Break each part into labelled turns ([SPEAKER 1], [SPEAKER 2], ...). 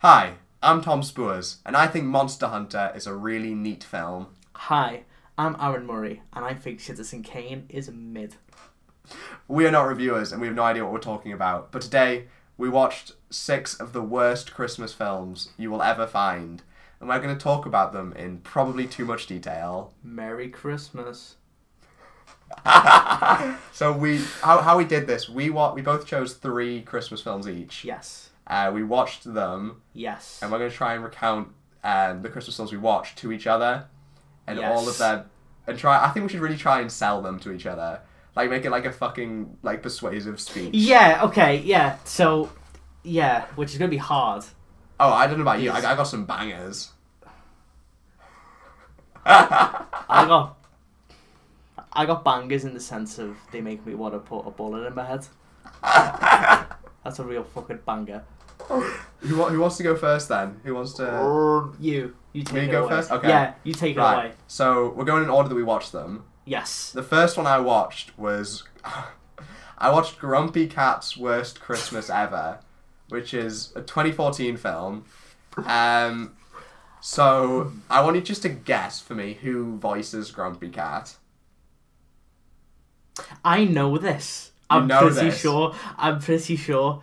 [SPEAKER 1] Hi, I'm Tom Spooers, and I think Monster Hunter is a really neat film.
[SPEAKER 2] Hi, I'm Aaron Murray, and I think Citizen Kane is mid.
[SPEAKER 1] We are not reviewers, and we have no idea what we're talking about, but today we watched six of the worst Christmas films you will ever find, and we're going to talk about them in probably too much detail.
[SPEAKER 2] Merry Christmas.
[SPEAKER 1] So we, how, how we did this, we wa- we both chose three Christmas films each.
[SPEAKER 2] Yes.
[SPEAKER 1] Uh, we watched them,
[SPEAKER 2] Yes.
[SPEAKER 1] and we're going to try and recount um, the Christmas films we watched to each other, and all of
[SPEAKER 2] Yes.
[SPEAKER 1] their, and try. I think we should really try and sell them to each other, like make it like a fucking like persuasive speech.
[SPEAKER 2] Yeah, okay, yeah. So, yeah, which is going to be hard.
[SPEAKER 1] Oh, I don't know about you. I, I got some bangers.
[SPEAKER 2] I got. I got bangers in the sense of they make me want to put a bullet in my head. That's a real fucking banger.
[SPEAKER 1] Who, wa- who wants to go first then? Who wants to?
[SPEAKER 2] you. You take it
[SPEAKER 1] go
[SPEAKER 2] away.
[SPEAKER 1] first? Okay.
[SPEAKER 2] Yeah, you take it away.
[SPEAKER 1] Right. So we're going in order that we watched them.
[SPEAKER 2] Yes.
[SPEAKER 1] The first one I watched was I watched Grumpy Cat's Worst Christmas Ever, which is a 2014 film. Um, so I want you just to guess for me who voices Grumpy Cat.
[SPEAKER 2] I know this. I'm
[SPEAKER 1] know
[SPEAKER 2] pretty
[SPEAKER 1] this.
[SPEAKER 2] sure. I'm pretty sure.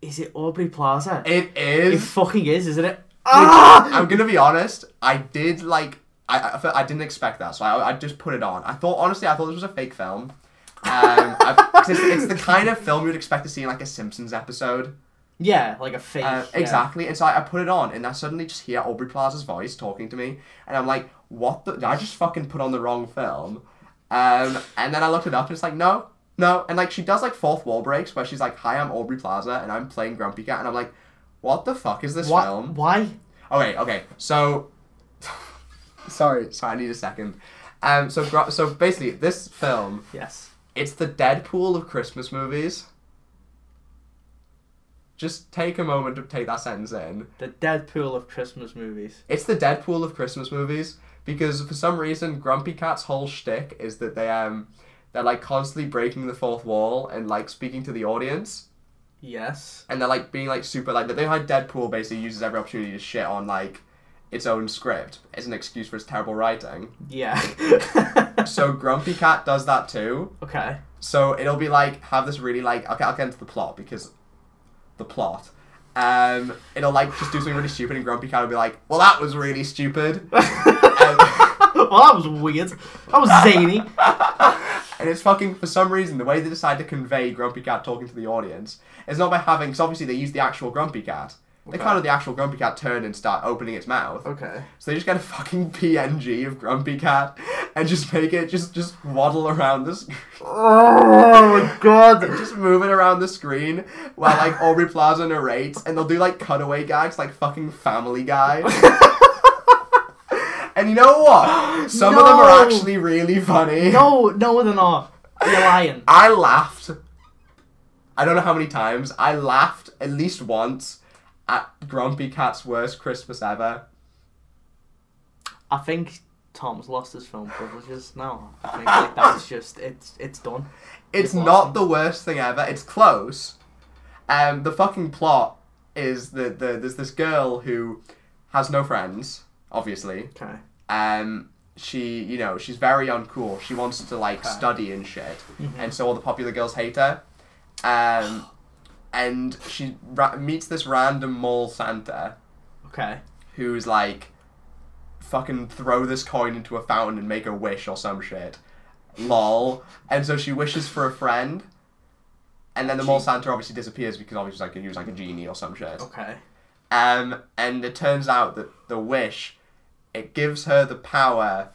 [SPEAKER 2] Is it Aubrey Plaza?
[SPEAKER 1] It Uh,
[SPEAKER 2] It
[SPEAKER 1] is.
[SPEAKER 2] fucking is, isn't it? Ah!
[SPEAKER 1] I'm gonna be honest. I did like. I, I, I didn't expect that, so I, I just put it on. I thought honestly, I thought this was a fake film. Um, I, 'cause it's, it's the kind of film you'd expect to see in like a Simpsons episode.
[SPEAKER 2] Yeah, like a fake.
[SPEAKER 1] Uh,
[SPEAKER 2] yeah.
[SPEAKER 1] Exactly. And so I, I put it on, and I suddenly just hear Aubrey Plaza's voice talking to me, and I'm like, "What the? I just fucking put on the wrong film." Um, and then I looked it up, and it's like, no, no, and like she does like fourth wall breaks where she's like, "Hi, I'm Aubrey Plaza, and I'm playing Grumpy Cat," and I'm like, "What the fuck is this
[SPEAKER 2] Why?
[SPEAKER 1] film?"
[SPEAKER 2] Why?
[SPEAKER 1] Okay, okay. So, sorry, sorry. I need a second. Um, so Gru- so basically, this film,
[SPEAKER 2] Yes.
[SPEAKER 1] it's the Deadpool of Christmas movies. Just take a moment to take that sentence in.
[SPEAKER 2] The Deadpool of Christmas movies.
[SPEAKER 1] It's the Deadpool of Christmas movies because for some reason Grumpy Cat's whole shtick is that they um they're like constantly breaking the fourth wall and like speaking to the audience
[SPEAKER 2] Yes.
[SPEAKER 1] and they're like being like super like they had Deadpool basically uses every opportunity to shit on like its own script as an excuse for its terrible writing.
[SPEAKER 2] Yeah.
[SPEAKER 1] So Grumpy Cat does that too.
[SPEAKER 2] okay.
[SPEAKER 1] So it'll be like have this really like okay I'll get into the plot because the plot. Um, it'll like just do something really stupid and Grumpy Cat will be like, well that was really stupid. Um,
[SPEAKER 2] well, that was weird. That was zany.
[SPEAKER 1] And it's fucking for some reason the way they decide to convey Grumpy Cat talking to the audience is not by having because obviously they use the actual Grumpy Cat. They
[SPEAKER 2] Okay.
[SPEAKER 1] can't have the actual Grumpy Cat turn and start opening its mouth.
[SPEAKER 2] okay.
[SPEAKER 1] So they just get a fucking PNG of Grumpy Cat and just make it just just waddle around this,
[SPEAKER 2] Oh my god.
[SPEAKER 1] just moving around the screen while like Aubrey Plaza narrates, and they'll do like cutaway gags like fucking Family Guy. and you know what? Some of them
[SPEAKER 2] No.
[SPEAKER 1] are actually really funny.
[SPEAKER 2] No, Oh, no, they're not. You're lying.
[SPEAKER 1] I laughed. I don't know how many times. I laughed at least once at Grumpy Cat's worst Christmas ever.
[SPEAKER 2] I think Tom's lost his film privileges now. I think like, that's just it's it's done.
[SPEAKER 1] It's
[SPEAKER 2] You've
[SPEAKER 1] not
[SPEAKER 2] lost
[SPEAKER 1] the worst thing ever. It's close. Um, the fucking plot is that the, there's this girl who has no friends, obviously.
[SPEAKER 2] Okay.
[SPEAKER 1] um, she, you know, she's very uncool. She wants to like study and shit, and so all the popular girls hate her. Um, and she ra- meets this random mall Santa
[SPEAKER 2] Okay.
[SPEAKER 1] who's like, fucking throw this coin into a fountain and make a wish or some shit. Lol. And so she wishes for a friend. And then the mall Santa obviously disappears because obviously like, he was like a genie or some shit.
[SPEAKER 2] Okay.
[SPEAKER 1] Um, and it turns out that the wish, it gives her the power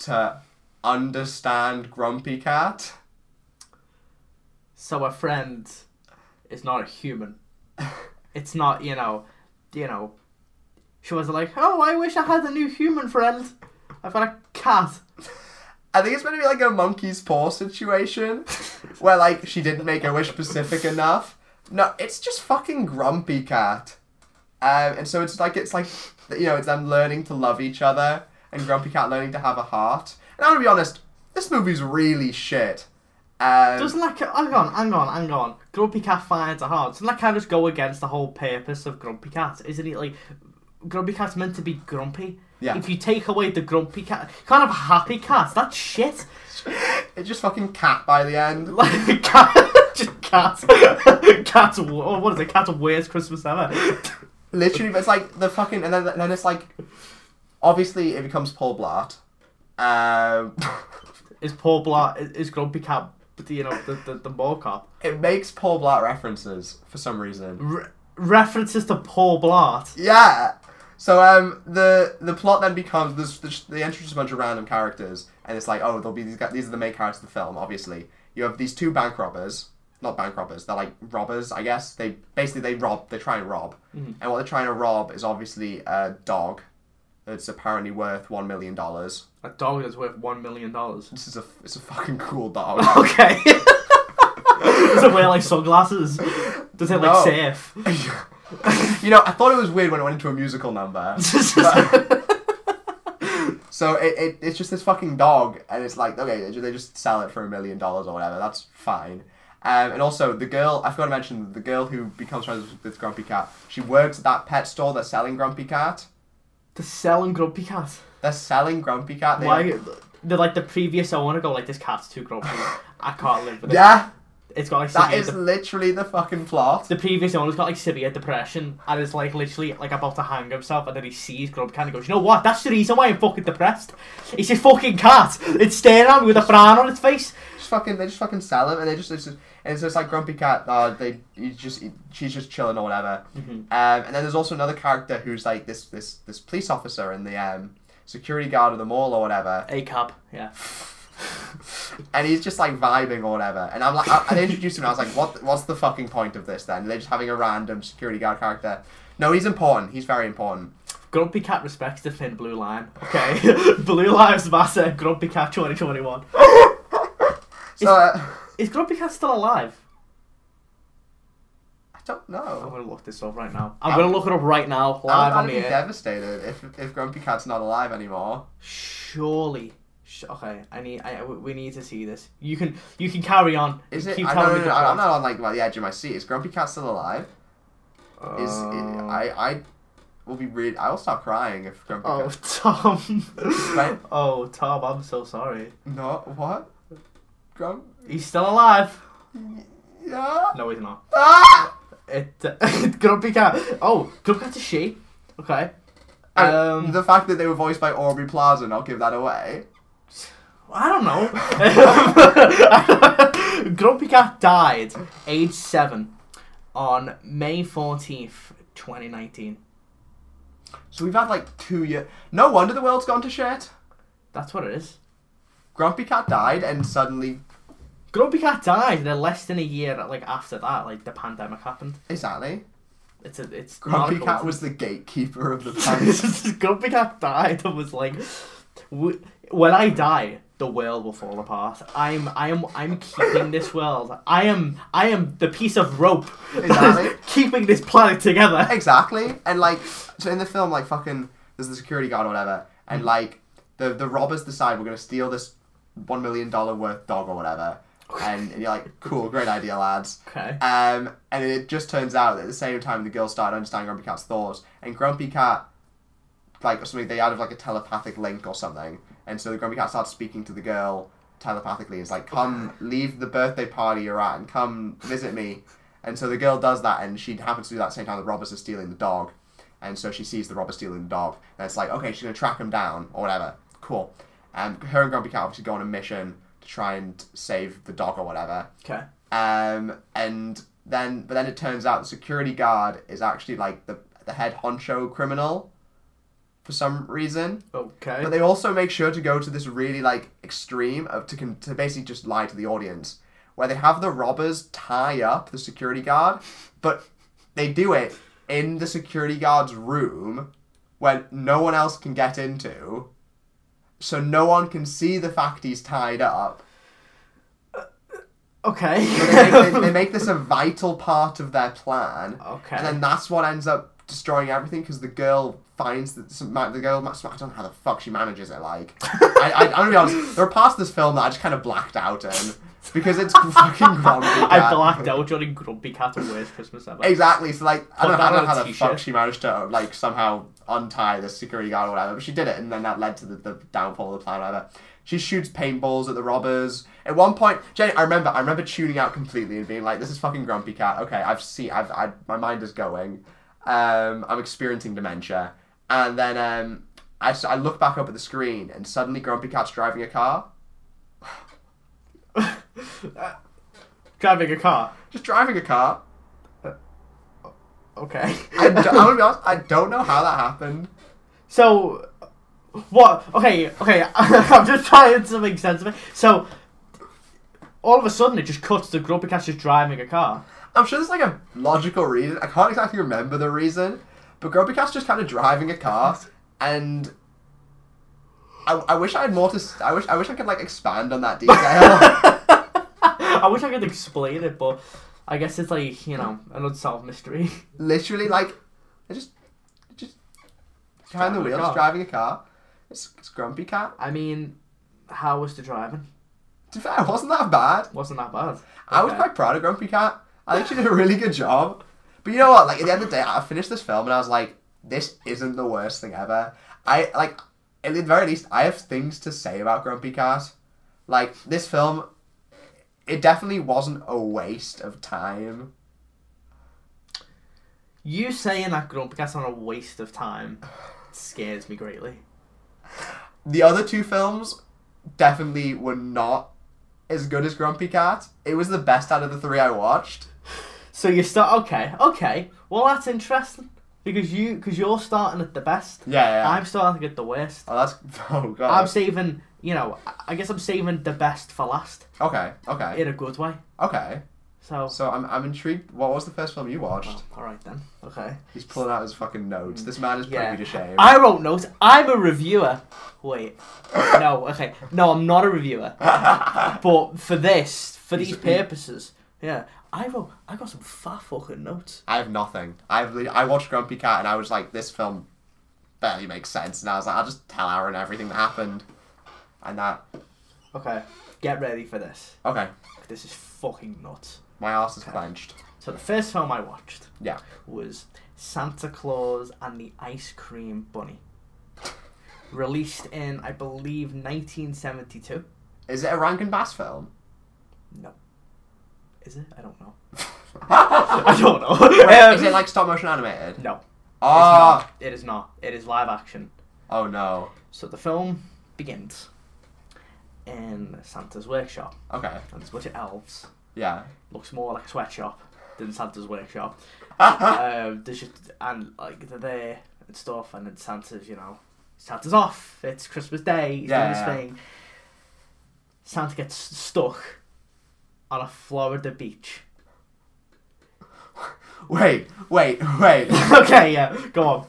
[SPEAKER 1] to understand Grumpy Cat.
[SPEAKER 2] So a friend is not a human. It's not, you know, you know. She was like, "Oh, I wish I had a new human friend. I've got a cat."
[SPEAKER 1] I think it's meant to be like a monkey's paw situation, where like she didn't make her wish specific enough. No, it's just fucking Grumpy Cat. Um, and so it's like it's like you know it's them learning to love each other and Grumpy Cat learning to have a heart. And I'm gonna be honest, this movie's really shit. Um,
[SPEAKER 2] Doesn't that ca- hang on, hang on, hang on. Grumpy Cat finds it hard. Doesn't that kind of just go against the whole purpose of Grumpy Cat? Isn't it like Grumpy Cat's meant to be grumpy?
[SPEAKER 1] Yeah.
[SPEAKER 2] If you take away the grumpy cat, you can't have a happy cat. That's shit.
[SPEAKER 1] it's just fucking cat by the end.
[SPEAKER 2] Like cat, just cat, cat. Oh, what is it? Cat's worst Christmas ever.
[SPEAKER 1] Literally, but it's like the fucking and then, and then it's like obviously it becomes Paul Blart. Um,
[SPEAKER 2] is Paul Blart is, is grumpy cat? You know the the, the mall cop
[SPEAKER 1] it makes Paul Blart references for some reason.
[SPEAKER 2] Re- references to Paul Blart.
[SPEAKER 1] Yeah. So um the the plot then becomes there's, there's they introduce a bunch of random characters and it's like oh there'll be these guys these are the main characters of the film obviously you have these two bank robbers not bank robbers they're like robbers I guess they basically they rob they try and rob and what they're trying to rob is obviously a dog that's apparently worth one million dollars
[SPEAKER 2] A dog that's worth one million dollars.
[SPEAKER 1] this is a it's a fucking cool dog
[SPEAKER 2] Okay. Does it wear like sunglasses? Does it
[SPEAKER 1] No.
[SPEAKER 2] like safe?
[SPEAKER 1] you know, I thought it was weird when it went into a musical number. So it, it, it's just this fucking dog, and it's like, okay, they ju- they just sell it for a million dollars or whatever. That's fine. Um, and also, the girl, I forgot to mention, the girl who becomes friends with, with Grumpy Cat, she works at that pet store that's selling Grumpy Cat.
[SPEAKER 2] They're selling grumpy cats.
[SPEAKER 1] They're selling Grumpy Cat. They
[SPEAKER 2] Why? They're like the previous owner go like this cat's too grumpy. I can't live with it.
[SPEAKER 1] Yeah,
[SPEAKER 2] It's got like
[SPEAKER 1] that
[SPEAKER 2] severe
[SPEAKER 1] is
[SPEAKER 2] de-
[SPEAKER 1] literally the fucking plot.
[SPEAKER 2] the previous owner's got like severe depression and is like literally like about to hang himself and then he sees Grub Cat and goes, You know what? That's the reason why I'm fucking depressed. It's his fucking cat. It's staring at me with a frown on its face.
[SPEAKER 1] Just fucking, they just fucking sell him, and they just, it's just and so it's like Grumpy Cat. Uh, they, he's just, she's just chilling or whatever. Um, and then there's also another character who's like this, this, this police officer and the um, security guard of the mall or whatever,
[SPEAKER 2] A cab, yeah.
[SPEAKER 1] and he's just like vibing or whatever. And I'm like, I, I introduced him, and I was like, what, what's the fucking point of this then? They're just having a random security guard character. No, he's important. He's very important.
[SPEAKER 2] Grumpy Cat respects the thin blue line. Okay. blue lives matter, Grumpy Cat 2021.
[SPEAKER 1] So uh,
[SPEAKER 2] Is Grumpy Cat still alive?
[SPEAKER 1] I don't
[SPEAKER 2] I'm
[SPEAKER 1] know.
[SPEAKER 2] gonna look this up right now. I'm gonna look it up right now,
[SPEAKER 1] I'm,
[SPEAKER 2] live on
[SPEAKER 1] I'm
[SPEAKER 2] the
[SPEAKER 1] be
[SPEAKER 2] air.
[SPEAKER 1] devastated if if Grumpy Cat's not alive anymore.
[SPEAKER 2] Surely. Sh- Okay, I need. I, we we need to see this. You can. You can carry on.
[SPEAKER 1] Is
[SPEAKER 2] You
[SPEAKER 1] it?
[SPEAKER 2] Keep
[SPEAKER 1] I, no,
[SPEAKER 2] telling
[SPEAKER 1] no,
[SPEAKER 2] me
[SPEAKER 1] no,
[SPEAKER 2] the
[SPEAKER 1] I- I'm
[SPEAKER 2] plot.
[SPEAKER 1] not on like the edge of my seat. Is Grumpy Cat still alive? Is it,
[SPEAKER 2] Uh,
[SPEAKER 1] I I will be really I will start crying if Grumpy
[SPEAKER 2] Oh
[SPEAKER 1] Cat.
[SPEAKER 2] Tom.
[SPEAKER 1] Right?
[SPEAKER 2] Oh Tom, I'm so sorry.
[SPEAKER 1] No, what? Grump?
[SPEAKER 2] He's still alive.
[SPEAKER 1] Yeah.
[SPEAKER 2] No, he's not.
[SPEAKER 1] Ah!
[SPEAKER 2] It. Grumpy cat. Oh, Grumpy cat's a she. Okay.
[SPEAKER 1] And
[SPEAKER 2] Um,
[SPEAKER 1] the fact that they were voiced by Aubrey Plaza, and I'll give that away.
[SPEAKER 2] I don't know. Grumpy cat died, age seven, on May fourteenth, twenty nineteen.
[SPEAKER 1] So we've had like two years. No wonder the world's gone to shit.
[SPEAKER 2] That's what it is.
[SPEAKER 1] Grumpy Cat died, and suddenly,
[SPEAKER 2] Grumpy Cat died, and then less than a year like after that, like the pandemic happened.
[SPEAKER 1] exactly,
[SPEAKER 2] It's a, it's
[SPEAKER 1] Grumpy
[SPEAKER 2] not a
[SPEAKER 1] Cat was the gatekeeper of the planet.
[SPEAKER 2] coincidence. Grumpy Cat died and was like, "W- when I die, the world will fall apart. I'm I'm I'm keeping this world. I am I am the piece of rope that is
[SPEAKER 1] Exactly.
[SPEAKER 2] keeping this planet together.
[SPEAKER 1] Exactly. And like, so in the film, like fucking, there's the security guard or whatever, and like, the the robbers decide we're gonna steal this one million dollar worth dog or whatever, and, and you're like, cool, great idea, lads.
[SPEAKER 2] Okay.
[SPEAKER 1] Um, and it just turns out that at the same time the girls started understanding Grumpy Cat's thoughts, and Grumpy Cat, like or something, they out of like a telepathic link or something, and so the Grumpy Cat starts speaking to the girl telepathically. It's like, come, leave the birthday party you're at, and come visit me. And so the girl does that, and she happens to do that at the same time the robbers are stealing the dog, and so she sees the robber stealing the dog, and it's like, okay, she's gonna track him down or whatever. Cool. And her and Grumpy Cat obviously go on a mission to try and save the dog or whatever.
[SPEAKER 2] Okay.
[SPEAKER 1] Um, and then, but then it turns out the security guard is actually like the the head honcho criminal for some reason.
[SPEAKER 2] Okay.
[SPEAKER 1] But they also make sure to go to this really like extreme of to con- to basically just lie to the audience, where they have the robbers tie up the security guard, but they do it in the security guard's room, where no one else can get into, so no one can see the fact he's tied up. They
[SPEAKER 2] okay.
[SPEAKER 1] make, they, they make this a vital part of their plan.
[SPEAKER 2] Okay.
[SPEAKER 1] And then that's what ends up destroying everything because the girl finds that some, ma- the girl. ma- I don't know how the fuck she manages it. Like, I, I, I'm gonna be honest. There are parts of this film that I just kind of blacked out in. because it's fucking grumpy.
[SPEAKER 2] I
[SPEAKER 1] Cat.
[SPEAKER 2] blacked out during Grumpy Cat and Worst Christmas Ever.
[SPEAKER 1] Exactly. So like, I
[SPEAKER 2] Put
[SPEAKER 1] don't, know-
[SPEAKER 2] that
[SPEAKER 1] I don't
[SPEAKER 2] on
[SPEAKER 1] know
[SPEAKER 2] a
[SPEAKER 1] how the fuck
[SPEAKER 2] t-shirt.
[SPEAKER 1] she managed to like somehow untie the security guard or whatever, but she did it, and then that led to the, the downfall of the plan. or Whatever. She shoots paintballs at the robbers. At one point, Jenny, I remember, I remember tuning out completely and being like, "This is fucking Grumpy Cat." Okay, I've seen, I've, I, my mind is going. Um, I'm experiencing dementia, and then um, I, s- I look back up at the screen, and suddenly Grumpy Cat's driving a car,
[SPEAKER 2] Driving a car.
[SPEAKER 1] just driving a car.
[SPEAKER 2] Okay.
[SPEAKER 1] I d- I'm gonna be honest, I don't know how that happened.
[SPEAKER 2] So, what? Okay, okay. I'm just trying to make sense of it. So, all of a sudden, it just cuts to Grumpy Cat's just driving a car.
[SPEAKER 1] I'm sure there's like a logical reason. I can't exactly remember the reason, but Grumpy Cat's just kind of driving a car, and I, I wish I had more to. s- I wish I wish I could like expand on that detail.
[SPEAKER 2] I wish I could explain it, but I guess it's like you know an unsolved mystery.
[SPEAKER 1] Literally, like, I just just behind the
[SPEAKER 2] driving a
[SPEAKER 1] wheel,
[SPEAKER 2] car.
[SPEAKER 1] just driving a car. It's, it's Grumpy Cat.
[SPEAKER 2] I mean, how was the driving?
[SPEAKER 1] To be fair, it wasn't that bad.
[SPEAKER 2] Wasn't that bad.
[SPEAKER 1] I was
[SPEAKER 2] Okay.
[SPEAKER 1] quite proud of Grumpy Cat. I think she did a really good job. But you know what? Like at the end of the day, I finished this film and I was like, this isn't the worst thing ever. I like, at the very least, I have things to say about Grumpy Cat. Like this film, it definitely wasn't a waste of time.
[SPEAKER 2] You saying that Grumpy Cat's not a waste of time scares me greatly.
[SPEAKER 1] The other two films definitely were not as good as Grumpy Cat. It was the best out of the three I watched.
[SPEAKER 2] So you start okay, okay. Well, that's interesting because you because you're starting at the best.
[SPEAKER 1] Yeah, yeah.
[SPEAKER 2] I'm starting at the worst.
[SPEAKER 1] oh, that's oh
[SPEAKER 2] I'm
[SPEAKER 1] god.
[SPEAKER 2] saving, you know, I- I guess I'm saving the best for last
[SPEAKER 1] Okay, okay,
[SPEAKER 2] in a good way.
[SPEAKER 1] okay.
[SPEAKER 2] So,
[SPEAKER 1] So I'm I'm intrigued. What was the first film you watched?
[SPEAKER 2] Oh, all right then. Okay.
[SPEAKER 1] He's pulling out his fucking notes. This man is
[SPEAKER 2] Yeah.
[SPEAKER 1] privy to shame.
[SPEAKER 2] I wrote notes. I'm a reviewer. Wait. No. Okay. No, I'm not a reviewer. But for this, for these purposes, yeah, I wrote. I got some fat fucking notes.
[SPEAKER 1] I have nothing. I've lit- I watched Grumpy Cat and I was like, this film barely makes sense. And I was like, I'll just tell Aaron everything that happened. And that
[SPEAKER 2] Okay. Get ready for this.
[SPEAKER 1] okay,
[SPEAKER 2] This is fucking nuts.
[SPEAKER 1] my ass is clenched.
[SPEAKER 2] So the first film I watched
[SPEAKER 1] Yeah.
[SPEAKER 2] was Santa Claus and the Ice Cream Bunny. Released in, I believe, 1972.
[SPEAKER 1] Is it a Rankin Bass film?
[SPEAKER 2] No. Is it? I don't know. I don't know. Um,
[SPEAKER 1] is it like stop motion animated?
[SPEAKER 2] No.
[SPEAKER 1] Oh,
[SPEAKER 2] It's not. It is not. It is live action.
[SPEAKER 1] oh no.
[SPEAKER 2] So the film begins in Santa's workshop.
[SPEAKER 1] Okay.
[SPEAKER 2] And there's a bunch of elves.
[SPEAKER 1] Yeah.
[SPEAKER 2] Looks more like a sweatshop than Santa's workshop. um, there's just, and like they're there and stuff, and then Santa's, you know, Santa's off. It's Christmas Day. He's
[SPEAKER 1] Yeah,
[SPEAKER 2] doing his
[SPEAKER 1] yeah, yeah.
[SPEAKER 2] thing. Santa gets stuck on a Florida beach.
[SPEAKER 1] Wait, wait, wait.
[SPEAKER 2] okay, yeah, go on.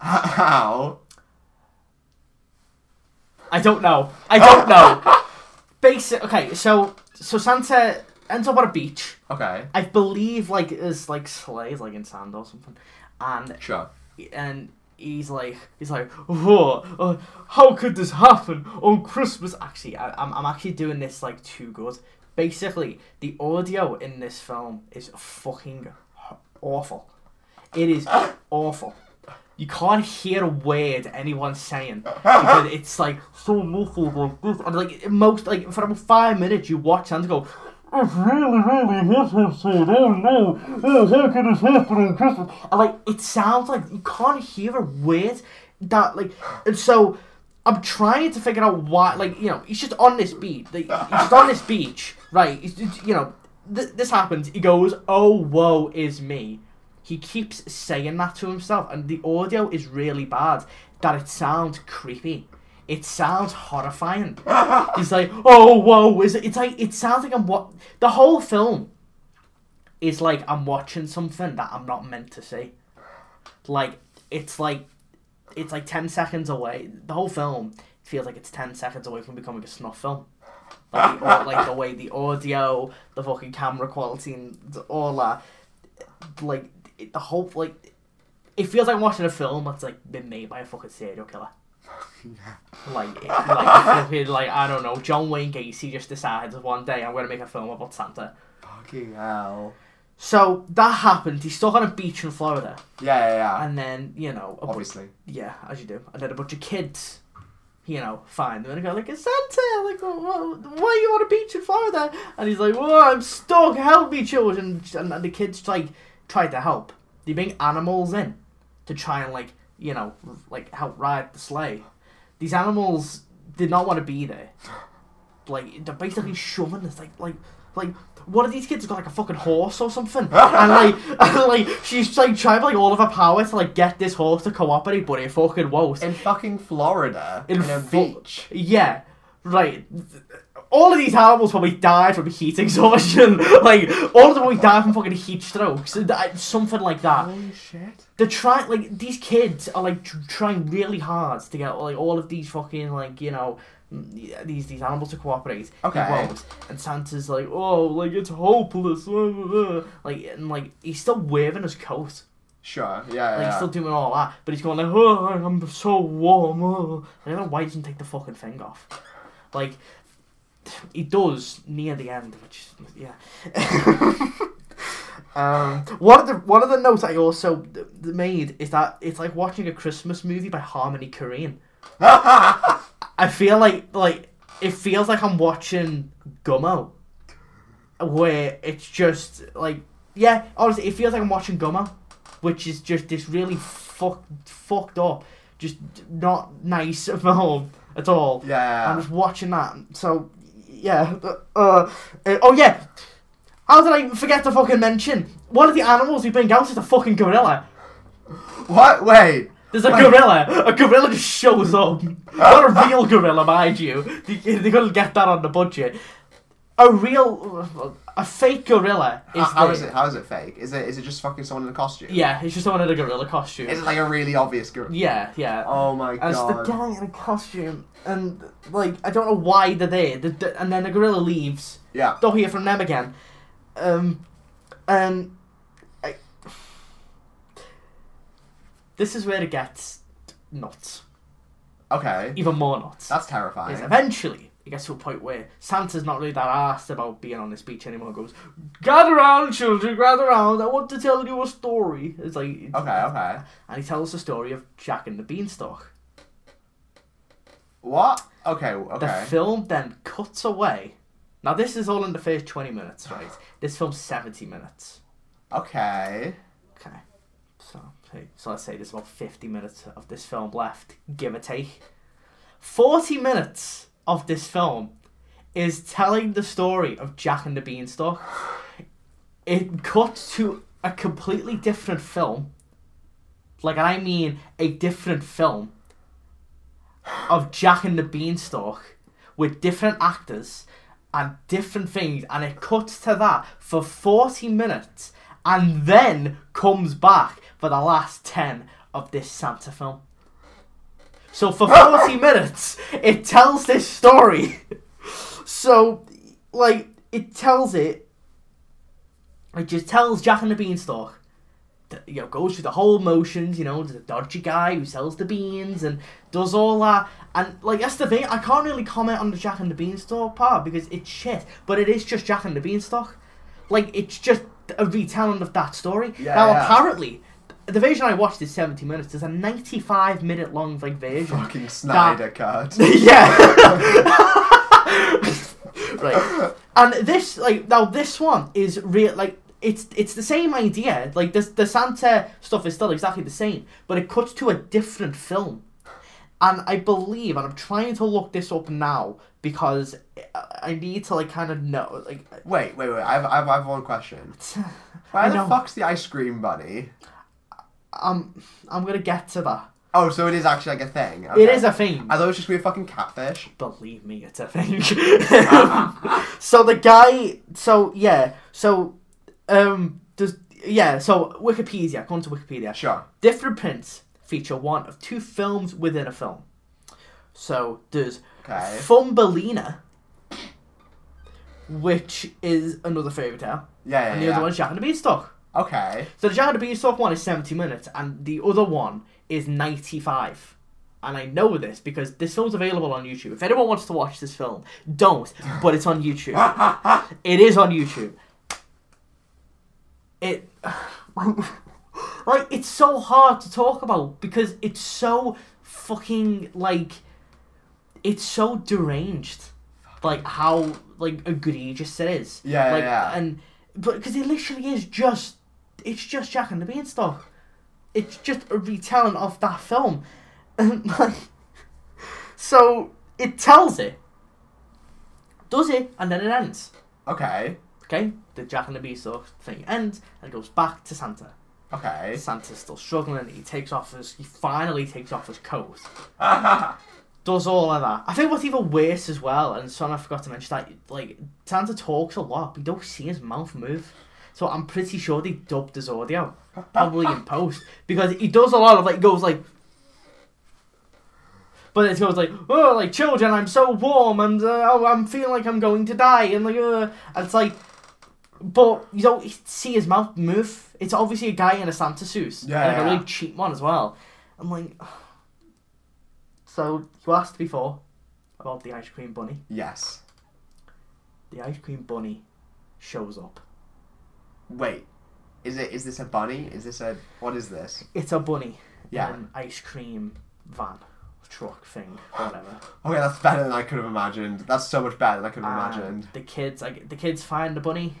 [SPEAKER 1] How?
[SPEAKER 2] I don't know. I don't know. Basic. Okay, so so Santa ends up on a beach.
[SPEAKER 1] Okay.
[SPEAKER 2] I believe like is like slays like in sand or something, and
[SPEAKER 1] Sure.
[SPEAKER 2] and he's like he's like whoa uh, how could this happen on Christmas? Actually, I, I'm I'm actually doing this like too good. Basically, the audio in this film is fucking awful. It is awful. You can't hear a word anyone's saying because it's like so muffled like this, and like at most like for about five minutes you watch and go. It's really, really interesting. Oh no! Oh, how could this happen on Christmas? And like, it sounds like you can't hear a word that like, and so I'm trying to figure out why. Like, you know, he's just on this beach. Like, he's just on this beach, right? He's, he's- you know, th- this happens. He goes, "Oh, woe is me." He keeps saying that to himself, and the audio is really bad. That it sounds creepy. It sounds horrifying. He's like, "Oh, whoa!" Is it? It's like it sounds like I'm what the whole film is like. I'm watching something that I'm not meant to see. Like it's like it's like ten seconds away. The whole film feels like it's ten seconds away from becoming a snuff film. Like, the, au- like the way the audio, the fucking camera quality, and th- all that. Like it, the whole like, it feels like I'm watching a film that's like been made by a fucking serial killer. Like, it- like, fucking, like I don't know. John Wayne Gacy just decides one day I'm gonna make a film about Santa.
[SPEAKER 1] Fucking hell.
[SPEAKER 2] So that happened. He's stuck on a beach in Florida,
[SPEAKER 1] Yeah, yeah, yeah.
[SPEAKER 2] and then you know, a bu-
[SPEAKER 1] Obviously.
[SPEAKER 2] yeah, as you do, and then a bunch of kids, you know, find them and go like, "It's Santa! Like, wh- wh- why are you on a beach in Florida?" And he's like, "Well, I'm stuck. Help me, children!" And, and the kids like try to help. They bring animals in to try and like you know like help ride the sleigh. These animals did not want to be there. Like they're basically shoving this like like like one of these kids has got like a fucking horse or something, and like and, like she's like trying like all of her power to like get this horse to cooperate, but it fucking won't.
[SPEAKER 1] In fucking Florida.
[SPEAKER 2] In
[SPEAKER 1] In, a
[SPEAKER 2] Flo-
[SPEAKER 1] beach.
[SPEAKER 2] Yeah, right. All of these animals probably died from heat exhaustion. like all of them probably died from fucking heat strokes, and, uh, something like that.
[SPEAKER 1] Holy shit.
[SPEAKER 2] They're trying like these kids are like tr- trying really hard to get like all of these fucking like you know mm, these these animals to cooperate. They
[SPEAKER 1] Okay.
[SPEAKER 2] won't. And Santa's like, oh, like it's hopeless. blah, blah, blah." Like and like he's still waving his coat.
[SPEAKER 1] Sure. Yeah,
[SPEAKER 2] Like
[SPEAKER 1] yeah.
[SPEAKER 2] he's still doing all that, but he's going like, oh, I'm so warm. Oh. I don't know why he doesn't take the fucking thing off. Like he does near the end, which yeah. um, one of the one of the notes I also th- made is that it's like watching a Christmas movie by Harmony Korine. I feel like like it feels like I'm watching Gummo, where it's just like yeah, honestly, it feels like I'm watching Gummo, which is just this really fucked fucked up, just not nice film at all.
[SPEAKER 1] yeah.
[SPEAKER 2] I'm just watching that. So yeah, uh, uh, oh yeah. How did I even forget to fucking mention one of the animals we bring out is a fucking gorilla.
[SPEAKER 1] What? Wait.
[SPEAKER 2] There's a gorilla. A gorilla just shows up. Not a real gorilla, mind you. They, they couldn't get that on the budget. A real, a fake gorilla
[SPEAKER 1] How-
[SPEAKER 2] is.
[SPEAKER 1] Uh, how
[SPEAKER 2] there.
[SPEAKER 1] is it? How is it fake? Is it? Is it just fucking someone in a costume?
[SPEAKER 2] Yeah, it's just someone in a gorilla costume.
[SPEAKER 1] Is it like a really obvious girl?
[SPEAKER 2] yeah, yeah.
[SPEAKER 1] Oh my
[SPEAKER 2] and it's the
[SPEAKER 1] god.
[SPEAKER 2] guy in a costume, and like I don't know why they're there. The- the- and then the gorilla leaves.
[SPEAKER 1] yeah.
[SPEAKER 2] Don't hear from them again. Um, and I, this is where it gets nuts,
[SPEAKER 1] Okay.
[SPEAKER 2] even more nuts.
[SPEAKER 1] That's
[SPEAKER 2] is
[SPEAKER 1] terrifying.
[SPEAKER 2] eventually it gets to a point where Santa's not really that asked about being on this beach anymore. He goes, gather round, children, gather round. I want to tell you a story. It's like
[SPEAKER 1] Okay. Okay.
[SPEAKER 2] and he tells the story of Jack and the Beanstalk.
[SPEAKER 1] What? Okay.
[SPEAKER 2] The
[SPEAKER 1] Okay.
[SPEAKER 2] film then cuts away. Now this is all in the first twenty minutes, right? This film's seventy minutes.
[SPEAKER 1] Okay.
[SPEAKER 2] Okay. So, hey, so let's say there's about 50 minutes of this film left, give or take. 40 minutes of this film is telling the story of Jack and the Beanstalk. It cuts to a completely different film. Like, and I mean a different film of Jack and the Beanstalk with different actors and different things, and it cuts to that for 40 minutes and then comes back for the last 10 of this Santa film. So for 40 minutes, it tells this story. so, like, it tells it. It just tells Jack and the Beanstalk that, you know, goes through the whole motions, you know, the dodgy guy who sells the beans and does all that. And, like, that's the thing, I can't really comment on the Jack and the Beanstalk part because it's shit, but it is just Jack and the Beanstalk. Like, it's just a retelling of that story.
[SPEAKER 1] Yeah,
[SPEAKER 2] now,
[SPEAKER 1] yeah.
[SPEAKER 2] apparently, the version I watched is 70 minutes. There's a 95 minute long, like, version.
[SPEAKER 1] Fucking Snyder cut.
[SPEAKER 2] yeah. right. And this like now this one is real like it's it's the same idea. Like this the Santa stuff is still exactly the same, but it cuts to a different film. And I believe, and I'm trying to look this up now because I- I need to like kind of know like
[SPEAKER 1] Wait, wait, wait. I've, I've, I've one question.
[SPEAKER 2] I
[SPEAKER 1] Where the
[SPEAKER 2] know.
[SPEAKER 1] fuck's the ice cream bunny?
[SPEAKER 2] I'm I'm gonna get to that.
[SPEAKER 1] Oh, so it is actually like a thing.
[SPEAKER 2] It
[SPEAKER 1] okay.
[SPEAKER 2] is a thing.
[SPEAKER 1] I thought it was just gonna be a fucking catfish.
[SPEAKER 2] believe me, it's a thing. so the guy, so yeah, so um, does yeah, so Wikipedia. Come to Wikipedia.
[SPEAKER 1] Sure.
[SPEAKER 2] Different prints feature one of two films within a film. So there's
[SPEAKER 1] Okay.
[SPEAKER 2] Thumbelina, which is another fairy tale,
[SPEAKER 1] Yeah,
[SPEAKER 2] and
[SPEAKER 1] yeah,
[SPEAKER 2] the other
[SPEAKER 1] yeah.
[SPEAKER 2] one's Jack and the Beanstalk.
[SPEAKER 1] Okay.
[SPEAKER 2] So the Jack and the Beanstalk one is seventy minutes, and the other one is ninety-five. and I know this because this film's available on YouTube. If anyone wants to watch this film, don't. But it's on YouTube. it is on YouTube. It like it's so hard to talk about because it's so fucking like it's so deranged. Like how like egregious it is.
[SPEAKER 1] Yeah,
[SPEAKER 2] like,
[SPEAKER 1] yeah.
[SPEAKER 2] And but because it literally is just it's just Jack and the Beanstalk it's just a retelling of that film. Like, so it tells it, does it, and then it ends.
[SPEAKER 1] Okay.
[SPEAKER 2] Okay, the Jack and the Beanstalk thing ends and it goes back to Santa.
[SPEAKER 1] Okay.
[SPEAKER 2] Santa's still struggling. He takes off his. He finally takes off his coat. Does all of that. I think what's even worse as well, and son, I forgot to mention that. Like Santa talks a lot, but you don't see his mouth move. So I'm pretty sure they dubbed his audio, probably in post, because he does a lot of like goes like. But it goes like, oh, like children, I'm so warm, and uh, oh, I'm feeling like I'm going to die, and like, uh, and it's like, but you don't see his mouth move. It's obviously a guy in a Santa suit,
[SPEAKER 1] Yeah,
[SPEAKER 2] like
[SPEAKER 1] yeah,
[SPEAKER 2] a
[SPEAKER 1] yeah.
[SPEAKER 2] really cheap one as well. I'm like, so you asked before about the ice cream bunny.
[SPEAKER 1] Yes.
[SPEAKER 2] The ice cream bunny shows up.
[SPEAKER 1] Wait. Is it? Is this a bunny? Is this a? What is this?
[SPEAKER 2] It's a bunny.
[SPEAKER 1] Yeah.
[SPEAKER 2] in An ice cream van, truck thing, whatever.
[SPEAKER 1] Okay, that's better than I could have imagined. That's so much better than I could have
[SPEAKER 2] And
[SPEAKER 1] imagined.
[SPEAKER 2] the kids, like the kids, find the bunny,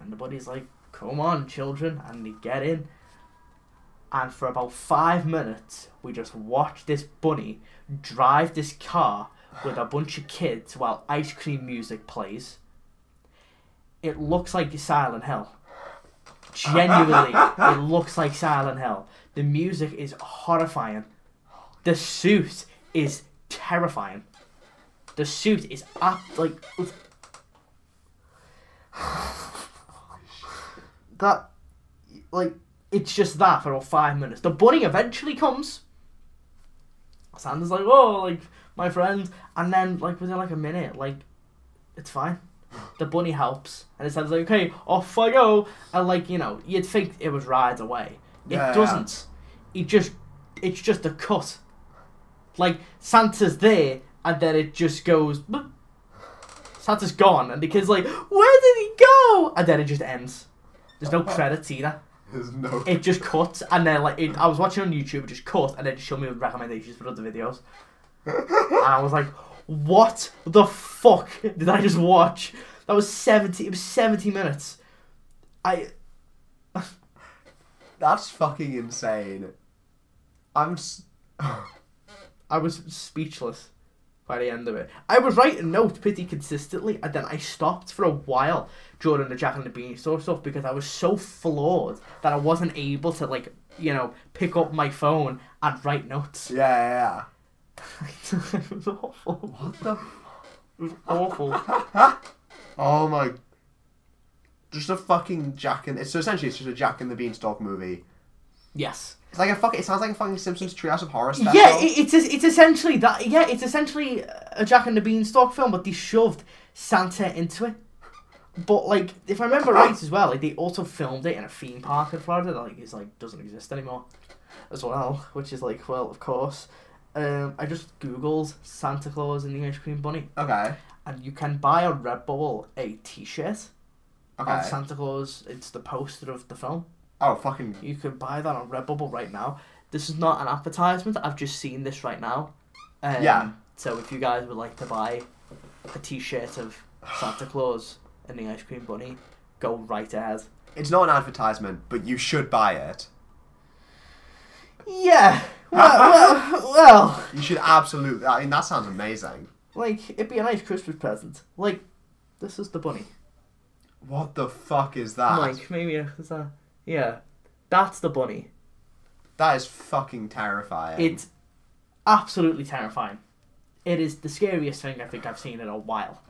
[SPEAKER 2] and the bunny's like, "Come on, children!" And they get in. And for about five minutes, we just watch this bunny drive this car with a bunch of kids while ice cream music plays. It looks like Silent Hill. Genuinely, it looks like Silent Hill. The music is horrifying. The suit is terrifying. The suit is up like that. Like it's just that for all five minutes. The bunny eventually comes. Santa's like, oh, like my friend, and then like within like a minute, like it's fine. The bunny helps, and it sounds like okay, off I go, and like you know, you'd think it was rides away. It
[SPEAKER 1] Yeah.
[SPEAKER 2] doesn't. It just, it's just a cut. Like Santa's there, and then it just goes. "Boop." Santa's gone, and the kid's like, where did he go? And then it just ends. There's no credits either.
[SPEAKER 1] There's no.
[SPEAKER 2] It just cuts, and then like it, I was watching on YouTube, it just cut, and then it showed me recommendations for other videos, and I was like, "What the fuck did I just watch?" That was seventy. It was seventy minutes. I
[SPEAKER 1] That's fucking insane. I'm. S-
[SPEAKER 2] I was speechless by the end of it. I was writing notes pretty consistently, and then I stopped for a while during the Jack and the Beanstalk stuff because I was so flawed that I wasn't able to like you know pick up my phone and write notes.
[SPEAKER 1] yeah, yeah,
[SPEAKER 2] it was awful.
[SPEAKER 1] yeah. What the?
[SPEAKER 2] It was awful.
[SPEAKER 1] Oh my. Just a fucking Jack and it's so essentially it's just a Jack and the Beanstalk movie.
[SPEAKER 2] Yes.
[SPEAKER 1] It's like a fuck. It sounds like a fucking Simpsons Treehouse of Horror. Special.
[SPEAKER 2] Yeah, it, it's es- it's essentially that. Yeah, it's essentially a Jack and the Beanstalk film, but they shoved Santa into it. But like, if I remember right as well, like they also filmed it in a theme park in Florida that like is like doesn't exist anymore, as well. Which is like, well, of course. Um, I just googled Santa Claus and the Ice Cream Bunny,
[SPEAKER 1] okay.
[SPEAKER 2] and you can buy on Redbubble a T-shirt
[SPEAKER 1] Okay.
[SPEAKER 2] of Santa Claus. It's the poster of the film.
[SPEAKER 1] oh fucking.
[SPEAKER 2] You can buy that on Redbubble right now. This is not an advertisement. I've just seen this right now. Um,
[SPEAKER 1] Yeah.
[SPEAKER 2] So if you guys would like to buy a T-shirt of Santa Claus and the Ice Cream Bunny, go right ahead.
[SPEAKER 1] It's not an advertisement, but you should buy it.
[SPEAKER 2] Yeah. Well, well, well,
[SPEAKER 1] You should absolutely. I mean, that sounds amazing.
[SPEAKER 2] like it'd be a nice Christmas present. Like, this is the bunny.
[SPEAKER 1] What the fuck is that?
[SPEAKER 2] Like maybe a, is that, yeah, that's the bunny.
[SPEAKER 1] That is fucking terrifying.
[SPEAKER 2] It's absolutely terrifying. It is the scariest thing I think I've seen in a while.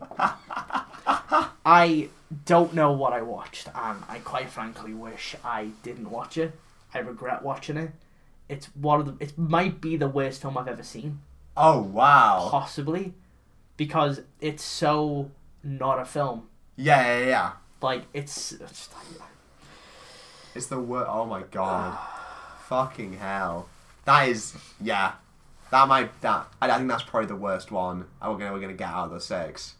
[SPEAKER 2] I don't know what I watched, and I quite frankly wish I didn't watch it. I regret watching it. It's one of the. It might be the worst film I've ever seen,
[SPEAKER 1] Oh wow.
[SPEAKER 2] possibly, because it's so not a film.
[SPEAKER 1] Yeah, yeah, yeah.
[SPEAKER 2] Like it's, it's
[SPEAKER 1] It's the word. Oh my god. fucking hell. That is. Yeah. That might that I, I think that's probably the worst one. We're gonna we're gonna get out of the six.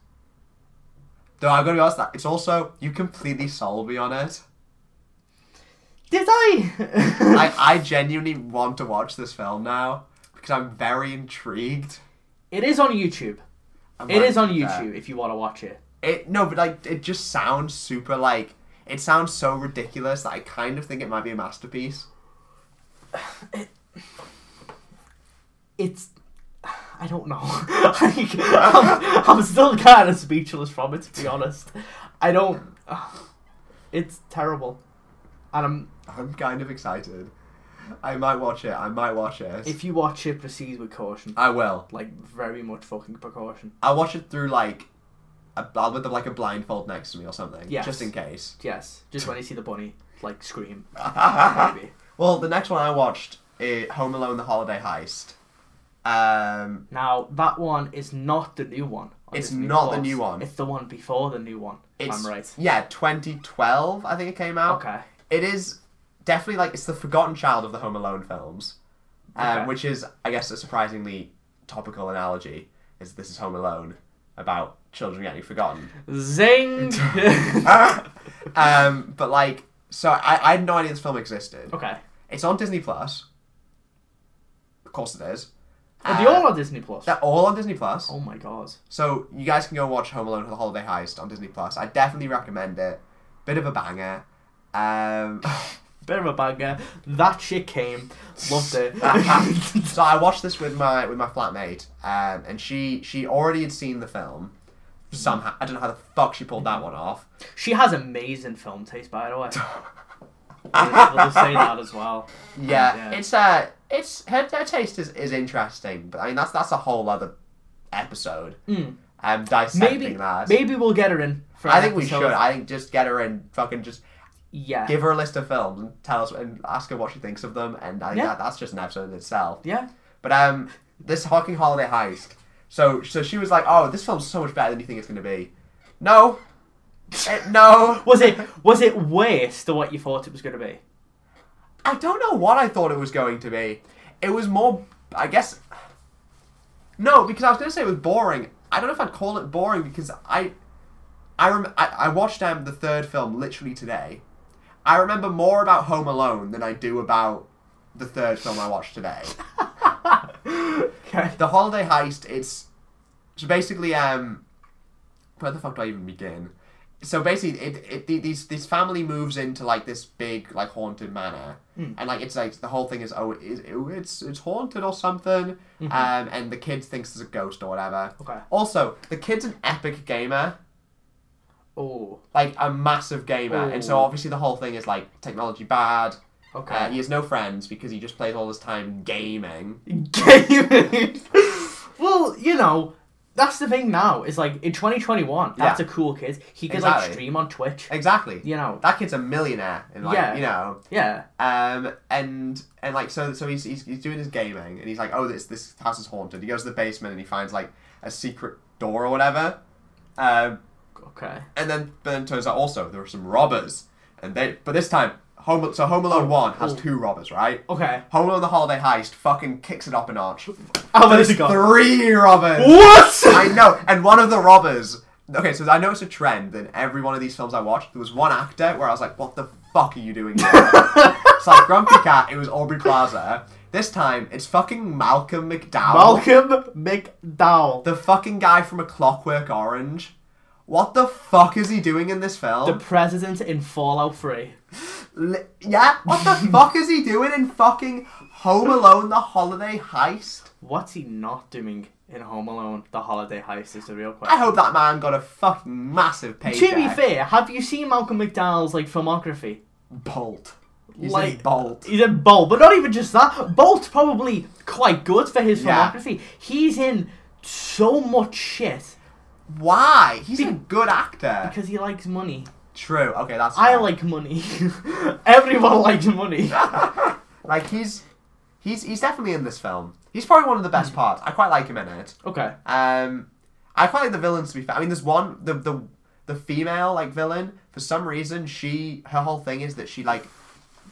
[SPEAKER 1] Though I'm gonna be honest, that it's also you completely sold me on it.
[SPEAKER 2] Did I?
[SPEAKER 1] I I genuinely want to watch this film now because I'm very intrigued.
[SPEAKER 2] It is on YouTube.
[SPEAKER 1] I'm
[SPEAKER 2] It
[SPEAKER 1] like,
[SPEAKER 2] is on
[SPEAKER 1] yeah.
[SPEAKER 2] YouTube if you want to watch it.
[SPEAKER 1] It no, but like it just sounds super like it sounds so ridiculous that I kind of think it might be a masterpiece.
[SPEAKER 2] It's. I don't know. Like, I'm, I'm still kind of speechless from it, to be honest. I don't. It's terrible. And I'm,
[SPEAKER 1] I'm kind of excited. I might watch it. I might watch it.
[SPEAKER 2] if you watch it, proceed with caution.
[SPEAKER 1] I will.
[SPEAKER 2] Like, very much fucking precaution.
[SPEAKER 1] I'll watch it through like a I'll put like a blindfold next to me or something,
[SPEAKER 2] Yes.
[SPEAKER 1] just in case.
[SPEAKER 2] Yes, just when you see the bunny, like, scream. Maybe.
[SPEAKER 1] well, the next one I watched is Home Alone: The Holiday Heist. Um,
[SPEAKER 2] Now, that one is not the new one. on
[SPEAKER 1] It's
[SPEAKER 2] Disney
[SPEAKER 1] not the
[SPEAKER 2] Plus.
[SPEAKER 1] new one.
[SPEAKER 2] It's the one before the new one, if
[SPEAKER 1] it's
[SPEAKER 2] I'm right.
[SPEAKER 1] yeah, 2012, I think it came out.
[SPEAKER 2] Okay.
[SPEAKER 1] It is definitely like it's the forgotten child of the Home Alone films, um,
[SPEAKER 2] Okay.
[SPEAKER 1] which is I guess a surprisingly topical analogy. Is this is Home Alone about children getting forgotten?
[SPEAKER 2] Zing!
[SPEAKER 1] Ah. um, but like, so I, I had no idea this film existed.
[SPEAKER 2] okay.
[SPEAKER 1] It's on Disney Plus. Of course it is.
[SPEAKER 2] Are
[SPEAKER 1] Uh,
[SPEAKER 2] they all on Disney Plus?
[SPEAKER 1] They're all on Disney Plus.
[SPEAKER 2] Oh my god.
[SPEAKER 1] So you guys can go watch Home Alone for the Holiday Heist on Disney Plus. I definitely recommend it. Bit of a banger. Um,
[SPEAKER 2] Bit of a banger. That shit came. Loved it.
[SPEAKER 1] so I watched this with my with my flatmate, um, and she she already had seen the film. Somehow I don't know how the fuck she pulled
[SPEAKER 2] Mm-hmm.
[SPEAKER 1] that one off.
[SPEAKER 2] she has amazing film taste, by the way. I'll just say that as well.
[SPEAKER 1] Yeah,
[SPEAKER 2] Yeah.
[SPEAKER 1] it's uh it's her, her taste is, is interesting, but I mean that's that's a whole other episode.
[SPEAKER 2] Mm.
[SPEAKER 1] Um, dissecting
[SPEAKER 2] Maybe
[SPEAKER 1] that.
[SPEAKER 2] maybe we'll get her in. For
[SPEAKER 1] I
[SPEAKER 2] an
[SPEAKER 1] think we
[SPEAKER 2] episode.
[SPEAKER 1] should. I think just get her and fucking just
[SPEAKER 2] Yeah.
[SPEAKER 1] give her a list of films and tell us and ask her what she thinks of them. And I think
[SPEAKER 2] Yeah.
[SPEAKER 1] that, that's just an episode in itself.
[SPEAKER 2] yeah.
[SPEAKER 1] But um, this Hawking Holiday heist. So so she was like, oh, this film's so much better than you think it's gonna be. No, Eh, no.
[SPEAKER 2] Was it was it worse than what you thought it was gonna be?
[SPEAKER 1] I don't know what I thought it was going to be. It was more, I guess. No, because I was gonna say it was boring. I don't know if I'd call it boring because I, I rem- I, I watched um, the third film literally today. I remember more about Home Alone than I do about the third film I watched today.
[SPEAKER 2] Okay.
[SPEAKER 1] the holiday heist it's so basically um where the fuck do i even begin so basically it, it the, these this family moves into like this big like haunted manor
[SPEAKER 2] Hmm.
[SPEAKER 1] and like it's like the whole thing is oh it's it's, it's haunted or something um and the kids thinks there's a ghost or whatever
[SPEAKER 2] Mm-hmm. Okay.
[SPEAKER 1] also the kid's an epic gamer
[SPEAKER 2] Oh.
[SPEAKER 1] like a massive gamer and so
[SPEAKER 2] Ooh.
[SPEAKER 1] obviously the whole thing is like technology bad
[SPEAKER 2] Okay.
[SPEAKER 1] uh, he has no friends because he just plays all his time gaming
[SPEAKER 2] gaming. well, you know, that's the thing now. It's like in 2021, that's a cool kid. He could like
[SPEAKER 1] Exactly.
[SPEAKER 2] stream on Twitch.
[SPEAKER 1] exactly
[SPEAKER 2] You know.
[SPEAKER 1] that kid's a millionaire and like
[SPEAKER 2] Yeah.
[SPEAKER 1] you know
[SPEAKER 2] Yeah.
[SPEAKER 1] Um, and and like so, so he's, he's he's doing his gaming, and he's like, oh, this this house is haunted. He goes to the basement, and he finds like a secret door or whatever. Um,
[SPEAKER 2] Okay.
[SPEAKER 1] and then but then it turns out also there are some robbers, and they but this time Home so Home Alone one has
[SPEAKER 2] oh.
[SPEAKER 1] two robbers, right?
[SPEAKER 2] Okay.
[SPEAKER 1] Home Alone the Holiday Heist fucking kicks it up a notch.
[SPEAKER 2] How many
[SPEAKER 1] There's
[SPEAKER 2] has he got?
[SPEAKER 1] three robbers.
[SPEAKER 2] What?
[SPEAKER 1] I know, and one of the robbers. Okay, so I noticed a trend in every one of these films I watched. There was one actor where I was like, "What the fuck are you doing?" Here? it's like Grumpy Cat. It was Aubrey Plaza. This time, it's fucking Malcolm McDowell,
[SPEAKER 2] Malcolm McDowell.
[SPEAKER 1] the fucking guy from A Clockwork Orange. What the fuck is he doing in this
[SPEAKER 2] The
[SPEAKER 1] film?
[SPEAKER 2] president in Fallout 3.
[SPEAKER 1] Li- yeah, what the fuck is he doing in fucking Home Alone: The Holiday Heist?
[SPEAKER 2] What's he not doing in Home Alone? The holiday heist is the real
[SPEAKER 1] I
[SPEAKER 2] question.
[SPEAKER 1] hope that man got a fucking massive paycheck.
[SPEAKER 2] Uh, To be fair, have you seen Malcolm McDowell's like filmography?
[SPEAKER 1] Bolt. He's like,
[SPEAKER 2] Like-
[SPEAKER 1] Bolt.
[SPEAKER 2] He's in Bolt, but not even just that. Bolt's probably quite good for his
[SPEAKER 1] Yeah.
[SPEAKER 2] filmography. He's in so much shit
[SPEAKER 1] Why? He's a good actor.
[SPEAKER 2] because he likes money.
[SPEAKER 1] True. Okay, that's.
[SPEAKER 2] I
[SPEAKER 1] fine.
[SPEAKER 2] like money. Everyone likes money.
[SPEAKER 1] Like he's, he's he's definitely in this film. He's probably one of the
[SPEAKER 2] Mm.
[SPEAKER 1] best parts. I quite like him in it.
[SPEAKER 2] Okay.
[SPEAKER 1] Um, I quite like the villains to be fair. I mean, there's one the the the female like villain for some reason she her whole thing is that she like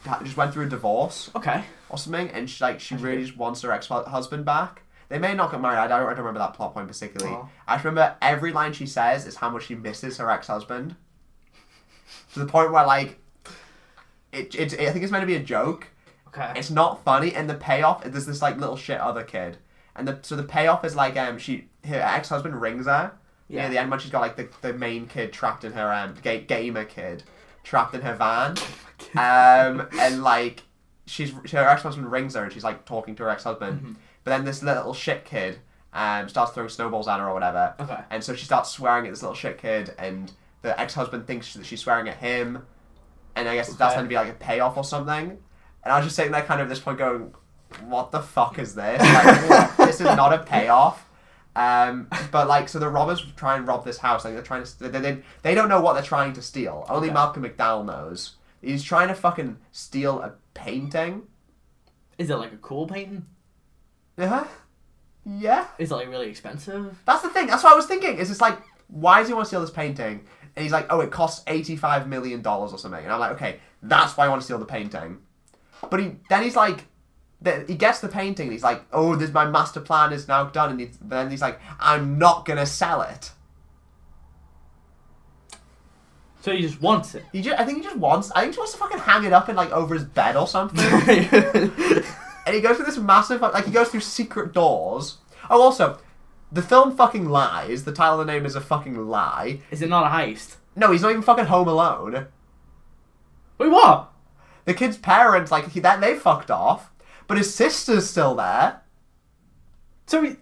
[SPEAKER 1] ha- just went through a divorce
[SPEAKER 2] Okay.
[SPEAKER 1] or something and she like she really just wants her ex husband back. They may not get married. I don't, I don't remember that plot point particularly.
[SPEAKER 2] Oh.
[SPEAKER 1] I just remember every line she says is how much she misses her ex husband. to the point where like, it, it, I think it's meant to be a joke.
[SPEAKER 2] Okay.
[SPEAKER 1] It's not funny, and the payoff there's this like little shit other kid, and the so the payoff is like um she her ex husband rings her. Yeah.
[SPEAKER 2] Yeah.
[SPEAKER 1] Near the end when she's got like the, the main kid trapped in her um ga- gamer kid trapped in her van, um and like she's her ex husband rings her and she's like talking to her ex husband, but then this little shit kid um starts throwing snowballs at her or whatever,
[SPEAKER 2] Okay.
[SPEAKER 1] and so she starts swearing at this little shit kid, and the ex husband thinks that she's swearing at him, and I guess that's
[SPEAKER 2] Okay.
[SPEAKER 1] going to be like a payoff or something. And I was just sitting there, kind of at this point, going, "What the fuck is this? Like, what? this is not a payoff." Um, but like, so the robbers try and rob this house. Like they're trying to, they, they, they don't know what they're trying to steal. Only
[SPEAKER 2] Okay.
[SPEAKER 1] Malcolm McDowell knows. He's trying to fucking steal a painting.
[SPEAKER 2] Is it like a cool painting? Uh-huh.
[SPEAKER 1] Yeah, yeah.
[SPEAKER 2] Is it like really expensive?
[SPEAKER 1] That's the thing. That's what I was thinking. Is it's like, why does he want to steal this painting? And he's like, oh, it costs eighty-five million dollars or something. And I'm like, okay, that's why I want to steal the painting. But he then he's like, th- he gets the painting. and He's like, oh, this my master plan is now done. And he's, then he's like, I'm not gonna sell it.
[SPEAKER 2] So he just wants it.
[SPEAKER 1] He just, I think he just wants. I think he just wants to fucking hang it up and like over his bed or something. and he goes through this massive like he goes through secret doors. Oh, also, the film fucking lies. The title of the name is a fucking lie.
[SPEAKER 2] Is it not a heist?
[SPEAKER 1] No, he's not even fucking home alone.
[SPEAKER 2] Wait, what?
[SPEAKER 1] The kid's parents, like he, that, they fucked off, but his sister's still there.
[SPEAKER 2] So he,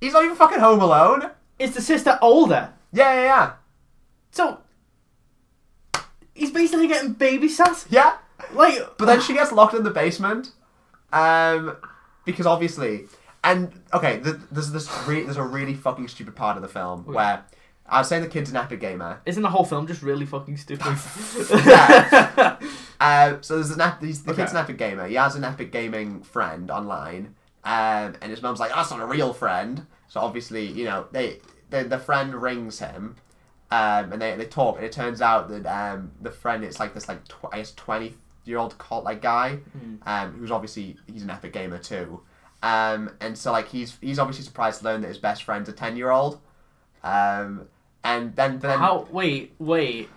[SPEAKER 1] He's not even fucking home alone.
[SPEAKER 2] is the sister older?
[SPEAKER 1] Yeah, yeah, yeah,
[SPEAKER 2] So he's basically getting babysat.
[SPEAKER 1] yeah.
[SPEAKER 2] Like,
[SPEAKER 1] But then she gets locked in the basement, um, because obviously, and okay, th- there's this re- there's a really fucking stupid part of the film where I was saying the kid's an epic gamer.
[SPEAKER 2] isn't the whole film just really fucking stupid?
[SPEAKER 1] Yeah. Uh, so there's an ep- he's, the
[SPEAKER 2] Okay.
[SPEAKER 1] kid's an epic gamer. He has an epic gaming friend online, um, and his mum's like, "That's not a real friend." So obviously, you know, they the, the friend rings him, um, and they, they talk, and it turns out that um, the friend it's like this like tw- I guess twenty year old cult like guy,
[SPEAKER 2] Hmm.
[SPEAKER 1] um, who's obviously he's an epic gamer too, um, and so like he's he's obviously surprised to learn that his best friend's a ten year old, um, and then then
[SPEAKER 2] How? Wait, wait.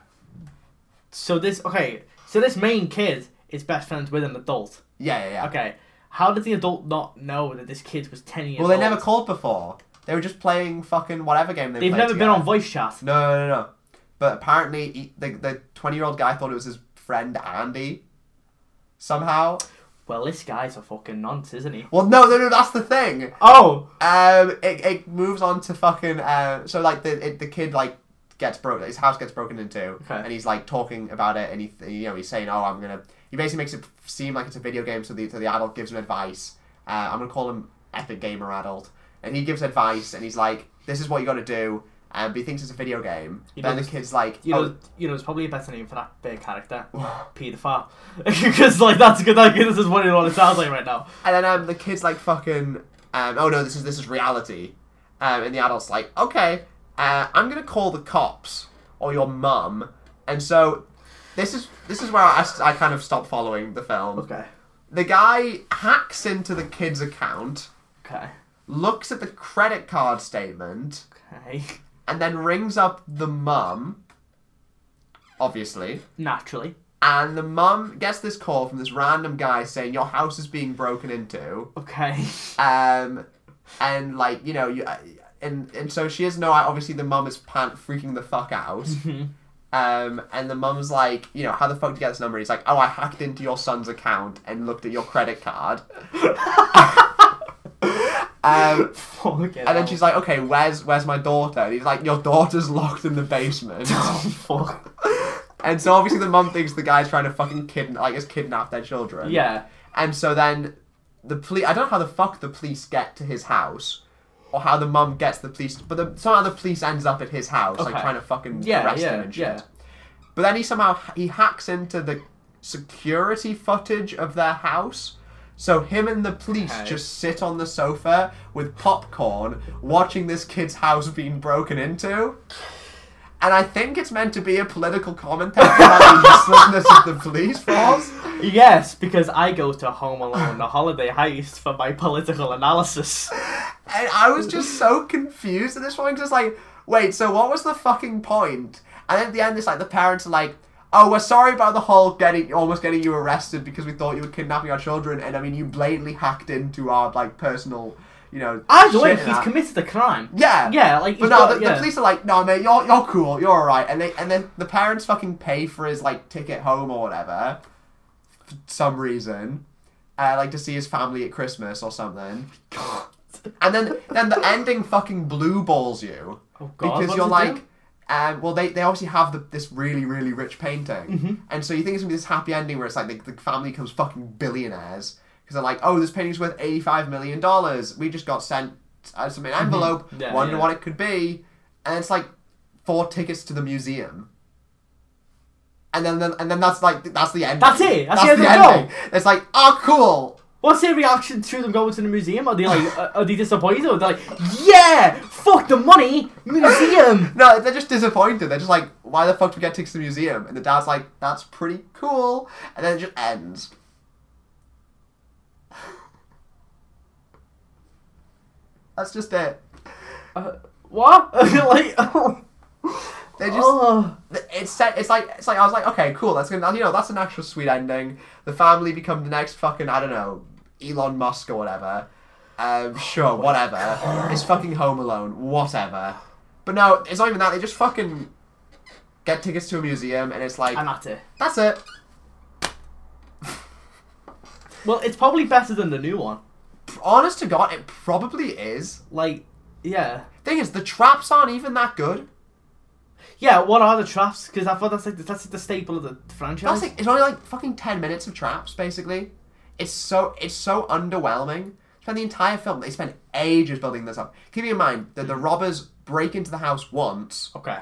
[SPEAKER 2] So this okay. So this main kid is best friends with an adult.
[SPEAKER 1] yeah yeah yeah.
[SPEAKER 2] Okay. How did the adult not know that this kid was ten years
[SPEAKER 1] Well,
[SPEAKER 2] old?
[SPEAKER 1] they never called before. They were just playing fucking whatever game they
[SPEAKER 2] They've
[SPEAKER 1] played
[SPEAKER 2] never been
[SPEAKER 1] together.
[SPEAKER 2] on voice chat.
[SPEAKER 1] No, no, no, no. But apparently, he, the the twenty year old guy thought it was his friend Andy. Somehow.
[SPEAKER 2] Well, this guy's a fucking nonce, isn't he?
[SPEAKER 1] Well, no, no, no. That's the thing.
[SPEAKER 2] Oh,
[SPEAKER 1] Um, it, it moves on to fucking uh, so like the it, the kid like gets broke his house gets broken into
[SPEAKER 2] Okay.
[SPEAKER 1] and he's like talking about it and he you know he's saying oh I'm gonna he basically makes it seem like it's a video game so the so the adult gives him advice uh, I'm gonna call him epic gamer adult and he gives advice and he's like this is what you got to do and he thinks it's a video game
[SPEAKER 2] You
[SPEAKER 1] then
[SPEAKER 2] know
[SPEAKER 1] the kid's like
[SPEAKER 2] you know,
[SPEAKER 1] oh,
[SPEAKER 2] you know, it's probably a better name for that big character, Peter Far, because like that's good. Like, this is what it all sounds like right now.
[SPEAKER 1] And then um, the kid's like fucking, um, oh no, this is this is reality. Um, and the adult's like, okay, uh, I'm gonna call the cops or your mum. And so this is this is where I, I kind of stopped following the film.
[SPEAKER 2] Okay.
[SPEAKER 1] The guy hacks into the kid's account,
[SPEAKER 2] Okay.
[SPEAKER 1] looks at the credit card statement,
[SPEAKER 2] Okay.
[SPEAKER 1] and then rings up the mum. Obviously.
[SPEAKER 2] Naturally.
[SPEAKER 1] And the mum gets this call from this random guy saying your house is being broken into.
[SPEAKER 2] Okay.
[SPEAKER 1] um, and like you know you, uh, and and so she has no obviously the mum is pan freaking the fuck out um, and the mum's like you know how the fuck did you get this number he's like oh i hacked into your son's account and looked at your credit card um,
[SPEAKER 2] Fucking
[SPEAKER 1] and then
[SPEAKER 2] hell.
[SPEAKER 1] she's like okay where's where's my daughter and he's like your daughter's locked in the basement
[SPEAKER 2] oh fuck.
[SPEAKER 1] and so obviously the mum thinks the guy's trying to fucking kidnap like has kidnapped their children
[SPEAKER 2] Yeah.
[SPEAKER 1] and so then the police, I don't know how the fuck the police get to his house or how the mum gets the police, but the, somehow the police ends up at his house, like
[SPEAKER 2] Okay.
[SPEAKER 1] trying to fucking
[SPEAKER 2] Yeah,
[SPEAKER 1] arrest
[SPEAKER 2] yeah,
[SPEAKER 1] him and shit.
[SPEAKER 2] yeah.
[SPEAKER 1] But then he somehow, he hacks into the security footage of their house. So him and the police
[SPEAKER 2] Okay.
[SPEAKER 1] just sit on the sofa with popcorn, watching this kid's house being broken into. And I think it's meant to be a political commentary about the uselessness of the police force.
[SPEAKER 2] Yes, because I go to Home Alone, the holiday heist, for my political analysis.
[SPEAKER 1] And I was just so confused at this point, just like, wait, so what was the fucking point? And at the end, it's like the parents are like, oh, we're sorry about the whole getting almost getting you arrested because we thought you were kidnapping our children, and I mean, you blatantly hacked into our like personal, you know.
[SPEAKER 2] Either way,
[SPEAKER 1] Ah, shit
[SPEAKER 2] he's
[SPEAKER 1] and that."
[SPEAKER 2] committed a crime.
[SPEAKER 1] Yeah.
[SPEAKER 2] Yeah, like
[SPEAKER 1] But
[SPEAKER 2] he's
[SPEAKER 1] no,
[SPEAKER 2] got-
[SPEAKER 1] the,
[SPEAKER 2] yeah.
[SPEAKER 1] the police are like, no, mate, you're you're cool, you're all right, and they and then the parents fucking pay for his like ticket home or whatever, for some reason, uh, like to see his family at Christmas or something, and then then the ending fucking blue balls you
[SPEAKER 2] Oh God!
[SPEAKER 1] because
[SPEAKER 2] what
[SPEAKER 1] you're
[SPEAKER 2] does it do?
[SPEAKER 1] like, um, well, they, they obviously have the, this really, really rich painting.
[SPEAKER 2] Mm-hmm.
[SPEAKER 1] And so you think it's going to be this happy ending where it's like the, the family becomes fucking billionaires. Because they're like, oh, this painting's worth $85 million. We just got sent uh, some
[SPEAKER 2] Mm-hmm.
[SPEAKER 1] in an envelope.
[SPEAKER 2] Yeah,
[SPEAKER 1] Wonder
[SPEAKER 2] yeah.
[SPEAKER 1] what it could be. And it's like four tickets to the museum. And then, then, and then that's like that's the end.
[SPEAKER 2] That's it. That's the end of the
[SPEAKER 1] It's like, oh, cool.
[SPEAKER 2] What's their reaction to them going to the museum? Are they like, uh, are they disappointed? Or they're like, yeah, fuck the money, museum.
[SPEAKER 1] No, they're just disappointed. They're just like, why the fuck do we get tickets to the museum? And the dad's like, that's pretty cool. And then it just ends. That's just it.
[SPEAKER 2] uh, what? like, oh,
[SPEAKER 1] They just
[SPEAKER 2] oh.
[SPEAKER 1] th- it's set, it's like it's like I was like, okay, cool. That's gonna you know that's an actual sweet ending. The family become the next fucking I don't know Elon Musk or whatever. Um, sure, whatever. It's fucking Home Alone, whatever. But no, it's not even that. They just fucking get tickets to a museum, and it's like
[SPEAKER 2] and that's it.
[SPEAKER 1] That's it.
[SPEAKER 2] Well, it's probably better than the new one.
[SPEAKER 1] Honest to God, it probably is.
[SPEAKER 2] Like, yeah,
[SPEAKER 1] Thing is, the traps aren't even that good.
[SPEAKER 2] yeah. What are the traps? Because I thought that's like that's like the staple of the franchise.
[SPEAKER 1] That's like it's only like fucking ten minutes of traps, basically. It's so it's so underwhelming. Spend the entire film. They spend ages building this up. Keep in mind that the robbers break into the house once
[SPEAKER 2] okay,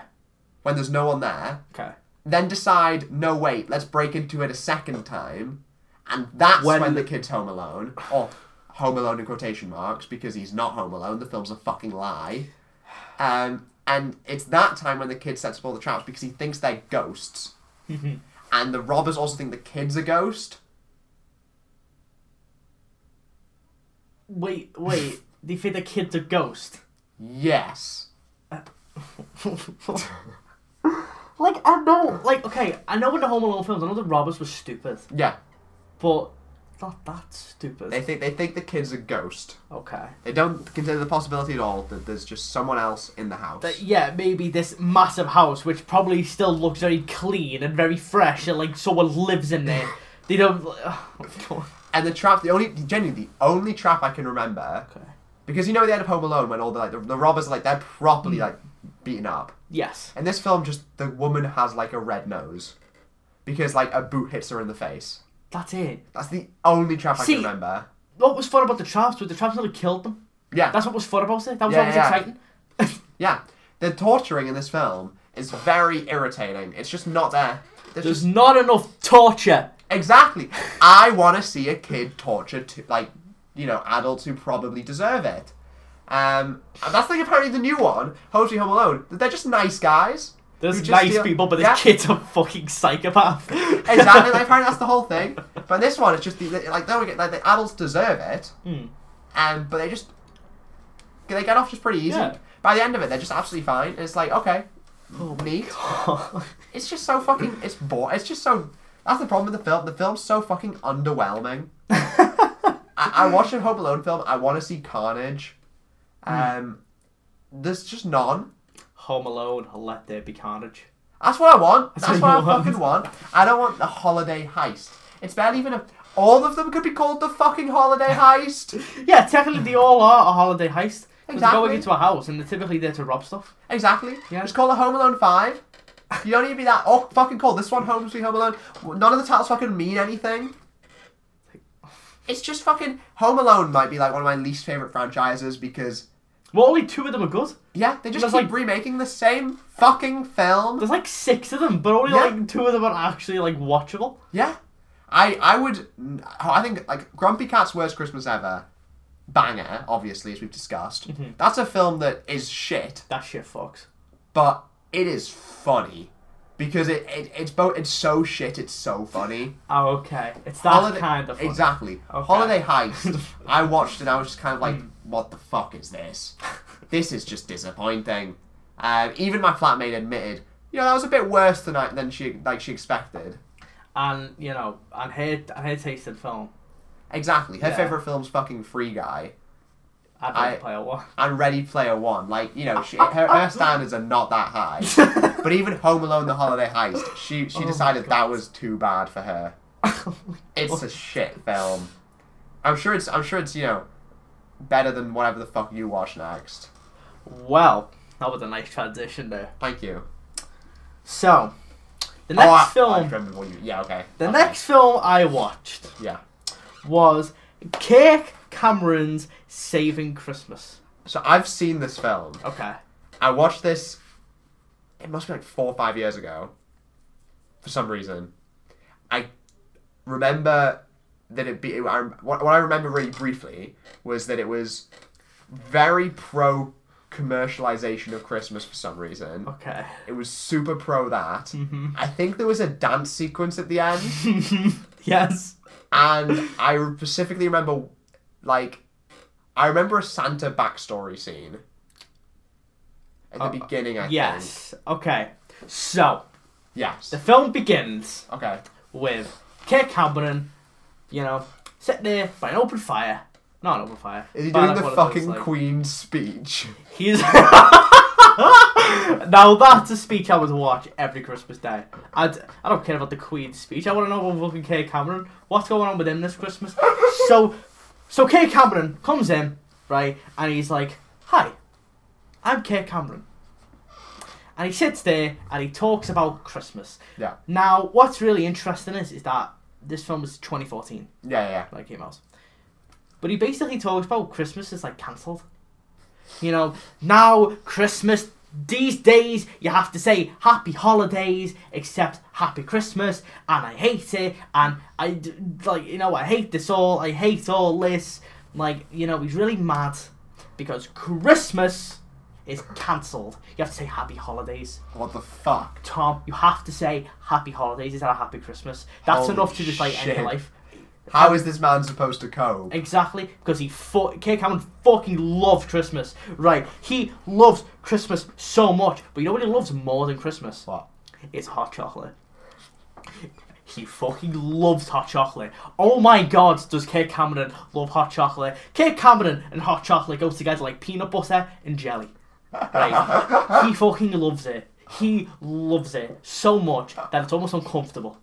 [SPEAKER 1] when there's no one there,
[SPEAKER 2] okay.
[SPEAKER 1] then decide, no wait, let's break into it a second time, and that's when,
[SPEAKER 2] When-
[SPEAKER 1] the kid's home alone or home alone in quotation marks because he's not home alone. The film's a fucking lie. Um, and it's that time when the kid sets up all the traps because he thinks they're ghosts. and the robbers also think the kid's a ghost.
[SPEAKER 2] Wait, wait. they think the kid's a ghost.
[SPEAKER 1] Yes.
[SPEAKER 2] like I know, like okay, I know in the Home Alone films, I know the robbers were stupid,
[SPEAKER 1] Yeah.
[SPEAKER 2] but not that
[SPEAKER 1] They
[SPEAKER 2] stupid.
[SPEAKER 1] think they think the kid's a ghost.
[SPEAKER 2] Okay.
[SPEAKER 1] They don't consider the possibility at all that there's just someone else in the house.
[SPEAKER 2] But yeah, maybe this massive house, which probably still looks very clean and very fresh, and like someone lives in there. They don't.
[SPEAKER 1] And the trap, the only genuinely the only trap I can remember
[SPEAKER 2] okay.
[SPEAKER 1] Because you know at the end of Home Alone when all the like the, the robbers are like they're properly
[SPEAKER 2] Hmm.
[SPEAKER 1] like beaten up.
[SPEAKER 2] Yes.
[SPEAKER 1] In this film, just the woman has like a red nose because like a boot hits her in the face.
[SPEAKER 2] That's it.
[SPEAKER 1] That's the only trap I
[SPEAKER 2] See-
[SPEAKER 1] can remember.
[SPEAKER 2] What was fun about the traps was the traps nearly killed them.
[SPEAKER 1] Yeah,
[SPEAKER 2] That's what was fun about it. That was
[SPEAKER 1] Yeah,
[SPEAKER 2] what was
[SPEAKER 1] yeah.
[SPEAKER 2] exciting.
[SPEAKER 1] yeah. The torturing in this film is very irritating. It's just not there. There's
[SPEAKER 2] There's
[SPEAKER 1] just
[SPEAKER 2] not enough torture.
[SPEAKER 1] exactly. I want to see a kid tortured to like you know adults who probably deserve it. Um, and that's like apparently the new one, Home Home Alone. They're just nice guys. who
[SPEAKER 2] There's uh,
[SPEAKER 1] just
[SPEAKER 2] nice
[SPEAKER 1] steal-
[SPEAKER 2] people, but this
[SPEAKER 1] Yeah.
[SPEAKER 2] kid's a fucking psychopath.
[SPEAKER 1] exactly. Like, apparently that's the whole thing. But this one, it's just the, like they don't get like the adults deserve it,
[SPEAKER 2] Hmm.
[SPEAKER 1] and but they just they get off just pretty easy.
[SPEAKER 2] Yeah.
[SPEAKER 1] By the end of it, they're just absolutely fine, and it's like okay, neat. It's just so fucking. It's boring. It's just so. That's the problem with the film. The film's so fucking underwhelming. I, I watched a Home Alone film. I want to see Carnage. Um, there's just none.
[SPEAKER 2] Home Alone, let there be carnage.
[SPEAKER 1] That's what I want. That's,
[SPEAKER 2] what
[SPEAKER 1] what,
[SPEAKER 2] you
[SPEAKER 1] I
[SPEAKER 2] want.
[SPEAKER 1] fucking want. I don't want the holiday heist. It's barely even a. All of them could be called the fucking holiday heist.
[SPEAKER 2] Yeah, technically they all are a holiday heist. 'Cause They're
[SPEAKER 1] Exactly.
[SPEAKER 2] going into a house and they're typically there to rob stuff.
[SPEAKER 1] exactly.
[SPEAKER 2] Yeah.
[SPEAKER 1] Just call it Home Alone Five. You don't need to be that. Oh, fucking call this one Home Sweet Home Alone. None of the titles fucking mean anything. It's just fucking Home Alone might be like one of my least favorite franchises because
[SPEAKER 2] Well, only two of them are good.
[SPEAKER 1] yeah, they just
[SPEAKER 2] That's
[SPEAKER 1] keep
[SPEAKER 2] like-
[SPEAKER 1] remaking the same fucking film.
[SPEAKER 2] There's like six of them, but only
[SPEAKER 1] Yeah.
[SPEAKER 2] like two of them are actually like watchable.
[SPEAKER 1] Yeah, I I would. I think like Grumpy Cat's Worst Christmas Ever,
[SPEAKER 2] Mm-hmm.
[SPEAKER 1] banger. Obviously, as we've discussed, that's a film that is shit,
[SPEAKER 2] That shit fucks.
[SPEAKER 1] but it is funny because it, it it's both it's so shit it's so funny.
[SPEAKER 2] Oh, okay. It's that kind of funny.
[SPEAKER 1] exactly
[SPEAKER 2] Okay. Hmm.
[SPEAKER 1] holiday heist. I watched it. I was just kind of like, what the fuck is this? This is just disappointing. Um, even my flatmate admitted, you know, that was a bit worse than I, than she like she expected.
[SPEAKER 2] And you know, and her and her taste in film.
[SPEAKER 1] Exactly. Her
[SPEAKER 2] Yeah.
[SPEAKER 1] favorite film's fucking Free Guy
[SPEAKER 2] I'd
[SPEAKER 1] I-
[SPEAKER 2] like to play a one.
[SPEAKER 1] and Ready Player One. Like you know, she, her, her standards are not that high. But even Home Alone: The Holiday Heist, she she
[SPEAKER 2] Oh my
[SPEAKER 1] decided
[SPEAKER 2] God.
[SPEAKER 1] that was too bad for her. It's a shit film. I'm sure it's I'm sure it's you know better than whatever the fuck you watch next.
[SPEAKER 2] well, that was a nice transition there.
[SPEAKER 1] Thank you.
[SPEAKER 2] So, the next
[SPEAKER 1] oh, I, I
[SPEAKER 2] film,
[SPEAKER 1] remember what you. Yeah, okay.
[SPEAKER 2] the
[SPEAKER 1] Okay.
[SPEAKER 2] next film I watched
[SPEAKER 1] Yeah.
[SPEAKER 2] was Kirk Cameron's Saving Christmas.
[SPEAKER 1] So I've seen this film.
[SPEAKER 2] Okay.
[SPEAKER 1] I watched this. It must be like four or five years ago. For some reason, I remember that it be. I, what, what I remember really briefly was that it was very pro commercialization of Christmas for some reason.
[SPEAKER 2] Okay.
[SPEAKER 1] It was super pro that.
[SPEAKER 2] Mm-hmm.
[SPEAKER 1] I think there was a dance sequence at the end,
[SPEAKER 2] yes.
[SPEAKER 1] and I specifically remember, like, I remember a Santa backstory scene at the
[SPEAKER 2] Uh,
[SPEAKER 1] beginning. I think.
[SPEAKER 2] Yes. Okay. So,
[SPEAKER 1] Yes.
[SPEAKER 2] the film begins
[SPEAKER 1] Okay.
[SPEAKER 2] with Kirk Cameron, you know, sitting there by an open fire. Not an open fire.
[SPEAKER 1] Is he
[SPEAKER 2] by,
[SPEAKER 1] doing
[SPEAKER 2] like,
[SPEAKER 1] the
[SPEAKER 2] one of those,
[SPEAKER 1] fucking
[SPEAKER 2] like-
[SPEAKER 1] Queen's speech?
[SPEAKER 2] He's now that's a speech I would watch every Christmas day. I'd, I don't care about the Queen's speech. I want to know about fucking Kay Cameron. What's going on with him this Christmas? so, so Kay Cameron comes in right, and he's like, "Hi, I'm Kay Cameron," and he sits there and he talks about Christmas.
[SPEAKER 1] Yeah.
[SPEAKER 2] Now, what's really interesting is is that this film was 2014
[SPEAKER 1] Yeah, yeah,
[SPEAKER 2] like came out. But he basically talks about Christmas is like cancelled. You know, now Christmas these days you have to say happy holidays except happy Christmas and I hate it and I d- like you know I hate this all I hate all this like you know he's really mad because Christmas is cancelled. You have to say happy holidays.
[SPEAKER 1] yeah. What the fuck?
[SPEAKER 2] Tom, you have to say happy holidays instead of happy Christmas. That's
[SPEAKER 1] Holy
[SPEAKER 2] enough to just like end
[SPEAKER 1] shit.
[SPEAKER 2] your life.
[SPEAKER 1] How is this man supposed to cope?
[SPEAKER 2] Exactly, because he fu- Kirk Hammond fucking loved Christmas. Right, he loves Christmas so much, but you know what he loves more than Christmas?
[SPEAKER 1] What?
[SPEAKER 2] It's hot chocolate. He fucking loves hot chocolate. Oh my god, does Kirk Cameron love hot chocolate? Kirk Cameron and hot chocolate go together like peanut butter and jelly. Right? he fucking loves it. He loves it so much that it's almost uncomfortable.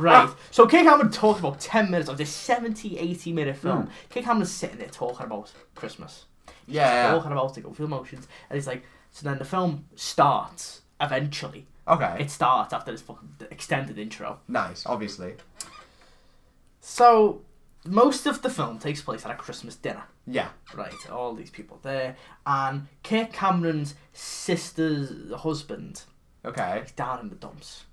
[SPEAKER 2] right. So Kirk Cameron talks about 10 minutes of this 70, 80 minute film. Kirk Cameron's sitting there talking about Christmas
[SPEAKER 1] Yeah.
[SPEAKER 2] talking about it, go through emotions, and it's like so. Then the film starts eventually.
[SPEAKER 1] yeah. Okay.
[SPEAKER 2] It starts after this fucking extended intro.
[SPEAKER 1] nice, obviously.
[SPEAKER 2] So most of the film takes place at a Christmas dinner,
[SPEAKER 1] Yeah.
[SPEAKER 2] right? All these people there, and Kirk Cameron's sister's husband
[SPEAKER 1] Okay.
[SPEAKER 2] is down in the dumps.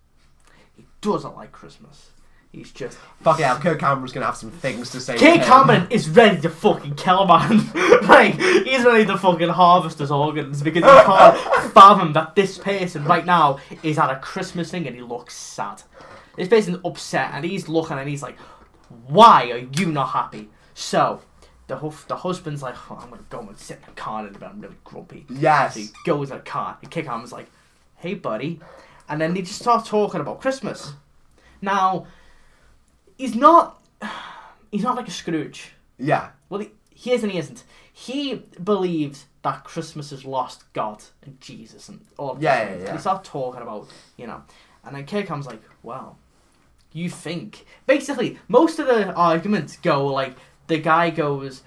[SPEAKER 2] He doesn't like Christmas. He's just
[SPEAKER 1] Fuck it, Kirk Cameron's gonna have some things to say. to
[SPEAKER 2] Kate
[SPEAKER 1] him.
[SPEAKER 2] Cameron is ready to fucking kill a man. like, he's ready to fucking harvest his organs because he can't fathom that this person right now is at a Christmas thing and he looks sad. This person's upset and he's looking and he's like, why are you not happy? So, the, huf- the husband's like, oh, I'm gonna go and sit in the car in a bit, I'm really grumpy.
[SPEAKER 1] Yes.
[SPEAKER 2] So he goes in a car, and Kick Arm's like, hey, buddy. And then they just start talking about Christmas. Now, he's not. He's not like a Scrooge.
[SPEAKER 1] Yeah.
[SPEAKER 2] Well, he, he is and he isn't. He believes that Christmas has lost God and Jesus and all. of
[SPEAKER 1] Yeah,
[SPEAKER 2] these
[SPEAKER 1] yeah,
[SPEAKER 2] things.
[SPEAKER 1] yeah.
[SPEAKER 2] They start talking about, you know, and then Kirk comes like, "Well, you think?" Basically, most of the arguments go like the guy goes,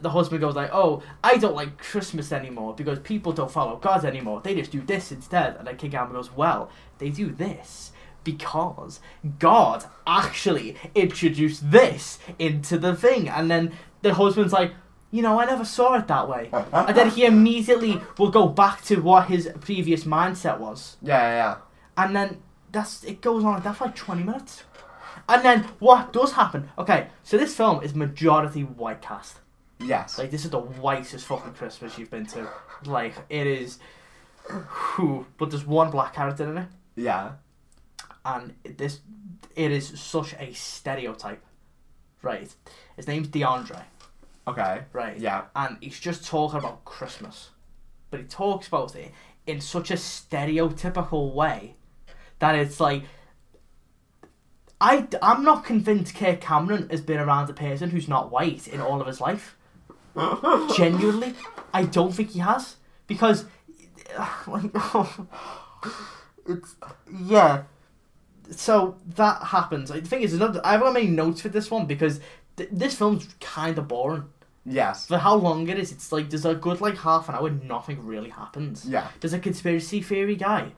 [SPEAKER 2] the husband goes like, "Oh, I don't like Christmas anymore because people don't follow God anymore. They just do this instead." And then Kirk Cameron goes, "Well, they do this." Because God actually introduced this into the thing, and then the husband's like, you know, I never saw it that way. and then he immediately will go back to what his previous mindset was.
[SPEAKER 1] Yeah, yeah, yeah.
[SPEAKER 2] And then that's it goes on like that for like 20 minutes. And then what does happen? Okay, so this film is majority white cast.
[SPEAKER 1] Yes.
[SPEAKER 2] Like this is the whitest fucking Christmas you've been to. Like it is whew, but there's one black character in it,
[SPEAKER 1] Yeah.
[SPEAKER 2] and this it is such a stereotype, right? His name's DeAndre,
[SPEAKER 1] Okay.
[SPEAKER 2] right?
[SPEAKER 1] Yeah.
[SPEAKER 2] and he's just talking about Christmas, but he talks about it in such a stereotypical way that it's like. I, I'm not convinced Kirk Cameron has been around a person who's not white in all of his life. Genuinely, I don't think he has because, like, it's yeah. So that happens. The thing is, there's not- I haven't got many notes for this one because th- this film's kind of boring
[SPEAKER 1] Yes.
[SPEAKER 2] for how long it is, it's like there's a good like half an hour nothing really happens.
[SPEAKER 1] Yeah.
[SPEAKER 2] There's a conspiracy theory guy.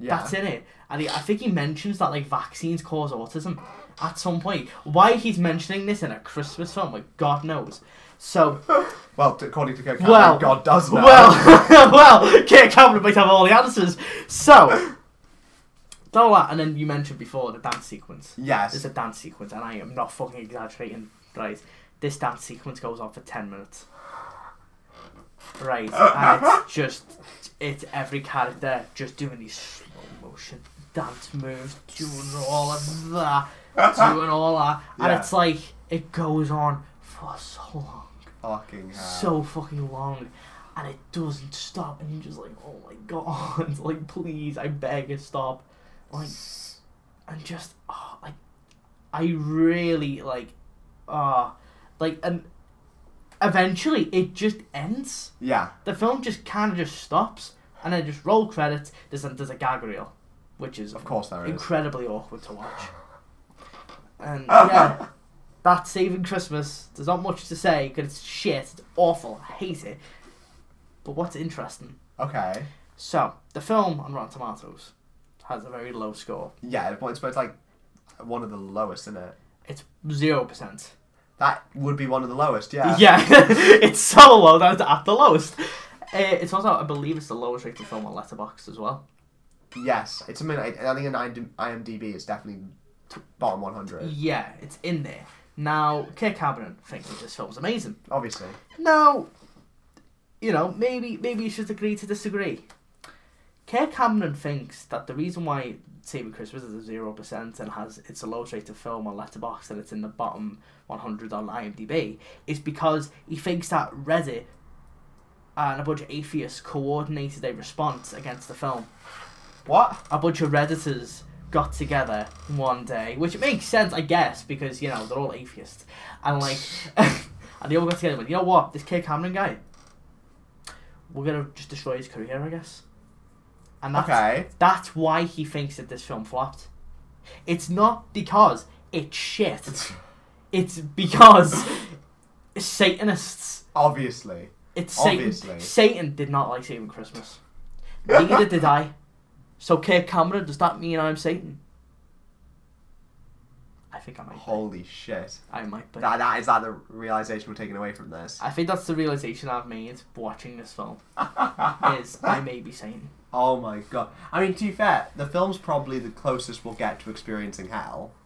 [SPEAKER 1] Yeah.
[SPEAKER 2] That's in it. And he, I think he mentions that like vaccines cause autism at some point. Why he's mentioning this in a Christmas film, like God knows. So
[SPEAKER 1] Well, t- according to Kirk Cameron,
[SPEAKER 2] Well-
[SPEAKER 1] God does know.
[SPEAKER 2] well, well, Kit Cameron might have all the answers. So all that, and then you mentioned before the dance sequence. There's
[SPEAKER 1] Yes.
[SPEAKER 2] a dance sequence, and I am not fucking exaggerating. Right, this dance sequence goes on for ten minutes. Right, and it's just it's every character just doing these slow motion dance moves, doing all of that, doing all that, and
[SPEAKER 1] Yeah.
[SPEAKER 2] it's like it goes on for so long,
[SPEAKER 1] Fucking hell.
[SPEAKER 2] so fucking long. And it doesn't stop, and you're just like, oh my god, like please, I beg you, stop. Like, and just oh, like I really like ah like and eventually it just ends.
[SPEAKER 1] Yeah.
[SPEAKER 2] The film just kind of just stops and then just roll credits. There's a, there's a gag reel, which is
[SPEAKER 1] Of course there is.
[SPEAKER 2] incredibly awkward to watch. And yeah, that's Saving Christmas. There's not much to say because it's shit. It's awful. I hate it. But what's interesting?
[SPEAKER 1] Okay.
[SPEAKER 2] So the film on Rotten Tomatoes has a very low score.
[SPEAKER 1] Yeah, but it's, but it's like one of the lowest, isn't it?
[SPEAKER 2] It's zero percent.
[SPEAKER 1] That would be one of the lowest, yeah.
[SPEAKER 2] Yeah, it's so low. That's at the lowest. Uh, it's also, I believe, it's the lowest rated film on Letterboxd as well.
[SPEAKER 1] Yes. It's a minute. I think an IMDb is definitely t- bottom 100.
[SPEAKER 2] Yeah, it's in there. Now, Kirk Cameron thinks that this film's amazing.
[SPEAKER 1] Obviously.
[SPEAKER 2] Now, you know, maybe maybe you should agree to disagree. Kirk Cameron thinks that the reason why Saving Christmas is a zero percent and has it's a lowest rated film on Letterboxd and it's in the bottom one hundred on IMDb is because he thinks that Reddit and a bunch of atheists coordinated a response against the film
[SPEAKER 1] What?
[SPEAKER 2] a bunch of redditors got together one day, which makes sense, I guess, because you know they're all atheists, and like, and they all got together. And went, you know what? This Kirk Cameron guy, we're gonna just destroy his career, I guess. And that's
[SPEAKER 1] Okay.
[SPEAKER 2] that's why he thinks that this film flopped. It's not because it's shit. It's because Satanists.
[SPEAKER 1] Obviously.
[SPEAKER 2] It's Satan.
[SPEAKER 1] Obviously.
[SPEAKER 2] Satan did not like saving Christmas. Neither did I. So, Kirk Cameron, does that mean I'm Satan? I think I might. be.
[SPEAKER 1] Holy shit.
[SPEAKER 2] I might. Be.
[SPEAKER 1] That, that is that the realization we're taking away from this.
[SPEAKER 2] I think that's the realization I've made watching this film. is I may be Satan.
[SPEAKER 1] Oh my god. I mean, to be fair, the film's probably the closest we'll get to experiencing hell.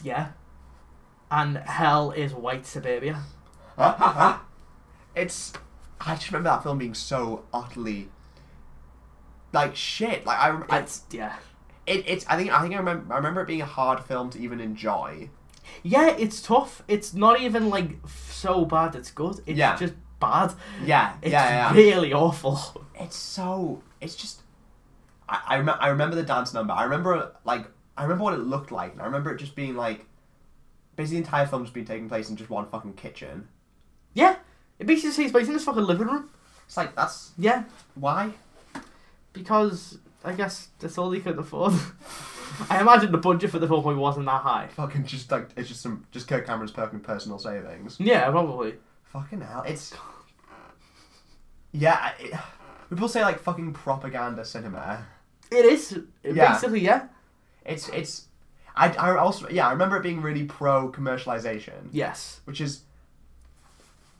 [SPEAKER 2] Yeah. And hell is white suburbia.
[SPEAKER 1] it's. I just remember that film being so utterly. Like shit. Like I, I
[SPEAKER 2] It's yeah.
[SPEAKER 1] it, it's. I think. I think I remember. I remember it being a hard film to even enjoy.
[SPEAKER 2] Yeah, it's tough. It's not even like f- so bad. It's good. It's
[SPEAKER 1] Yeah.
[SPEAKER 2] just bad.
[SPEAKER 1] Yeah.
[SPEAKER 2] It's
[SPEAKER 1] yeah. Yeah.
[SPEAKER 2] really awful.
[SPEAKER 1] it's so. It's just. I I, rem- I remember the dance number. I remember like. I remember what it looked like. And I remember it just being like. Basically, the entire film's been taking place in just one fucking kitchen.
[SPEAKER 2] Yeah, it makes you see his place in his fucking living room.
[SPEAKER 1] It's like that's
[SPEAKER 2] Yeah,
[SPEAKER 1] why.
[SPEAKER 2] because I guess that's all he could afford. I imagine the budget for the film probably wasn't that high.
[SPEAKER 1] Fucking just like it's just some just Kirk Cameron's fucking personal savings.
[SPEAKER 2] Yeah, probably.
[SPEAKER 1] Fucking hell, it's yeah. It, people say like fucking propaganda cinema.
[SPEAKER 2] It is
[SPEAKER 1] Yeah.
[SPEAKER 2] basically yeah,
[SPEAKER 1] It's it's. I, I also yeah I remember it being really pro commercialization,
[SPEAKER 2] yes.
[SPEAKER 1] which is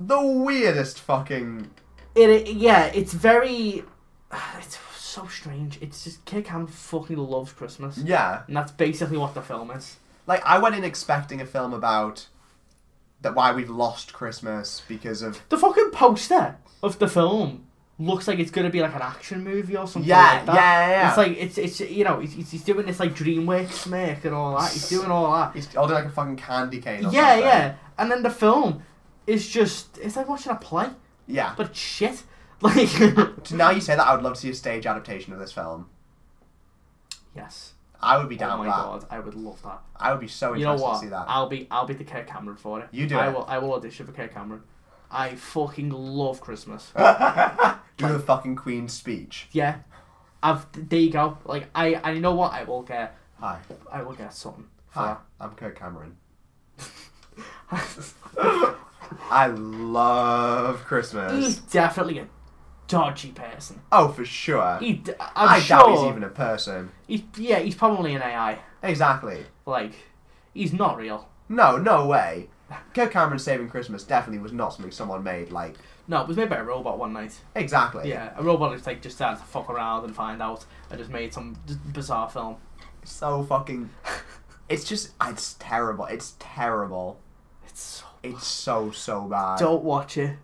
[SPEAKER 1] the weirdest fucking
[SPEAKER 2] It, it yeah, it's very. It's so strange. It's just Kirk Cameron fucking loves Christmas,
[SPEAKER 1] yeah.
[SPEAKER 2] and that's basically what the film is.
[SPEAKER 1] Like I went in expecting a film about that why we've lost Christmas because of
[SPEAKER 2] The fucking poster of the film looks like it's gonna be like an action movie or something
[SPEAKER 1] Yeah,
[SPEAKER 2] like that.
[SPEAKER 1] yeah, yeah, yeah.
[SPEAKER 2] It's like it's it's you know he's, he's- he's doing this like DreamWorks smirk and all that. He's doing all that.
[SPEAKER 1] He's, I'll do like a fucking candy cane. Or
[SPEAKER 2] Yeah,
[SPEAKER 1] something.
[SPEAKER 2] yeah. And then the film is just it's like watching a play,
[SPEAKER 1] yeah.
[SPEAKER 2] but shit. Like
[SPEAKER 1] So now you say that, I would love to see a stage adaptation of this film.
[SPEAKER 2] yes.
[SPEAKER 1] I would be
[SPEAKER 2] Oh
[SPEAKER 1] down
[SPEAKER 2] my
[SPEAKER 1] with that.
[SPEAKER 2] god, I would love that.
[SPEAKER 1] I would be so
[SPEAKER 2] You know
[SPEAKER 1] interested to
[SPEAKER 2] what?
[SPEAKER 1] see that.
[SPEAKER 2] I'll be I'll be the Kirk Cameron for it.
[SPEAKER 1] You do
[SPEAKER 2] I
[SPEAKER 1] it.
[SPEAKER 2] will I will audition for Kirk Cameron. I fucking love Christmas.
[SPEAKER 1] do the fucking Queen's speech.
[SPEAKER 2] Yeah. I've there you go. Like I and you know what? I will get
[SPEAKER 1] Hi,
[SPEAKER 2] I will get something. for
[SPEAKER 1] hi. I'm Kirk Cameron. Ah.
[SPEAKER 2] that.
[SPEAKER 1] I love Christmas.
[SPEAKER 2] he's definitely a dodgy person.
[SPEAKER 1] Oh, for sure.
[SPEAKER 2] He, d- Mm, I'm
[SPEAKER 1] I
[SPEAKER 2] sure.
[SPEAKER 1] doubt he's even a person.
[SPEAKER 2] he's, yeah, he's probably an AI.
[SPEAKER 1] Exactly.
[SPEAKER 2] Like, he's not real.
[SPEAKER 1] No, no way. Kirk Cameron saving Christmas definitely was not something someone made. Like
[SPEAKER 2] No, it was made by a robot one night.
[SPEAKER 1] exactly.
[SPEAKER 2] Yeah, a robot who's like just started to fuck around and find out. I just made some d- bizarre film.
[SPEAKER 1] So fucking. It's just. It's terrible. It's terrible.
[SPEAKER 2] It's so.
[SPEAKER 1] It's so so bad.
[SPEAKER 2] Don't watch it,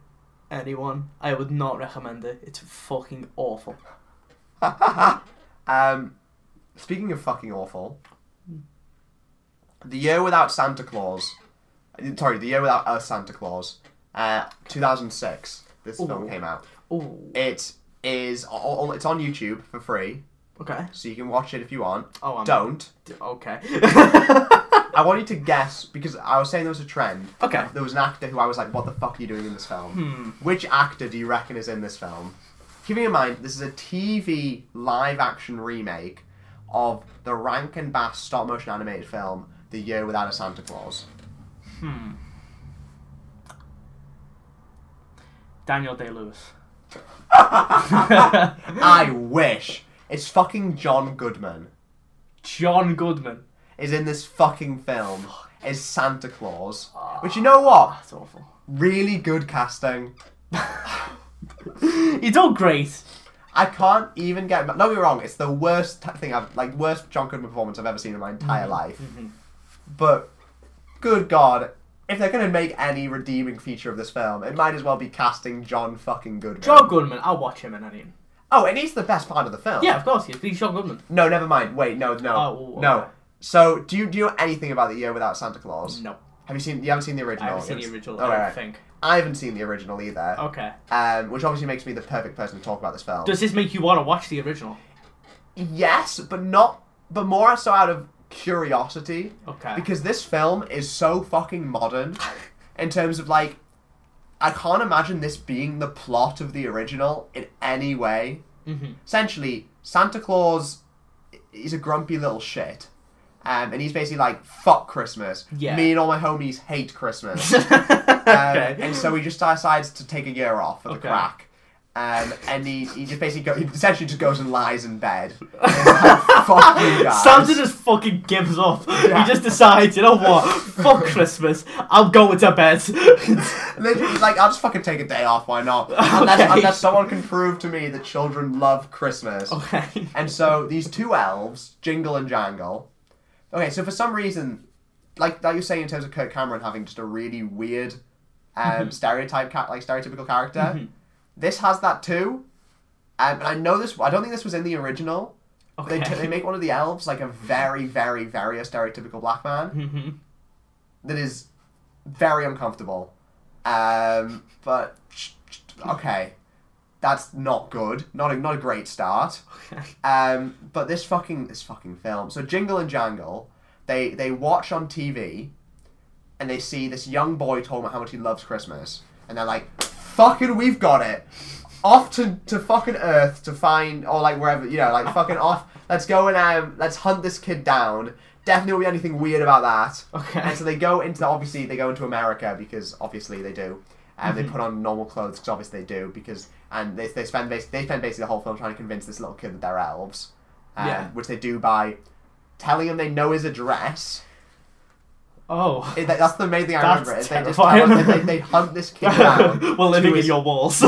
[SPEAKER 2] anyone. I would not recommend it. It's fucking awful.
[SPEAKER 1] Um, speaking of fucking awful, the year without Santa Claus, uh, sorry, the year without a Santa Claus, uh, two thousand six. This film
[SPEAKER 2] Ooh.
[SPEAKER 1] came out.
[SPEAKER 2] Oh,
[SPEAKER 1] It is all, all- it's on YouTube for free,
[SPEAKER 2] okay.
[SPEAKER 1] so you can watch it if you want.
[SPEAKER 2] Oh, I'm
[SPEAKER 1] Don't.
[SPEAKER 2] d- okay.
[SPEAKER 1] I want you to guess because I was saying there was a trend.
[SPEAKER 2] Okay.
[SPEAKER 1] There was an actor who I was like, "What the fuck are you doing in this film?" Which actor do you reckon is in this film? Keeping in mind, this is a TV live-action remake of the Rankin Bass stop-motion animated film "The Year Without a Santa Claus."
[SPEAKER 2] hmm. Daniel Day Lewis.
[SPEAKER 1] I wish it's fucking John Goodman
[SPEAKER 2] John Goodman.
[SPEAKER 1] is in this fucking film as Santa Claus. Which you know what?
[SPEAKER 2] That's awful.
[SPEAKER 1] Really good casting.
[SPEAKER 2] He's all great.
[SPEAKER 1] I can't even get. Don't get me wrong. It's the worst t- thing I've like worst John Goodman performance I've ever seen in my
[SPEAKER 2] Mm-hmm.
[SPEAKER 1] entire life. But good God, if they're gonna make any redeeming feature of this film, it might as well be casting John fucking Goodman.
[SPEAKER 2] John Goodman. I'll watch him in any.
[SPEAKER 1] oh, and he's the best part of the film.
[SPEAKER 2] Yeah, of course he is. He's John Goodman.
[SPEAKER 1] No, never mind. Wait, no, no,
[SPEAKER 2] Oh, okay.
[SPEAKER 1] no. So, do you do you know anything about the Year Without Santa Claus?
[SPEAKER 2] No,
[SPEAKER 1] Have you seen? You haven't seen the
[SPEAKER 2] I
[SPEAKER 1] original.
[SPEAKER 2] haven't seen
[SPEAKER 1] Yes.
[SPEAKER 2] the original.
[SPEAKER 1] Oh,
[SPEAKER 2] I don't
[SPEAKER 1] right, right.
[SPEAKER 2] think.
[SPEAKER 1] I haven't seen the original either.
[SPEAKER 2] Okay.
[SPEAKER 1] Um, which obviously makes me the perfect person to talk about this film.
[SPEAKER 2] Does this make you want to watch the original?
[SPEAKER 1] Yes, but not, but more so out of curiosity.
[SPEAKER 2] Okay.
[SPEAKER 1] Because this film is so fucking modern in terms of like, I can't imagine this being the plot of the original in any way.
[SPEAKER 2] hmm
[SPEAKER 1] Essentially, Santa Claus is a grumpy little shit. Um, and he's basically like, fuck Christmas.
[SPEAKER 2] Yeah.
[SPEAKER 1] Me and all my homies hate Christmas. Um,
[SPEAKER 2] okay.
[SPEAKER 1] And so he just decides to take a year off for the
[SPEAKER 2] Okay.
[SPEAKER 1] crack. Um, and he, he just basically go, he essentially just goes and lies in bed. And like, Fuck you guys.
[SPEAKER 2] Santa just fucking gives up.
[SPEAKER 1] Yeah.
[SPEAKER 2] He just decides, you know what? Fuck Christmas. I'm going to bed.
[SPEAKER 1] Literally, he's like, I'll just fucking take a day off, why not? Unless,
[SPEAKER 2] Okay.
[SPEAKER 1] unless someone can prove to me that children love Christmas.
[SPEAKER 2] okay.
[SPEAKER 1] And so these two elves, Jingle and Jangle. Okay, so for some reason, like that you're saying in terms of Kirk Cameron having just a really weird, um, stereotype ca- like stereotypical character, this has that too. Um, and I know this. I don't think this was in the original.
[SPEAKER 2] Okay.
[SPEAKER 1] They, t- they make one of the elves like a very, very, very stereotypical black man
[SPEAKER 2] hmm
[SPEAKER 1] that is very uncomfortable. Um, but okay, that's not good. Not a, not a great start.
[SPEAKER 2] Okay.
[SPEAKER 1] Um, but this fucking this fucking film. So Jingle and Jangle, they they watch on TV, and they see this young boy talking about how much he loves Christmas, and they're like, "Fucking, we've got it." Off to, to fucking Earth to find or like wherever you know like fucking off. Let's go and um let's hunt this kid down. Definitely won't be anything weird about that.
[SPEAKER 2] Okay.
[SPEAKER 1] And so they go into obviously they go into America because obviously they do, and
[SPEAKER 2] Mm-hmm.
[SPEAKER 1] they put on normal clothes because obviously they do because and they, they spend bas- they spend basically the whole film trying to convince this little kid that they're elves, um,
[SPEAKER 2] Yeah.
[SPEAKER 1] which they do by telling him they know his address.
[SPEAKER 2] Oh.
[SPEAKER 1] It- that- that's the main thing I
[SPEAKER 2] That's
[SPEAKER 1] remember. Is they just
[SPEAKER 2] terrifying.
[SPEAKER 1] tell him- they, they hunt this kid down.
[SPEAKER 2] We're living
[SPEAKER 1] to
[SPEAKER 2] in
[SPEAKER 1] his-
[SPEAKER 2] your walls.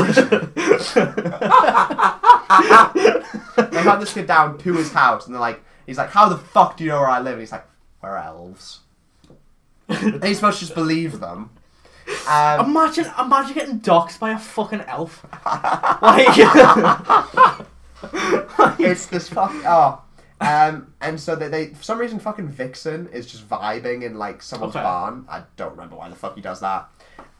[SPEAKER 1] They hunt this kid down to his house, and they're like, he's like, how the fuck do you know where I live? And he's like, we're elves. And he's supposed to just believe them. Um,
[SPEAKER 2] Imagine, imagine getting doxxed by a fucking elf. like,
[SPEAKER 1] it's this fuck. Oh. Um, and so they, they, for some reason, fucking Vixen is just vibing in like someone's
[SPEAKER 2] Okay.
[SPEAKER 1] barn. I don't remember why the fuck he does that.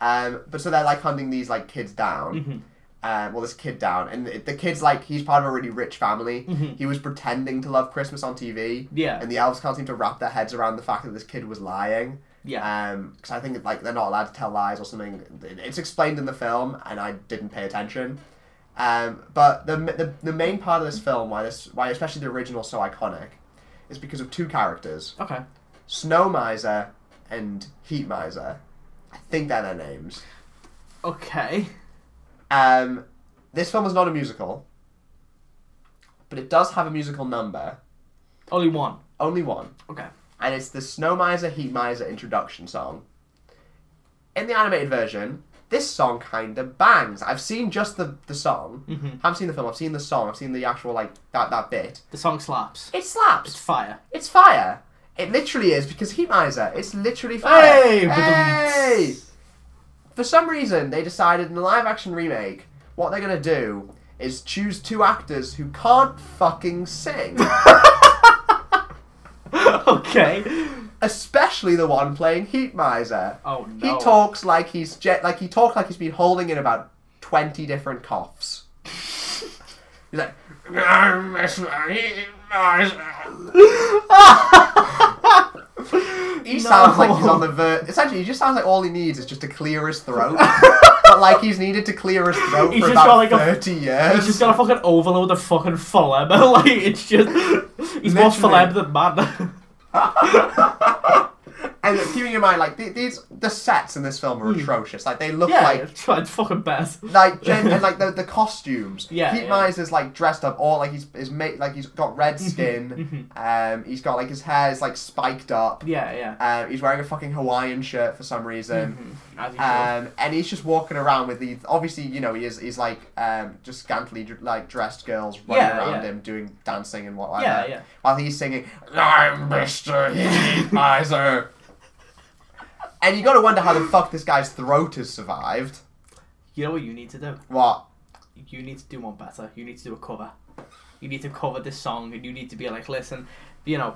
[SPEAKER 1] Um, but so they're like hunting these like kids down.
[SPEAKER 2] Mm-hmm.
[SPEAKER 1] Uh, well, this kid down, and the the kid's like he's part of a really rich family. He was pretending to love Christmas on TV.
[SPEAKER 2] Mm-hmm. Yeah.
[SPEAKER 1] And the elves can't seem to wrap their heads around the fact that this kid was lying.
[SPEAKER 2] yeah,
[SPEAKER 1] Um, because I think like they're not allowed to tell lies or something. It- It's explained in the film, and I didn't pay attention. Um, but the, the the main part of this film, why this, why especially the original, so iconic, is because of two characters,
[SPEAKER 2] okay.
[SPEAKER 1] Snow Miser and Heat Miser. I think they're their names.
[SPEAKER 2] Okay.
[SPEAKER 1] Um, this film is not a musical, but it does have a musical number,
[SPEAKER 2] Only one.
[SPEAKER 1] only one,
[SPEAKER 2] Okay.
[SPEAKER 1] and it's the Snow Miser Heat Miser introduction song. In the animated version, this song kind of bangs. I've seen just the the song.
[SPEAKER 2] Mhm.
[SPEAKER 1] haven't seen the film. I've seen the song. I've seen the actual like that that bit.
[SPEAKER 2] The song slaps.
[SPEAKER 1] It
[SPEAKER 2] It's
[SPEAKER 1] slaps.
[SPEAKER 2] fire.
[SPEAKER 1] It's fire. It literally is because Heat Miser. It's literally fire. Hey!
[SPEAKER 2] ba-dum.
[SPEAKER 1] For some reason, they decided in the live action remake, what they're gonna do is choose two actors who can't fucking sing,
[SPEAKER 2] okay.
[SPEAKER 1] especially the one playing Heat Miser.
[SPEAKER 2] Oh
[SPEAKER 1] He
[SPEAKER 2] no.
[SPEAKER 1] talks like he's jet, like he talks like he's been holding in about twenty different coughs. he's like, he sounds like he's on the ver. Essentially, he just sounds like all he needs is just to clear his throat. but like he's needed to clear his throat
[SPEAKER 2] He's
[SPEAKER 1] for
[SPEAKER 2] just
[SPEAKER 1] about
[SPEAKER 2] got, like, a-
[SPEAKER 1] thirty
[SPEAKER 2] He's
[SPEAKER 1] years.
[SPEAKER 2] just got a fucking overload of fucking phlegm. like it's just he's more
[SPEAKER 1] Literally.
[SPEAKER 2] phlegm than man.
[SPEAKER 1] And keeping in mind, like the- these, the sets in this film are atrocious. Like they look
[SPEAKER 2] Hmm. yeah,
[SPEAKER 1] like.
[SPEAKER 2] tried fucking best.
[SPEAKER 1] Like gen- and like the, the costumes.
[SPEAKER 2] Yeah,
[SPEAKER 1] Heat
[SPEAKER 2] yeah.
[SPEAKER 1] Miser's like dressed up all like he's is made like he's got red skin. um, he's got like his hair is like spiked up.
[SPEAKER 2] Mm-hmm. Yeah, yeah.
[SPEAKER 1] Um, he's wearing a fucking Hawaiian shirt for some reason.
[SPEAKER 2] As you
[SPEAKER 1] Um, and he's just walking around with these. Obviously, you know, he is. He's like um, just scantily dr- like dressed girls running
[SPEAKER 2] Yeah,
[SPEAKER 1] around
[SPEAKER 2] yeah.
[SPEAKER 1] him, doing dancing and whatnot.
[SPEAKER 2] Yeah, yeah.
[SPEAKER 1] While he's singing, "I'm Mister Heat Miser," and you got to wonder how the fuck this guy's throat has survived.
[SPEAKER 2] You know what you need to do?
[SPEAKER 1] What?
[SPEAKER 2] You need to do one better. You need to do a cover. You need to cover this song, and you need to be like, listen, you know,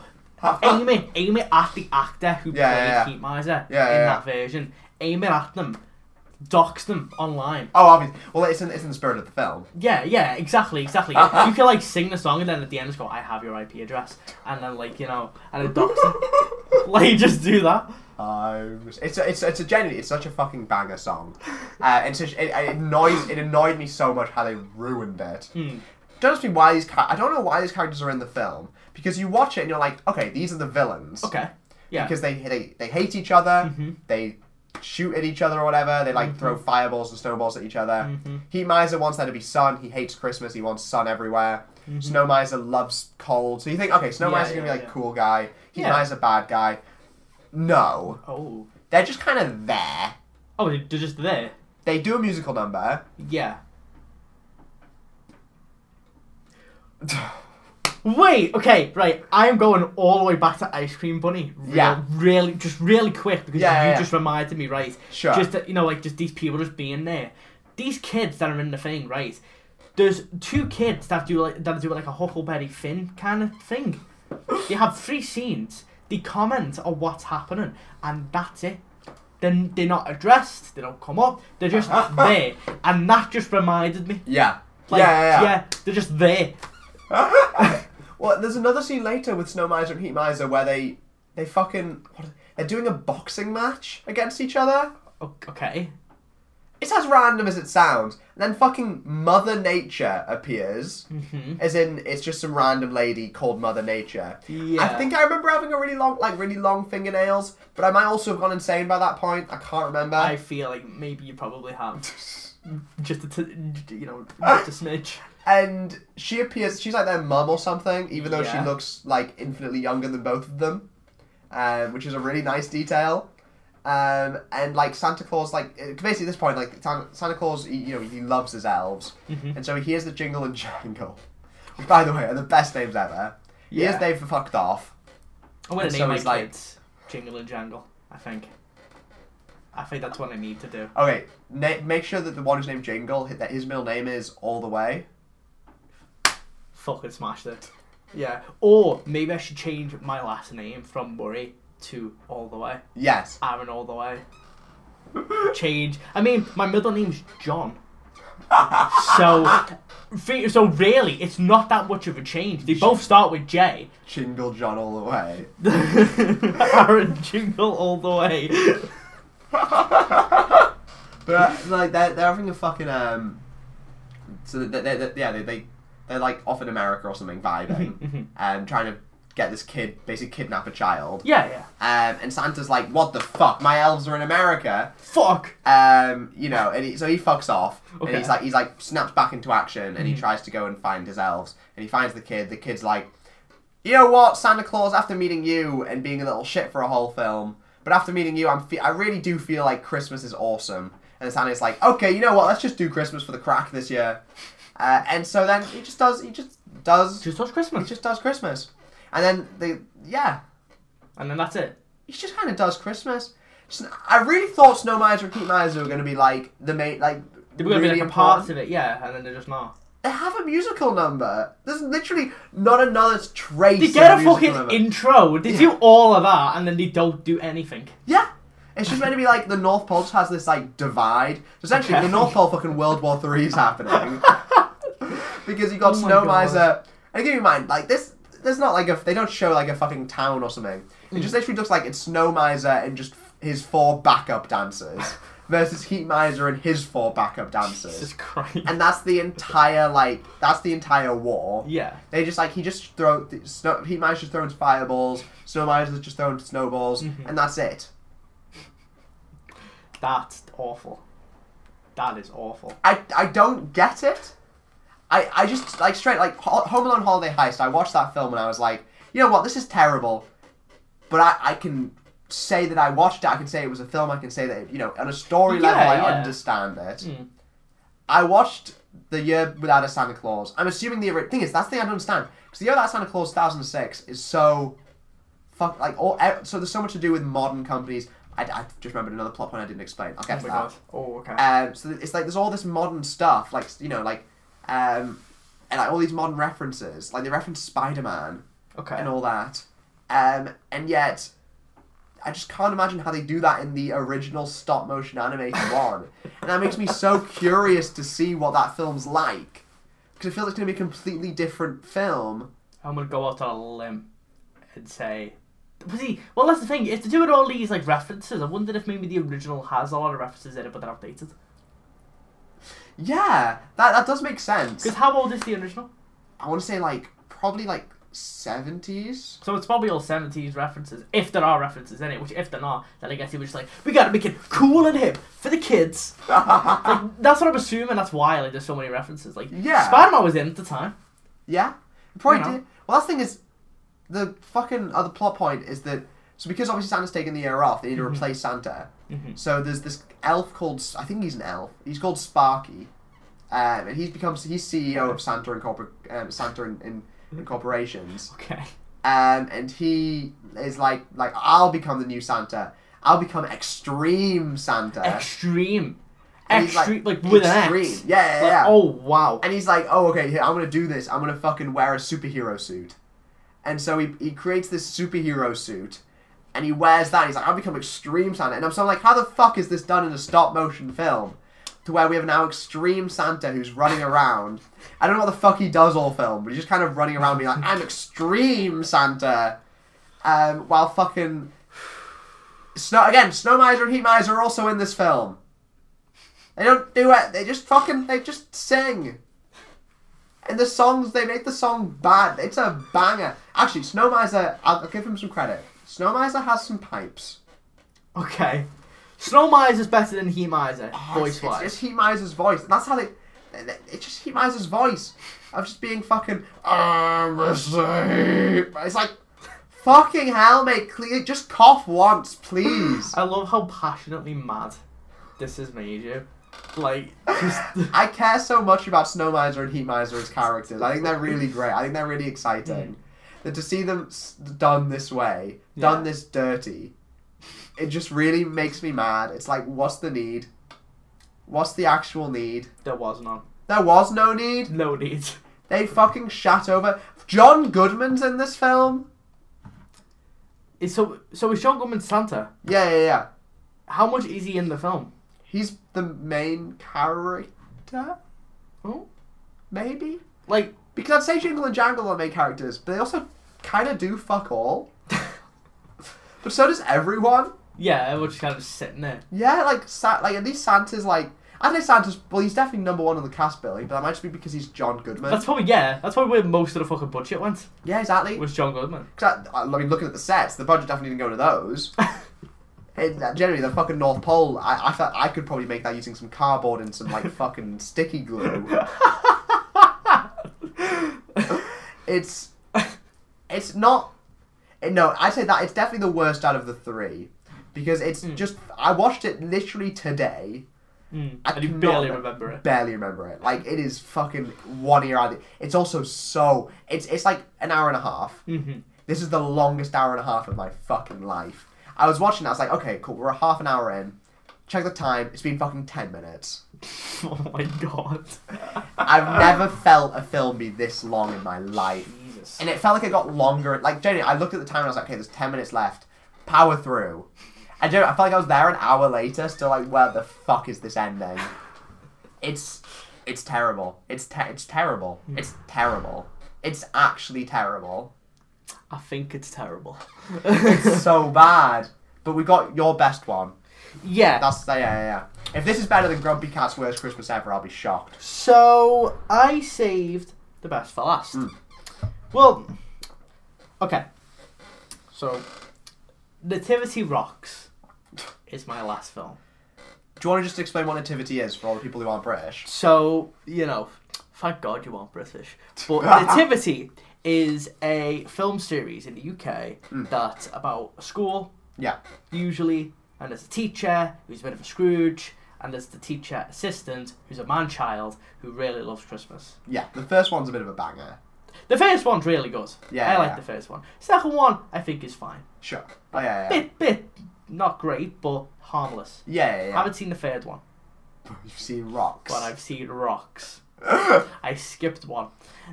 [SPEAKER 2] aim it, aim it at the actor who
[SPEAKER 1] Yeah,
[SPEAKER 2] played
[SPEAKER 1] yeah, yeah.
[SPEAKER 2] Heat Miser
[SPEAKER 1] Yeah,
[SPEAKER 2] in
[SPEAKER 1] yeah,
[SPEAKER 2] that version. Aim it at them, dox them online.
[SPEAKER 1] Oh, obviously. Well, it's in, it's in the spirit of the film.
[SPEAKER 2] Yeah, yeah, exactly, exactly. you can like sing the song, and then at the end, just go, I have your IP address, and then like you know, and it dox them. like just do that.
[SPEAKER 1] Um, it's a, it's a- it's a genuinely it's such a fucking banger song, uh, and such, it, it annoys it annoyed me so much how they ruined it. Don't ask me why these char- I don't know why these characters are in the film because you watch it and you're like, okay, these are the villains.
[SPEAKER 2] Okay. Yeah. Mm-hmm.
[SPEAKER 1] Because they they, they hate each other, they shoot at each other or whatever. They like throw fireballs and snowballs at each other.
[SPEAKER 2] Mm-hmm.
[SPEAKER 1] Heat Miser wants there to be sun. He hates Christmas. He wants sun everywhere. Snow Miser loves cold. So you think, okay, Snow
[SPEAKER 2] Mm-hmm. Yeah,
[SPEAKER 1] Miser's gonna
[SPEAKER 2] yeah,
[SPEAKER 1] be like
[SPEAKER 2] yeah.
[SPEAKER 1] cool guy. Heat
[SPEAKER 2] Yeah.
[SPEAKER 1] Miser bad guy. No
[SPEAKER 2] oh.
[SPEAKER 1] they're just kind of there.
[SPEAKER 2] Oh, they're just there.
[SPEAKER 1] They do a musical number.
[SPEAKER 2] Yeah. Wait, okay, right. I am going all the way back to Ice Cream Bunny. Real,
[SPEAKER 1] Yeah.
[SPEAKER 2] Really, just really quick because
[SPEAKER 1] Yeah,
[SPEAKER 2] you
[SPEAKER 1] yeah, yeah.
[SPEAKER 2] just reminded me, right?
[SPEAKER 1] Sure.
[SPEAKER 2] Just that, you know, like just these people just being there. These kids that are in the thing, right? There's two kids that do like that do like a Huckleberry Finn kind of thing. They have three scenes. They comment on what's happening, and that's it. Then they're not addressed. They don't come up. They're just there, and that just reminded me.
[SPEAKER 1] Yeah.
[SPEAKER 2] Like,
[SPEAKER 1] yeah, yeah, yeah.
[SPEAKER 2] they're just there.
[SPEAKER 1] Well, there's another scene later with Snow Miser and Heat Miser where they they fucking what are- they're doing a boxing match against each other.
[SPEAKER 2] O- Okay.
[SPEAKER 1] It's as random as it sounds. And then fucking Mother Nature appears,
[SPEAKER 2] hmm
[SPEAKER 1] as in it's just some random lady called Mother Nature.
[SPEAKER 2] Yeah.
[SPEAKER 1] I think I remember having a really long, like really long fingernails, but I might also have gone insane by that point. I can't remember.
[SPEAKER 2] I feel like maybe you probably have just a t- you know just a smidge.
[SPEAKER 1] and she appears she's like their mum or something even though
[SPEAKER 2] Yeah.
[SPEAKER 1] she looks like infinitely younger than both of them um, which is a really nice detail um, and like santa claus like uh, basically at this point like Tan- santa claus he, you know he loves his elves
[SPEAKER 2] Mm-hmm.
[SPEAKER 1] and so he hears the jingle and jangle which by the way are the best names ever he hears
[SPEAKER 2] Yeah.
[SPEAKER 1] they've fucked off
[SPEAKER 2] I'm gonna
[SPEAKER 1] And
[SPEAKER 2] name
[SPEAKER 1] so
[SPEAKER 2] my
[SPEAKER 1] he's like-
[SPEAKER 2] kids Jingle and Jangle. I think. I think that's what I need to do.
[SPEAKER 1] Okay, na- make sure that the one who's named Jingle that his middle name is all the way.
[SPEAKER 2] Fucking smashed it. Yeah. Or maybe I should change my last name from Murray to All the Way.
[SPEAKER 1] Yes.
[SPEAKER 2] Aaron All the Way. Change. I mean, my middle name's John. so, fi- so really, it's not that much of a change. They both start with J.
[SPEAKER 1] Jingle John all the way.
[SPEAKER 2] Aaron Jingle all the way.
[SPEAKER 1] But like they're, they're having a fucking um. So they, they, they, yeah they they they're like off in America or something vibing and trying to get this kid basically kidnap a child.
[SPEAKER 2] Yeah, yeah.
[SPEAKER 1] Um, and Santa's like, what the fuck? My elves are in America.
[SPEAKER 2] Fuck.
[SPEAKER 1] Um, you know, and he, so he fucks off,
[SPEAKER 2] Okay.
[SPEAKER 1] and he's like, he's like snaps back into action, and he tries to go and find his elves, and he finds the kid. The kid's like, you know what, Santa Claus, after meeting you and being a little shit for a whole film, but after meeting you, I'm fe- I really do feel like Christmas is awesome. And Santa's like, okay, you know what, let's just do Christmas for the crack this year. Uh, and so then he just does, he just does,
[SPEAKER 2] Just touch
[SPEAKER 1] he
[SPEAKER 2] Christmas,
[SPEAKER 1] just does Christmas, and then the yeah,
[SPEAKER 2] and then that's it.
[SPEAKER 1] he just kind of does Christmas. Just, I really thought Snow Miser and Pete Miser were going to be like the main like
[SPEAKER 2] They were gonna
[SPEAKER 1] really
[SPEAKER 2] be like
[SPEAKER 1] important.
[SPEAKER 2] parts of it, yeah, and then they're just not.
[SPEAKER 1] They have a musical number. There's literally not another trace.
[SPEAKER 2] They get
[SPEAKER 1] of
[SPEAKER 2] a
[SPEAKER 1] musical
[SPEAKER 2] fucking
[SPEAKER 1] number.
[SPEAKER 2] intro. They
[SPEAKER 1] Yeah.
[SPEAKER 2] do all of that, and then they don't do anything.
[SPEAKER 1] yeah. It's just meant to be like the North Pole just has this like divide. So essentially,
[SPEAKER 2] Okay.
[SPEAKER 1] the North Pole fucking World War Three is happening because you got
[SPEAKER 2] Oh my
[SPEAKER 1] Snow
[SPEAKER 2] God.
[SPEAKER 1] Miser. And keep in mind, like this, there's not like a they don't show like a fucking town or something. It
[SPEAKER 2] Mm.
[SPEAKER 1] just literally looks like it's Snow Miser and just his four backup dancers versus Heat Miser and his four backup dancers.
[SPEAKER 2] Jesus Christ.
[SPEAKER 1] and that's the entire like that's the entire war.
[SPEAKER 2] Yeah.
[SPEAKER 1] They just like he just throw the snow. He manages to throw fireballs. Snow Miser's just throwing snowballs,
[SPEAKER 2] Mm-hmm.
[SPEAKER 1] and that's it.
[SPEAKER 2] That's awful. That is awful.
[SPEAKER 1] I I don't get it. I I just like straight like Ho- Home Alone Holiday Heist. I watched that film and I was like, you know what, this is terrible. But I I can say that I watched it. I can say it was a film. I can say that you know on a story
[SPEAKER 2] Yeah,
[SPEAKER 1] level I
[SPEAKER 2] yeah.
[SPEAKER 1] understand it.
[SPEAKER 2] Mm.
[SPEAKER 1] I watched the year without a Santa Claus. I'm assuming the ori- thing is that's the thing I don't understand because the year without a Santa Claus 2006 is so fuck like all e- so there's so much to do with modern companies. I, I just remembered another plot point I didn't explain. I'll
[SPEAKER 2] Oh
[SPEAKER 1] get
[SPEAKER 2] my
[SPEAKER 1] to that.
[SPEAKER 2] god. Oh, okay.
[SPEAKER 1] Um, so it's like there's all this modern stuff, like you know, like um, and like all these modern references, like they reference Spider Man
[SPEAKER 2] Okay.
[SPEAKER 1] and all that. Um, and yet, I just can't imagine how they do that in the original stop motion animated one, and that makes me so curious to see what that film's like, because I feel it's going to be a completely different film.
[SPEAKER 2] I'm gonna go out on a limb and say. But see, well, that's the thing. If they do it all these like references, I wondered if maybe the original has a lot of references in it, but they're updated.
[SPEAKER 1] Yeah, that that does make sense.
[SPEAKER 2] Because how old is the original?
[SPEAKER 1] I want to say like probably like seventies.
[SPEAKER 2] So it's probably all seventies references, if there are references in it. Which, if they're not, then I guess he was just like, we gotta make it cool and hip for the kids. Like, that's what I'm assuming. That's why like there's so many references. Like
[SPEAKER 1] Yeah.
[SPEAKER 2] Spider Man was in at the time.
[SPEAKER 1] Yeah, it probably
[SPEAKER 2] You know.
[SPEAKER 1] did. Well, that's the thing is, the fucking other plot point is that so because obviously Santa's taking the year off, they need
[SPEAKER 2] Mm-hmm.
[SPEAKER 1] to replace Santa.
[SPEAKER 2] Mhm.
[SPEAKER 1] So there's this elf called S- I think he's an elf. He's called Sparky, um, and he's becomes he's CEO of Santa and corporate um, Santa and. In,
[SPEAKER 2] Mm-hmm.
[SPEAKER 1] in corporations,
[SPEAKER 2] Okay.
[SPEAKER 1] um, and he is like, like I'll become the new Santa. I'll become extreme Santa.
[SPEAKER 2] Extreme.
[SPEAKER 1] And he's
[SPEAKER 2] Extreme, like, with an
[SPEAKER 1] extreme.
[SPEAKER 2] X.
[SPEAKER 1] Yeah, yeah,
[SPEAKER 2] Like,
[SPEAKER 1] yeah.
[SPEAKER 2] oh wow.
[SPEAKER 1] And he's like, oh, okay, here, I'm gonna do this. I'm gonna fucking wear a superhero suit. And so he, he creates this superhero suit and he wears that. He's like, I'll become Extreme Santa. And I'm so like, how the fuck is this done in a stop motion film? To where we have now Extreme Santa who's running around. I don't know what the fuck he does all film, but he's just kind of running around being like, I'm Extreme Santa. Um, while fucking. Snow again, Snow Miser and Heat Miser are also in this film. They don't do it. They just fucking they just sing. And the songs, they make the song bad. It's a banger. Actually, Snow Miser, I'll, I'll give him some credit. Snow Miser has some pipes.
[SPEAKER 2] Okay. Snow Miser's better than He Miser,
[SPEAKER 1] Oh, it's,
[SPEAKER 2] voice
[SPEAKER 1] it's
[SPEAKER 2] wise.
[SPEAKER 1] just Heat Miser's voice. That's how they. It's just Heat Miser's voice. Of just being fucking. I'm a sheep." It's like, fucking hell, mate. Clear, just cough once, please.
[SPEAKER 2] I love how passionately mad this has made you. Like, just,
[SPEAKER 1] I care so much about Snow Miser and Heat Miser as characters. I think they're really great. I think they're really exciting. That to see them s- done this way,
[SPEAKER 2] Yeah.
[SPEAKER 1] done this dirty, it just really makes me mad. It's like, what's the need? What's the actual need?
[SPEAKER 2] There was none.
[SPEAKER 1] There was no need.
[SPEAKER 2] No need.
[SPEAKER 1] They fucking shat over. John Goodman's in this film.
[SPEAKER 2] Is so so is John Goodman Santa?
[SPEAKER 1] Yeah, yeah, yeah.
[SPEAKER 2] How much is he in the film?
[SPEAKER 1] He's the main character,
[SPEAKER 2] Oh,
[SPEAKER 1] maybe.
[SPEAKER 2] like
[SPEAKER 1] Because I'd say Jingle and Jangle are the main characters, but they also kind of do fuck all. But so does everyone.
[SPEAKER 2] yeah, we're just kind of just sitting there.
[SPEAKER 1] Yeah, like Sa- like at least Santa's like I'd say Santa's well he's definitely number one on the cast Billy, but that might just be because he's John Goodman.
[SPEAKER 2] That's probably yeah. That's probably where most of the fucking budget went
[SPEAKER 1] yeah, exactly.
[SPEAKER 2] was John Goodman.
[SPEAKER 1] 'Cause I, I mean, looking at the sets, the budget definitely didn't go to those. And uh, generally, the fucking North Pole, I, I thought I could probably make that using some cardboard and some like fucking sticky glue. It's it's not. it- No, I'd say that it's definitely the worst out of the three because it's
[SPEAKER 2] Hmm.
[SPEAKER 1] just. I watched it literally today.
[SPEAKER 2] Mm,
[SPEAKER 1] I
[SPEAKER 2] and you
[SPEAKER 1] cannot
[SPEAKER 2] barely
[SPEAKER 1] re-
[SPEAKER 2] remember it.
[SPEAKER 1] Barely remember it. Like it is fucking one ear out. of the- It's also so. It's it's like an hour and a half.
[SPEAKER 2] Mm-hmm.
[SPEAKER 1] This is the longest hour and a half of my fucking life. I was watching. it, I was like, okay, cool. We're a half an hour in. Check the time. It's been fucking ten minutes.
[SPEAKER 2] Oh my god.
[SPEAKER 1] I've never felt a film be this long in my life.
[SPEAKER 2] Jesus.
[SPEAKER 1] And it felt like it got longer. Like, genuinely, I looked at the time and I was like, okay, there's 10 minutes left. Power through. And genuinely, I felt like I was there an hour later, still like, where the fuck is this ending? It's it's terrible. It's te- it's terrible. It's terrible. It's actually terrible.
[SPEAKER 2] I think it's terrible.
[SPEAKER 1] It's so bad. But we got your best one.
[SPEAKER 2] yeah.
[SPEAKER 1] That's yeah, yeah, yeah. If this is better than Grumpy Cat's worst Christmas ever, I'll be shocked.
[SPEAKER 2] So I saved the best for last.
[SPEAKER 1] Hmm.
[SPEAKER 2] Well, okay. So, Nativity Rocks is my last film.
[SPEAKER 1] Do you want to just explain what nativity is for all the people who aren't British?
[SPEAKER 2] So, you know, thank God you aren't British. But Nativity is a film series in the UK
[SPEAKER 1] Hmm.
[SPEAKER 2] that's about a school,
[SPEAKER 1] Yeah.
[SPEAKER 2] usually, and there's a teacher who's a bit of a Scrooge, and there's the teacher assistant who's a man child who really loves Christmas.
[SPEAKER 1] Yeah. The first one's a bit of a banger.
[SPEAKER 2] The first one's really good.
[SPEAKER 1] Yeah,
[SPEAKER 2] I
[SPEAKER 1] yeah,
[SPEAKER 2] like
[SPEAKER 1] yeah.
[SPEAKER 2] the first one. Second one, I think is fine.
[SPEAKER 1] Sure. Oh yeah, yeah.
[SPEAKER 2] Bit, bit, not great, but harmless.
[SPEAKER 1] Yeah, yeah,
[SPEAKER 2] I
[SPEAKER 1] yeah.
[SPEAKER 2] haven't seen the third one,
[SPEAKER 1] You've seen rocks.
[SPEAKER 2] but I've seen rocks. I skipped one.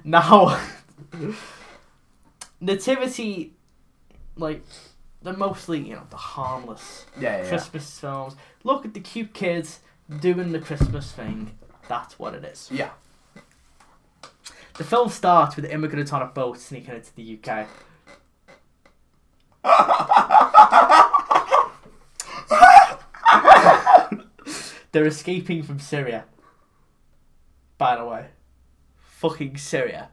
[SPEAKER 2] Now, Nativity, like, they're mostly, you know, the harmless
[SPEAKER 1] yeah, yeah, yeah.
[SPEAKER 2] Christmas films. Look at the cute kids doing the Christmas thing. That's what it is.
[SPEAKER 1] yeah.
[SPEAKER 2] The film starts with immigrants on a boat sneaking into the UK. They're escaping from Syria. By the way, fucking Syria.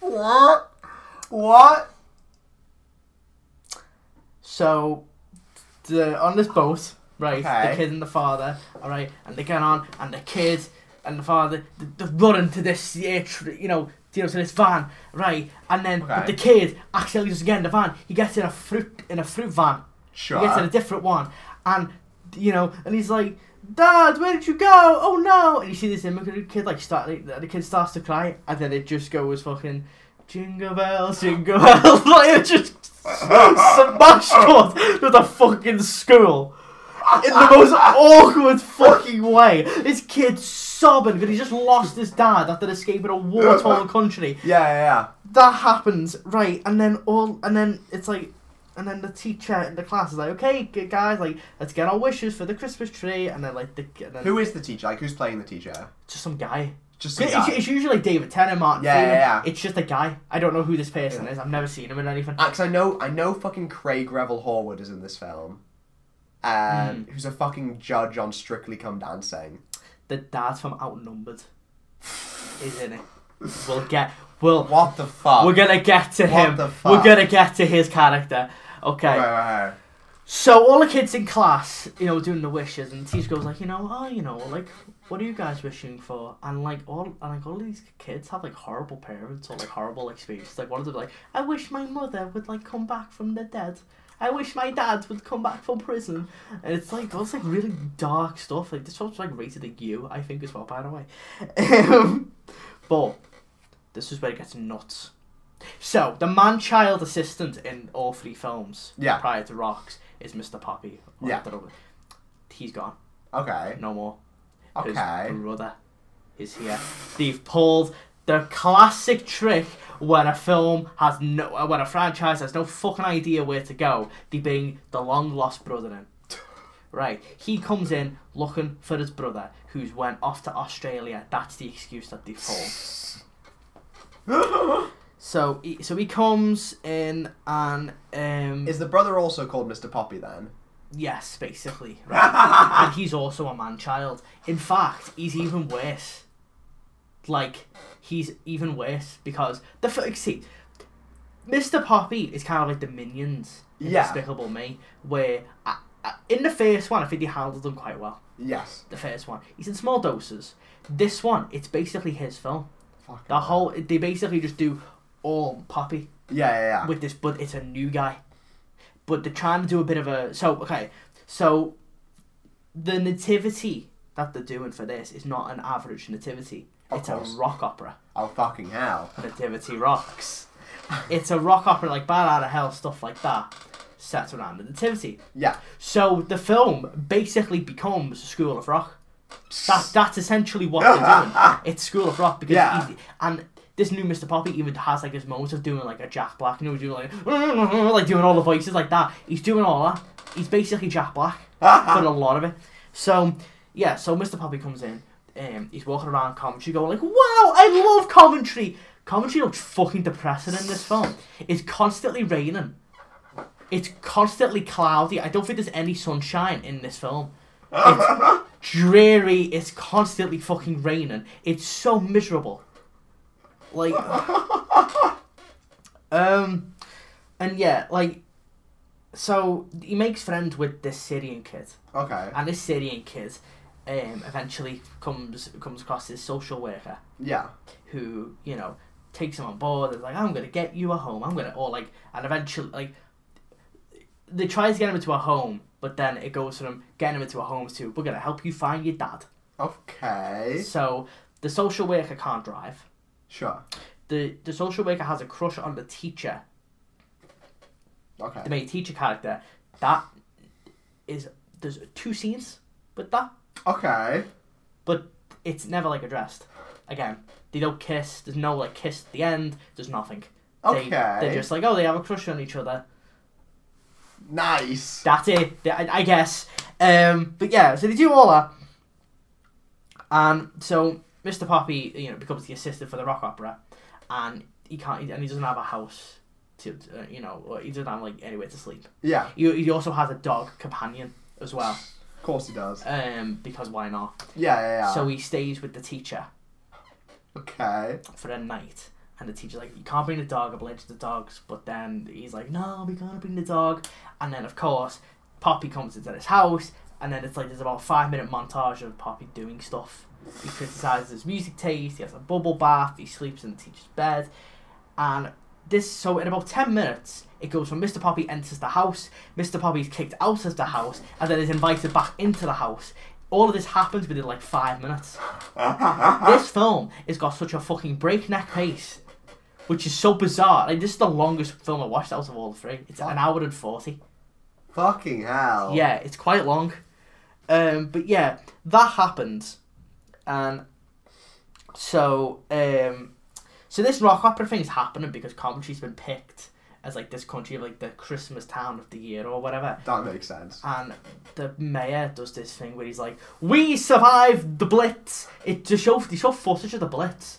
[SPEAKER 1] What? What?
[SPEAKER 2] So, they're on this boat, right?
[SPEAKER 1] Okay.
[SPEAKER 2] The kid and the father, all right, and they get on, and the kid and the father, th- they're running to this, yeah, tr- you know, you know, to this van, right? And then but
[SPEAKER 1] Okay.
[SPEAKER 2] the kid accidentally doesn't get in the van. He gets in a fruit in a fruit van.
[SPEAKER 1] Sure.
[SPEAKER 2] He gets in a different one, and you know, and he's like, "Dad, where did you go? Oh no!" And you see this immigrant kid like start, like, the kid starts to cry, and then it just goes fucking jingle bells, jingle bells, like it just smashed on to the fucking school. In the most awkward fucking way. This kid's sobbing because he just lost his dad after escaping a war torn country
[SPEAKER 1] yeah, yeah, yeah.
[SPEAKER 2] that happens, right? And then all, and then it's like, and then the teacher in the class is like, okay, g- guys, like, let's get our wishes for the Christmas tree, and then like the, and then
[SPEAKER 1] Who is the teacher? Like, who's playing the teacher?
[SPEAKER 2] just some guy.
[SPEAKER 1] Just some
[SPEAKER 2] It's,
[SPEAKER 1] guy.
[SPEAKER 2] it's usually like David Tennant, Martin
[SPEAKER 1] Yeah,
[SPEAKER 2] Freeman.
[SPEAKER 1] yeah, yeah.
[SPEAKER 2] It's just a guy. I don't know who this person is. I've never seen him in anything.
[SPEAKER 1] Ah, 'cause I know, I know, fucking Craig Revel Horwood is in this film, um,
[SPEAKER 2] Hmm.
[SPEAKER 1] who's a fucking judge on Strictly Come Dancing.
[SPEAKER 2] the dad from Outnumbered is in it. We'll get. We'll.
[SPEAKER 1] What the fuck?
[SPEAKER 2] We're gonna get to
[SPEAKER 1] What
[SPEAKER 2] him.
[SPEAKER 1] the fuck?
[SPEAKER 2] We're gonna get to his character. Okay.
[SPEAKER 1] Right, right, right.
[SPEAKER 2] So all the kids in class, you know, doing the wishes, and the teacher goes like, you know, oh, you know, like, what are you guys wishing for? And like all, and like all these kids have like horrible parents or like horrible experiences. Like one of them like, I wish my mother would like come back from the dead. I wish my dad would come back from prison. And it's like all this like really dark stuff. Like this film's like rated like you, I think as well. By the way, um, but this is where it gets nuts. So the man-child assistant in all three films
[SPEAKER 1] Yeah.
[SPEAKER 2] prior to Rocks is Mr. Poppy. or
[SPEAKER 1] Yeah.
[SPEAKER 2] the- He's gone.
[SPEAKER 1] Okay.
[SPEAKER 2] No more. His
[SPEAKER 1] Okay.
[SPEAKER 2] brother is here. They've pulled the classic trick when a film has no, uh, when a franchise has no fucking idea where to go. They bring the long lost brother in. Right, he comes in looking for his brother, who's went off to Australia. That's the excuse that they pulled. So, he, so he comes in and um,
[SPEAKER 1] Is the brother also called Mr. Poppy then?
[SPEAKER 2] yes, basically, right? and he's also a man child. In fact, he's even worse. Like, he's even worse because the f- see, Mr. Poppy is kind of like the minions in
[SPEAKER 1] Yeah.
[SPEAKER 2] Despicable Me, where I, I, in the first one I think they handled them quite well.
[SPEAKER 1] Yes.
[SPEAKER 2] The first one, he's in small doses. This one, it's basically his film.
[SPEAKER 1] Fuck.
[SPEAKER 2] The whole they basically just do all Poppy
[SPEAKER 1] Yeah, yeah, yeah.
[SPEAKER 2] with this, but it's a new guy. But they're trying to do a bit of a so okay. So the nativity that they're doing for this is not an average nativity.
[SPEAKER 1] Of
[SPEAKER 2] it's
[SPEAKER 1] course.
[SPEAKER 2] a rock opera.
[SPEAKER 1] oh fucking hell.
[SPEAKER 2] Nativity rocks. it's a rock opera like Bad Out of Hell stuff like that, set around the nativity.
[SPEAKER 1] Yeah.
[SPEAKER 2] So the film basically becomes School of Rock. That's that's essentially what they're doing. It's School of Rock because
[SPEAKER 1] Yeah.
[SPEAKER 2] he- e-, and this new Mr. Poppy even has like his moments of doing like a Jack Black, you know, doing like like doing all the voices like that. He's doing all that. He's basically Jack Black for a lot of it. So yeah, so Mr. Poppy comes in. Um, he's walking around commentary going like, "Wow, I love commentary." Commentary looks fucking depressing in this film. It's constantly raining. It's constantly cloudy. I don't think there's any sunshine in this film. It's dreary. It's constantly fucking raining. It's so miserable. Like, um, and yeah, like, so he makes friends with this Syrian kid,
[SPEAKER 1] Okay.
[SPEAKER 2] and this Syrian kid, um, eventually comes comes across this social worker
[SPEAKER 1] Yeah.
[SPEAKER 2] who you know takes him on board and like I'm gonna get you a home. I'm gonna or like and eventually like they try to get him into a home, but then it goes from getting him into a home to we're gonna help you find your dad.
[SPEAKER 1] Okay.
[SPEAKER 2] So the social worker can't drive.
[SPEAKER 1] Sure.
[SPEAKER 2] The the social worker has a crush on the teacher, the
[SPEAKER 1] Okay.
[SPEAKER 2] main teacher character. That is there's two scenes with that,
[SPEAKER 1] Okay.
[SPEAKER 2] but it's never like addressed. Again, they don't kiss. There's no like kiss at the end. There's nothing. They,
[SPEAKER 1] Okay.
[SPEAKER 2] They're just like, oh, they have a crush on each other.
[SPEAKER 1] Nice.
[SPEAKER 2] That's it, I, I guess. Um, but yeah, so they do all that. And so Mr. Poppy, you know, becomes the assistant for the rock opera, and he can't, and he doesn't have a house to, uh, you know, or he doesn't have like anywhere to sleep.
[SPEAKER 1] Yeah.
[SPEAKER 2] He, he also has a dog companion as well,
[SPEAKER 1] Of course he does.
[SPEAKER 2] um, because why not?
[SPEAKER 1] Yeah, yeah, yeah.
[SPEAKER 2] So he stays with the teacher
[SPEAKER 1] okay.
[SPEAKER 2] for a night. And the teacher's like, you can't bring the dog, I've allergic to dogs. But then he's like, no, we gotta bring the dog. And then, of course, Poppy comes into this house. And then it's like, there's about a five minute montage of Poppy doing stuff. He criticizes his music taste, he has a bubble bath, he sleeps in the teacher's bed. And this, so in about 10 minutes, it goes from Mr. Poppy enters the house, Mr. Poppy's kicked out of the house, and then is invited back into the house. All of this happens within like five minutes this film has got such a fucking breakneck pace, which is so bizarre. Like this is the longest film I watched out of all three. It's an hour and forty.
[SPEAKER 1] Fucking hell.
[SPEAKER 2] Yeah, it's quite long. Um, but yeah, that happens, and so um, so this rock opera thing's happening because commentary's been picked as like this country of like the Christmas town of the year or whatever.
[SPEAKER 1] That makes sense.
[SPEAKER 2] And the mayor does this thing where he's like, "We survived the Blitz." It just show they show footage of the Blitz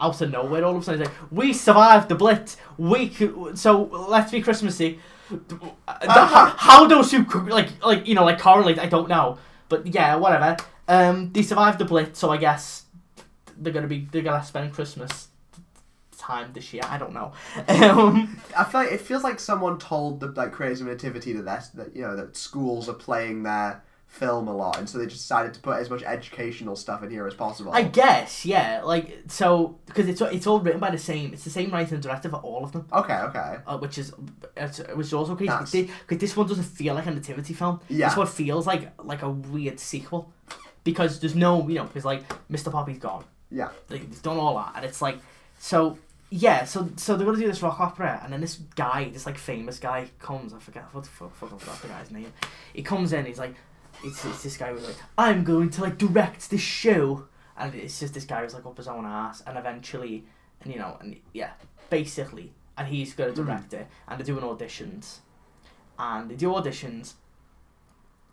[SPEAKER 2] out of nowhere. All of a sudden, he's like, "We survived the Blitz. We could, so let's be Christmassy." The- how, how those two co- like like you know like correlate? I don't know, but yeah, whatever. Um, they survived the Blitz, so I guess they're gonna be they're gonna spend Christmas time this year. I don't know. Um,
[SPEAKER 1] I feel like it feels like someone told the like creators of nativity that that's, that you know that schools are playing their film a lot, and so they just decided to put as much educational stuff in here as possible.
[SPEAKER 2] I guess, yeah. Like so, because it's it's all written by the same. It's the same writer and director for all of them,
[SPEAKER 1] Okay. Okay.
[SPEAKER 2] uh, which is it's, which is also crazy.
[SPEAKER 1] That's-
[SPEAKER 2] Because this, one doesn't feel like a nativity film.
[SPEAKER 1] Yeah.
[SPEAKER 2] This one feels like like a weird sequel, because there's no you know because like Mr Poppy's gone.
[SPEAKER 1] Yeah.
[SPEAKER 2] Like, They've done all that, and it's like so yeah, so so they're gonna do this rock opera, and then this guy, this like famous guy, comes. I forget what the fuck, fuck I forgot the guy's name. He comes in. He's like, it's, it's this guy who's like, I'm going to like direct this show, and it's just this guy who's like up his own ass, and eventually, and you know, and yeah, basically, and he's gonna
[SPEAKER 1] Hmm.
[SPEAKER 2] direct it, and they're doing auditions, and they do auditions.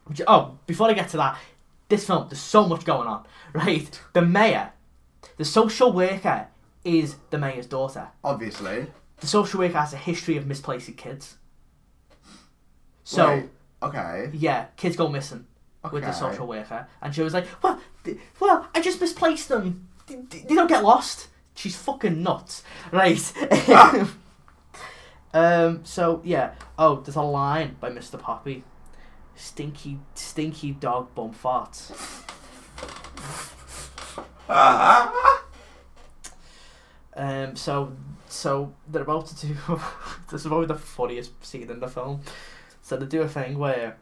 [SPEAKER 2] Which, oh, before I get to that, this film, there's so much going on, right? The mayor, the social worker, is the mayor's daughter.
[SPEAKER 1] Obviously.
[SPEAKER 2] The social worker has a history of misplacing kids. So
[SPEAKER 1] Wait, okay.
[SPEAKER 2] yeah, kids go missing with the
[SPEAKER 1] Okay.
[SPEAKER 2] social worker, and she was like, "Well, th- well, I just misplaced them. They, they don't get lost." She's fucking nuts, right? um. So yeah. Oh, there's a line by Mr. Poppy. Stinky, stinky dog bum farts. Um, so, so they're about to do. this is probably the funniest scene in the film. So they do a thing where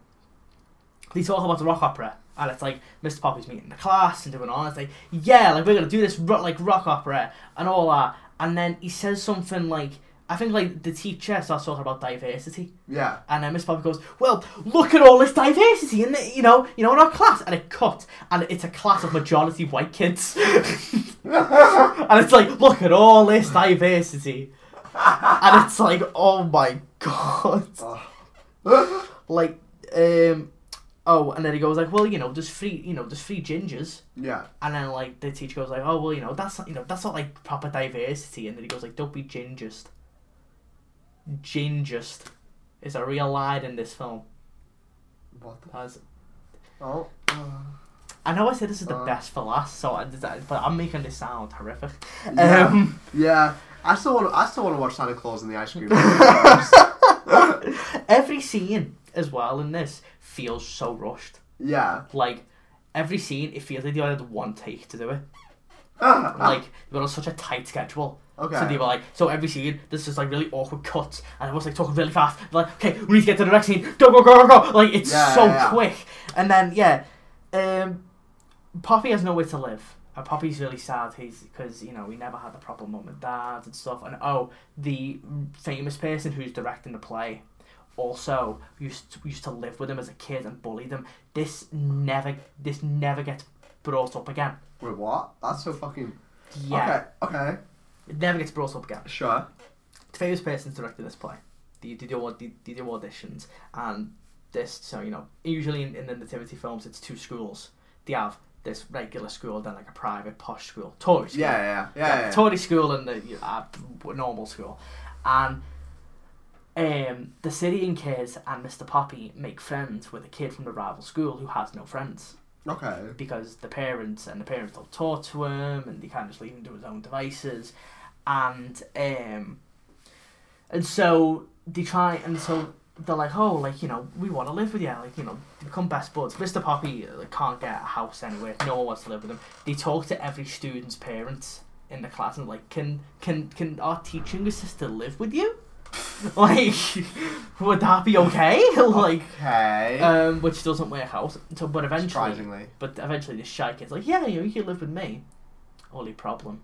[SPEAKER 2] they talk about the rock opera, and it's like Mr. Poppy's meeting the class and doing all. It's like, yeah, like we're gonna do this ro- like rock opera and all that. And then he says something like, I think like the teacher starts talking about diversity.
[SPEAKER 1] Yeah.
[SPEAKER 2] And then Miss Poppy goes, "Well, look at all this diversity in the, you know, you know, in our class." And it cut, and it's a class of majority white kids. and it's like, look at all this diversity, and it's like, oh my god, like, um, oh, and then he goes like, well, you know, there's free, you know, there's free gingers.
[SPEAKER 1] yeah.
[SPEAKER 2] And then like the teacher goes like, oh well, you know that's not, you know that's not like proper diversity. And then he goes like, don't be gingist. Gingist is a real line in this film.
[SPEAKER 1] What the?
[SPEAKER 2] As
[SPEAKER 1] Oh.
[SPEAKER 2] I know I said this is the
[SPEAKER 1] Uh.
[SPEAKER 2] best for last, so I did that, but I'm making this sound horrific.
[SPEAKER 1] Yeah.
[SPEAKER 2] Um,
[SPEAKER 1] Yeah. I still want. I still want to watch Santa Claus and the Ice Cream. Man.
[SPEAKER 2] every scene as well in this feels so rushed.
[SPEAKER 1] yeah.
[SPEAKER 2] Like every scene, it feels like they only had one take to do it.
[SPEAKER 1] like.
[SPEAKER 2] Like they were on such a tight schedule.
[SPEAKER 1] Okay.
[SPEAKER 2] So they were like, so every scene, this is like really awkward cuts, and it was like talking really fast. Like, okay, we need to get to the next scene. Go, go, go, go, go. Like, it's
[SPEAKER 1] Yeah,
[SPEAKER 2] so
[SPEAKER 1] yeah, yeah.
[SPEAKER 2] quick. And then, yeah, um, Poppy has nowhere to live. And Poppy's really sad. He's because you know he never had the proper mum and dad and stuff. And oh, the famous person who's directing the play also used to, used to live with him as a kid and bullied him. This never this never gets brought up again.
[SPEAKER 1] Wait, what? That's so fucking.
[SPEAKER 2] Yeah,
[SPEAKER 1] Okay. Okay.
[SPEAKER 2] it never gets brought up again.
[SPEAKER 1] Sure.
[SPEAKER 2] the famous person's directing this play. They, they, do, au- they, they do auditions, and this, so you know, usually in, in the nativity films, it's two schools. They have this regular school, then like a private posh school, Tory school.
[SPEAKER 1] Yeah. Yeah. Yeah. yeah, yeah.
[SPEAKER 2] Tory school and the uh, normal school. And um, the Syrian kids and Mr. Poppy make friends with a kid from the rival school who has no friends
[SPEAKER 1] okay.
[SPEAKER 2] because the parents and the parents don't talk to him and they kind of just leave him to his own devices and um and so they try and so they're like oh like you know we want to live with you like you know they become best buds mr poppy uh, can't get a house anywhere no one wants to live with him they talk to every student's parents in the class and like can can can our teaching assistant live with you like would that be okay
[SPEAKER 1] Oh,
[SPEAKER 2] like
[SPEAKER 1] Okay.
[SPEAKER 2] um, which doesn't work out. So, but eventually,
[SPEAKER 1] Surprisingly.
[SPEAKER 2] but eventually, this shy kid's like, "Yeah, you, know, you can live with me." Only problem: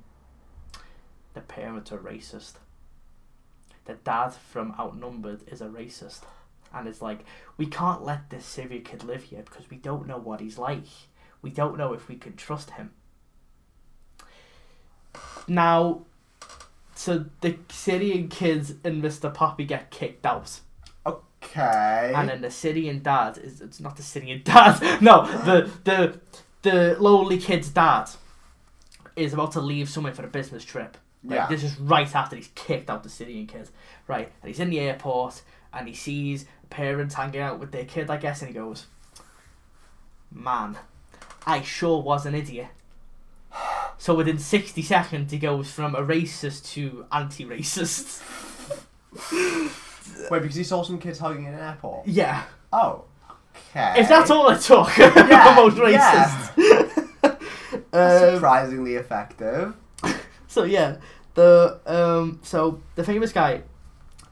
[SPEAKER 2] the parents are racist. The dad from Outnumbered is a racist, and it's like we can't let this Syria kid live here because we don't know what he's like. We don't know if we can trust him. Now, so the Syrian kids and Mr. Poppy get kicked out.
[SPEAKER 1] Okay.
[SPEAKER 2] And uh, then the Syrian dad is it's not the Syrian dad. No, the the the lonely kid's dad is about to leave somewhere for a business trip. Like,
[SPEAKER 1] Yeah.
[SPEAKER 2] This is right after he's kicked out the Syrian kid. Right. And he's in the airport and he sees parents hanging out with their kid, I guess, and he goes, Man, I sure was an idiot. So within 60 seconds, he goes from a racist to anti racist.
[SPEAKER 1] Wait, because he saw some kids hugging in an airport.
[SPEAKER 2] Yeah.
[SPEAKER 1] Oh. Okay.
[SPEAKER 2] If that's all I took,
[SPEAKER 1] Eh? Yeah,
[SPEAKER 2] I'm most
[SPEAKER 1] yeah.
[SPEAKER 2] racist. Um,
[SPEAKER 1] surprisingly effective.
[SPEAKER 2] so yeah, the um, so the famous guy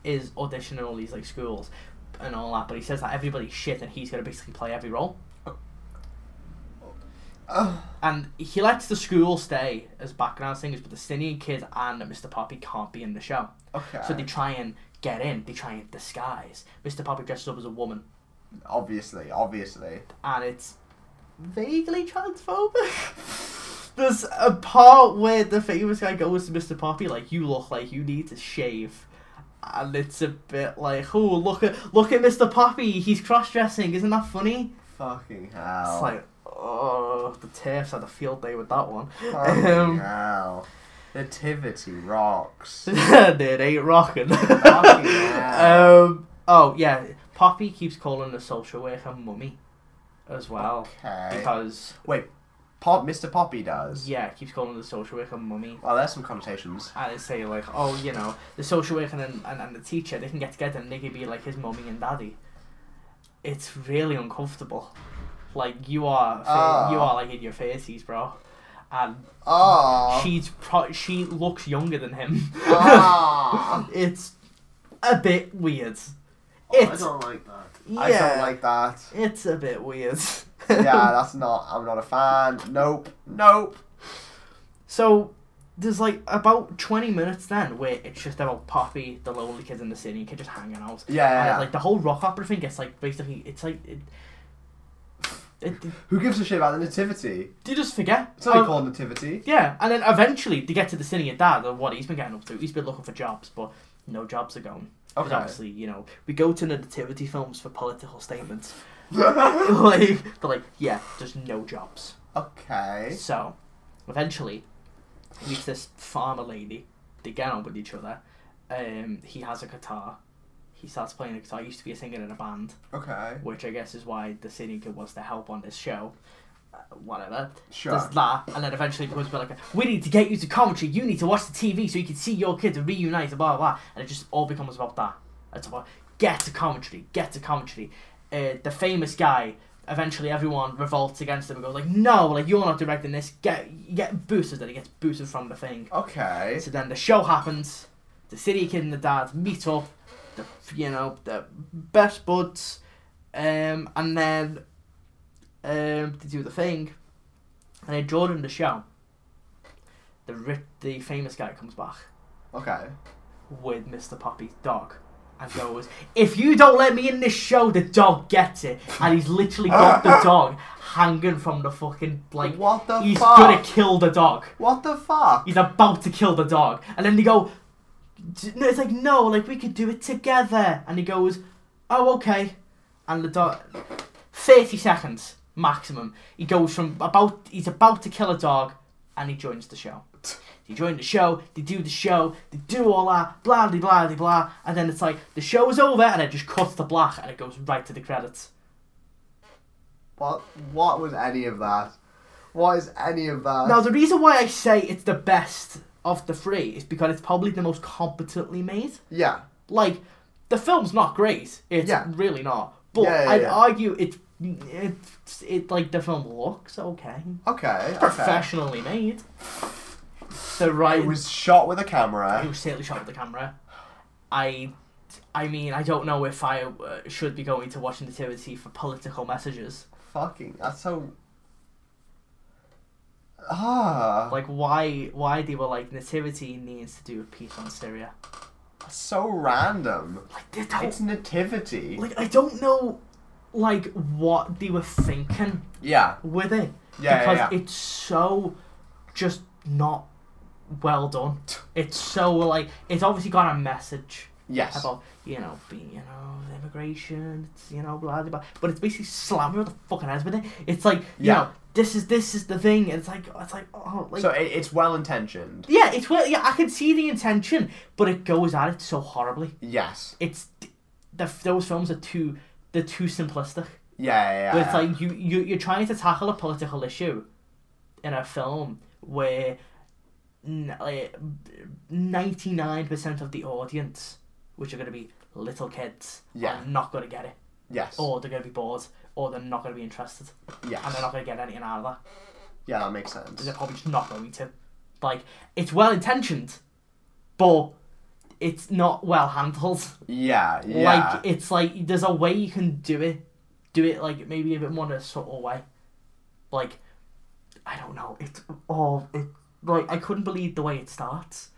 [SPEAKER 2] is auditioning all these like schools and all that, but he says that everybody's shit and he's gonna basically play every role. And he lets the school stay as background singers, but the Sinian kid and Mr. Poppy can't be in the show.
[SPEAKER 1] Okay.
[SPEAKER 2] So they try and get in, they try and disguise. Mr. Poppy dresses up as a woman,
[SPEAKER 1] obviously, obviously.
[SPEAKER 2] and it's vaguely transphobic. There's a part where the famous guy goes to Mr. Poppy, like, you look like you need to shave. And it's a bit like, oh, look at look at Mr. Poppy, he's cross dressing, isn't that funny?
[SPEAKER 1] Fucking
[SPEAKER 2] It's
[SPEAKER 1] hell.
[SPEAKER 2] like, oh, the turfs had a field day with that one.
[SPEAKER 1] Fucking
[SPEAKER 2] Um,
[SPEAKER 1] hell. Nativity rocks.
[SPEAKER 2] it ain't rocking.
[SPEAKER 1] hell.
[SPEAKER 2] um, oh yeah, Poppy keeps calling the social worker mummy, as well,
[SPEAKER 1] Okay.
[SPEAKER 2] because
[SPEAKER 1] Wait, Pop, Mr. Poppy does.
[SPEAKER 2] yeah, keeps calling the social worker mummy.
[SPEAKER 1] Well, there's some connotations.
[SPEAKER 2] And they say like, oh, you know, the social worker and, and, and the teacher, they can get together and they can be like his mummy and daddy. It's really uncomfortable. Like you are,
[SPEAKER 1] Ah.
[SPEAKER 2] you are like in your thirties, bro, and
[SPEAKER 1] Oh.
[SPEAKER 2] she's pro- she looks younger than him.
[SPEAKER 1] Ah.
[SPEAKER 2] it's a bit weird.
[SPEAKER 3] I
[SPEAKER 1] Oh,
[SPEAKER 2] It's
[SPEAKER 3] don't like that.
[SPEAKER 2] yeah,
[SPEAKER 1] I don't like that.
[SPEAKER 2] it's a bit weird.
[SPEAKER 1] Yeah, that's not. I'm not a fan. Nope. Nope.
[SPEAKER 2] So there's like about twenty minutes then where it's just about Poppy, the lonely kids in the city, kid just hanging out.
[SPEAKER 1] Yeah, yeah,
[SPEAKER 2] And
[SPEAKER 1] yeah.
[SPEAKER 2] like the whole rock opera thing gets like basically it's like it, it,
[SPEAKER 1] Who gives a shit about the nativity?
[SPEAKER 2] they just forget.
[SPEAKER 1] It's only
[SPEAKER 2] Oh,
[SPEAKER 1] called nativity.
[SPEAKER 2] Yeah, and then eventually they get to the city and dad and what he's been getting up to. He's been looking for jobs, but no jobs are going. 'Cause
[SPEAKER 1] Okay.
[SPEAKER 2] obviously, you know, we go to the nativity films for political statements. like, they're like, yeah, there's no jobs.
[SPEAKER 1] Okay.
[SPEAKER 2] So, eventually, he meets this farmer lady. They get on with each other. Um, he has a guitar. He starts playing a guitar. He used to be a singer in a band,
[SPEAKER 1] Okay.
[SPEAKER 2] which I guess is why the singing kid wants to help on this show. Uh, whatever.
[SPEAKER 1] Sure.
[SPEAKER 2] Does that, and then eventually becomes a bit like, a, we need to get you to commentary. You need to watch the TV so you can see your kids and reunite, and blah, blah, blah. And it just all becomes about that. It's about get to commentary, get to commentary. Uh, the famous guy. Eventually, everyone revolts against him and goes like, "No, like you're not directing this. Get you get boosted." Then he gets boosted from the thing.
[SPEAKER 1] Okay.
[SPEAKER 2] So then the show happens. The city kid and the dad meet up. The you know the best buds, um, and then um, they do the thing, and then during the show, the ri- the famous guy comes back
[SPEAKER 1] Okay.
[SPEAKER 2] with Mr. Poppy's dog. And goes, if you don't let me in this show, the dog gets it. And he's literally got the dog hanging from the fucking like.
[SPEAKER 1] what the
[SPEAKER 2] He's
[SPEAKER 1] fuck?
[SPEAKER 2] gonna kill the dog
[SPEAKER 1] What the fuck?
[SPEAKER 2] he's about to kill the dog. And then they go, "D- no, it's like, no, like, we could do it together. And he goes, oh, okay. And the dog, 30 seconds maximum. He goes from about, he's about to kill a dog, and he joins the show. They join the show, they do the show, they do all that, blah, blah, blah, blah, blah. And then it's like, the show is over, and it just cuts to black, and it goes right to the credits.
[SPEAKER 1] What? What was any of that? What is any of that?
[SPEAKER 2] Now, the reason why I say it's the best of the three is because it's probably the most competently made.
[SPEAKER 1] yeah.
[SPEAKER 2] like the film's not great. It's
[SPEAKER 1] Yeah.
[SPEAKER 2] really not. But
[SPEAKER 1] Yeah, yeah,
[SPEAKER 2] I'd
[SPEAKER 1] yeah.
[SPEAKER 2] argue it's it's it like the film looks okay,
[SPEAKER 1] Okay. Okay.
[SPEAKER 2] professionally made. The right
[SPEAKER 1] It was shot with a
[SPEAKER 2] it
[SPEAKER 1] camera.
[SPEAKER 2] was certainly shot with the camera. I I mean I don't know if I uh, should be going to watch Nativity for political messages.
[SPEAKER 1] Fucking. That's so. Ah.
[SPEAKER 2] Like why why they were like Nativity needs to do a piece on Syria.
[SPEAKER 1] so random.
[SPEAKER 2] Like they don't
[SPEAKER 1] It's nativity.
[SPEAKER 2] like I don't know like what they were thinking
[SPEAKER 1] Yeah.
[SPEAKER 2] with it.
[SPEAKER 1] Yeah,
[SPEAKER 2] because
[SPEAKER 1] yeah, yeah.
[SPEAKER 2] it's so just not well done. It's so like it's obviously got a message
[SPEAKER 1] Yes.
[SPEAKER 2] about you know being you know immigration, it's, you know blah blah blah. But it's basically slamming with the fucking heads with it. It's like you
[SPEAKER 1] Yeah.
[SPEAKER 2] know this is this is the thing. And it's like it's like oh like
[SPEAKER 1] so it, it's well intentioned.
[SPEAKER 2] yeah it's well yeah I can see the intention, but it goes at it so horribly.
[SPEAKER 1] Yes.
[SPEAKER 2] It's the those films are too they're too simplistic.
[SPEAKER 1] Yeah. Yeah. yeah.
[SPEAKER 2] But it's like you, you you're trying to tackle a political issue in a film where ninety nine percent of the audience, which are going to be little kids,
[SPEAKER 1] Yeah.
[SPEAKER 2] are not going to get it,
[SPEAKER 1] yes.
[SPEAKER 2] or they're going to be bored, or they're not going to be interested, oh, and
[SPEAKER 1] yes.
[SPEAKER 2] they're not going to get anything out of that.
[SPEAKER 1] Yeah, that makes sense.
[SPEAKER 2] They're probably just not going to. Like it's well intentioned, but it's not well handled.
[SPEAKER 1] Yeah. Yeah.
[SPEAKER 2] Like it's like there's a way you can do it, do it like maybe a bit more in a subtle way, like I don't know. It's all it like I couldn't believe the way it starts.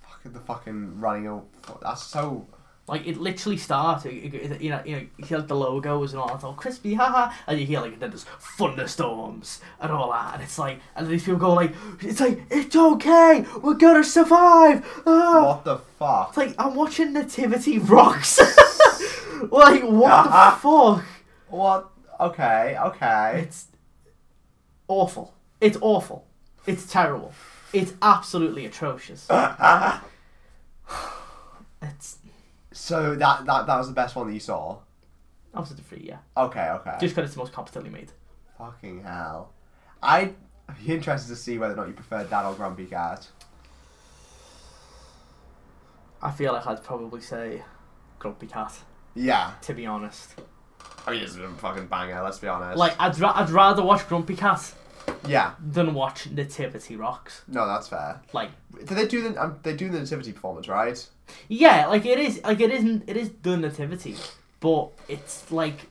[SPEAKER 1] Fucking the fucking running. o- That's so.
[SPEAKER 2] Like it literally starts. It, it- it- you know, you know, you hear like, the logos and all that, it's all crispy, haha, and you hear like then there's thunderstorms and all that, and it's like, and these people go like, it's like it's okay, we're gonna survive. Ah.
[SPEAKER 1] What the fuck?
[SPEAKER 2] It's like I'm watching Nativity rocks. like what the fuck?
[SPEAKER 1] What? Okay, okay.
[SPEAKER 2] It's awful. It's awful. It's terrible. It's absolutely atrocious. it's
[SPEAKER 1] So that that that was the best one that you saw.
[SPEAKER 2] obviously free, yeah.
[SPEAKER 1] Okay, okay.
[SPEAKER 2] Just because it's the most competently made.
[SPEAKER 1] Fucking hell. I'd be interested to see whether or not you preferred that or Grumpy Cat.
[SPEAKER 2] I feel like I'd probably say Grumpy Cat.
[SPEAKER 1] Yeah.
[SPEAKER 2] To be honest,
[SPEAKER 1] I mean, it's a fucking banger, let's be honest.
[SPEAKER 2] like I'd ra- I'd rather watch Grumpy Cat
[SPEAKER 1] Yeah.
[SPEAKER 2] than watch Nativity Rocks.
[SPEAKER 1] No, that's fair.
[SPEAKER 2] Like
[SPEAKER 1] Did they do the um, they do the nativity performance, right?
[SPEAKER 2] Yeah, like it is, like it isn't, it is the nativity, but it's like,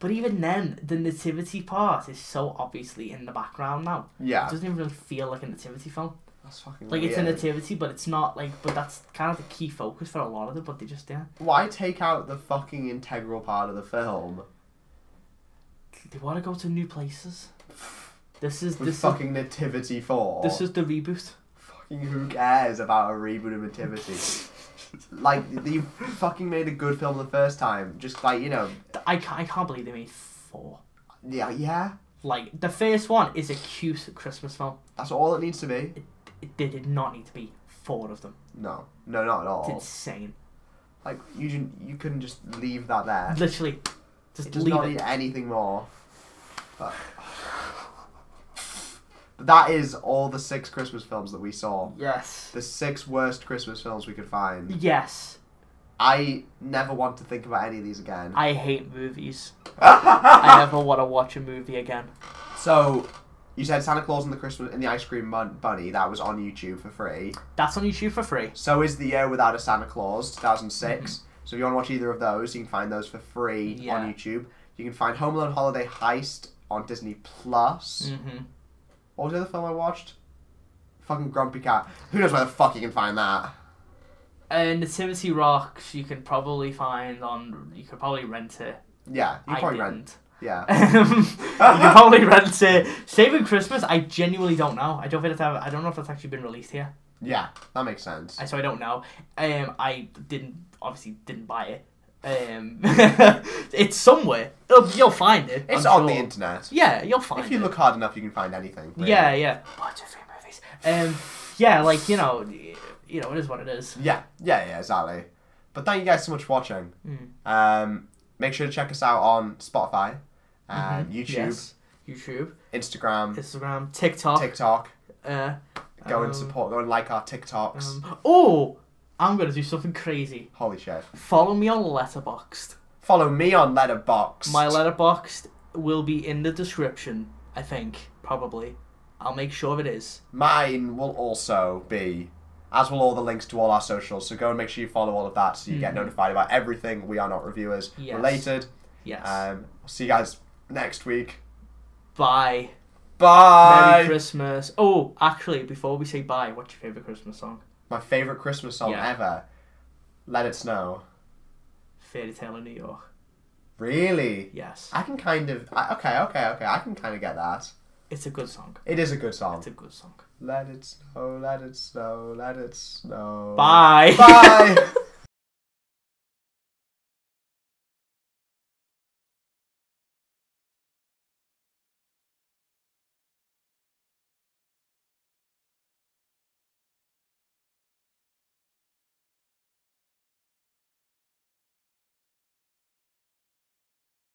[SPEAKER 2] but even then, the nativity part is so obviously in the background now.
[SPEAKER 1] Yeah.
[SPEAKER 2] It doesn't even really feel like a nativity film.
[SPEAKER 1] That's fucking
[SPEAKER 2] Like
[SPEAKER 1] weird.
[SPEAKER 2] it's a nativity, but it's not like. But that's kind of the key focus for a lot of them. But they just yeah,
[SPEAKER 1] Why take out the fucking integral part of the film?
[SPEAKER 2] they want to go to new places. This is
[SPEAKER 1] With
[SPEAKER 2] this is,
[SPEAKER 1] fucking nativity four.
[SPEAKER 2] this is the reboot.
[SPEAKER 1] fucking who cares about a reboot of nativity? like you fucking made a good film the first time. Just like you know,
[SPEAKER 2] Th- I can't, I can't believe they made four.
[SPEAKER 1] yeah, yeah.
[SPEAKER 2] Like the first one is a cute Christmas film.
[SPEAKER 1] That's all it needs to be.
[SPEAKER 2] It, they did not need to be four of them.
[SPEAKER 1] No, no, not at
[SPEAKER 2] It's
[SPEAKER 1] all.
[SPEAKER 2] insane.
[SPEAKER 1] Like you, didn't- you couldn't just leave that there.
[SPEAKER 2] Literally, just
[SPEAKER 1] It does
[SPEAKER 2] leave
[SPEAKER 1] not
[SPEAKER 2] it.
[SPEAKER 1] need anything more. But But that is all the six Christmas films that we saw.
[SPEAKER 2] Yes.
[SPEAKER 1] The six worst Christmas films we could find.
[SPEAKER 2] Yes.
[SPEAKER 1] I never want to think about any of these again.
[SPEAKER 2] I hate movies.
[SPEAKER 1] Ah.
[SPEAKER 2] I never want to watch a movie again.
[SPEAKER 1] So, you said Santa Claus and the Christmas and the Ice Cream Bun- Bunny that was on YouTube for free.
[SPEAKER 2] That's on YouTube for free.
[SPEAKER 1] So is the Year Without a Santa Claus, 2006. So if you want to watch either of those, you can find those for free
[SPEAKER 2] Mm-hmm. Yeah.
[SPEAKER 1] on YouTube. You can find Home Alone Holiday Heist on Disney Plus.
[SPEAKER 2] Mm-hmm.
[SPEAKER 1] What was the other film I watched? Fucking Grumpy Cat. Who knows where the fuck you can find that?
[SPEAKER 2] Uh, Nativity Rocks, you can probably find on. You could probably rent it.
[SPEAKER 1] Yeah, you
[SPEAKER 2] I
[SPEAKER 1] probably
[SPEAKER 2] didn't.
[SPEAKER 1] rent. Yeah.
[SPEAKER 2] you can probably rent it. Saving Christmas, I genuinely don't know. I don't think it's ever, I don't know if that's actually been released here,
[SPEAKER 1] Yeah, that makes sense.
[SPEAKER 2] I- so I don't know. Um, I didn't obviously didn't buy it. Um, it's somewhere. You'll, you'll find it.
[SPEAKER 1] It's
[SPEAKER 2] I'm
[SPEAKER 1] on the
[SPEAKER 2] sure.
[SPEAKER 1] internet.
[SPEAKER 2] Yeah, you'll find
[SPEAKER 1] If you
[SPEAKER 2] it.
[SPEAKER 1] look hard enough, you can find anything. really.
[SPEAKER 2] Yeah, yeah. Bunch of free movies. Um, yeah, like you know, y- you know, it is what it is.
[SPEAKER 1] Yeah, yeah, yeah, exactly. But thank you guys so much for watching.
[SPEAKER 2] Mm.
[SPEAKER 1] Um, make sure to check us out on Spotify, uh,
[SPEAKER 2] Mhm.
[SPEAKER 1] YouTube,
[SPEAKER 2] Yes. YouTube,
[SPEAKER 1] Instagram,
[SPEAKER 2] Instagram, TikTok.
[SPEAKER 1] TikTok.
[SPEAKER 2] uh,
[SPEAKER 1] Go
[SPEAKER 2] um,
[SPEAKER 1] and support, go and like our TikToks.
[SPEAKER 2] um, oh, I'm gonna do something crazy.
[SPEAKER 1] Holy shit.
[SPEAKER 2] Follow me on Letterboxd.
[SPEAKER 1] Follow me on Letterboxd.
[SPEAKER 2] My Letterboxd will be in the description. I think probably. I'll make sure it is.
[SPEAKER 1] Mine will also be, as will all the links to all our socials. So go and make sure you follow all of that so you get
[SPEAKER 2] Mhm.
[SPEAKER 1] notified about everything. We are not reviewers
[SPEAKER 2] Yes.
[SPEAKER 1] related.
[SPEAKER 2] Yes.
[SPEAKER 1] Um, see you guys next week.
[SPEAKER 2] bye.
[SPEAKER 1] Bye.
[SPEAKER 2] Merry Christmas. Oh, actually, before we say bye, what's your favorite Christmas song?
[SPEAKER 1] My favorite Christmas song
[SPEAKER 2] Yeah.
[SPEAKER 1] ever. Let it snow.
[SPEAKER 2] Fairy Tale of New York.
[SPEAKER 1] Really.
[SPEAKER 2] Yes,
[SPEAKER 1] I can kind of. I, okay, okay, okay. I can kind of get that.
[SPEAKER 2] it's a good song.
[SPEAKER 1] It is a good song.
[SPEAKER 2] It's a good song.
[SPEAKER 1] Let it snow. Let it snow. Let it snow.
[SPEAKER 2] Bye.
[SPEAKER 1] Bye.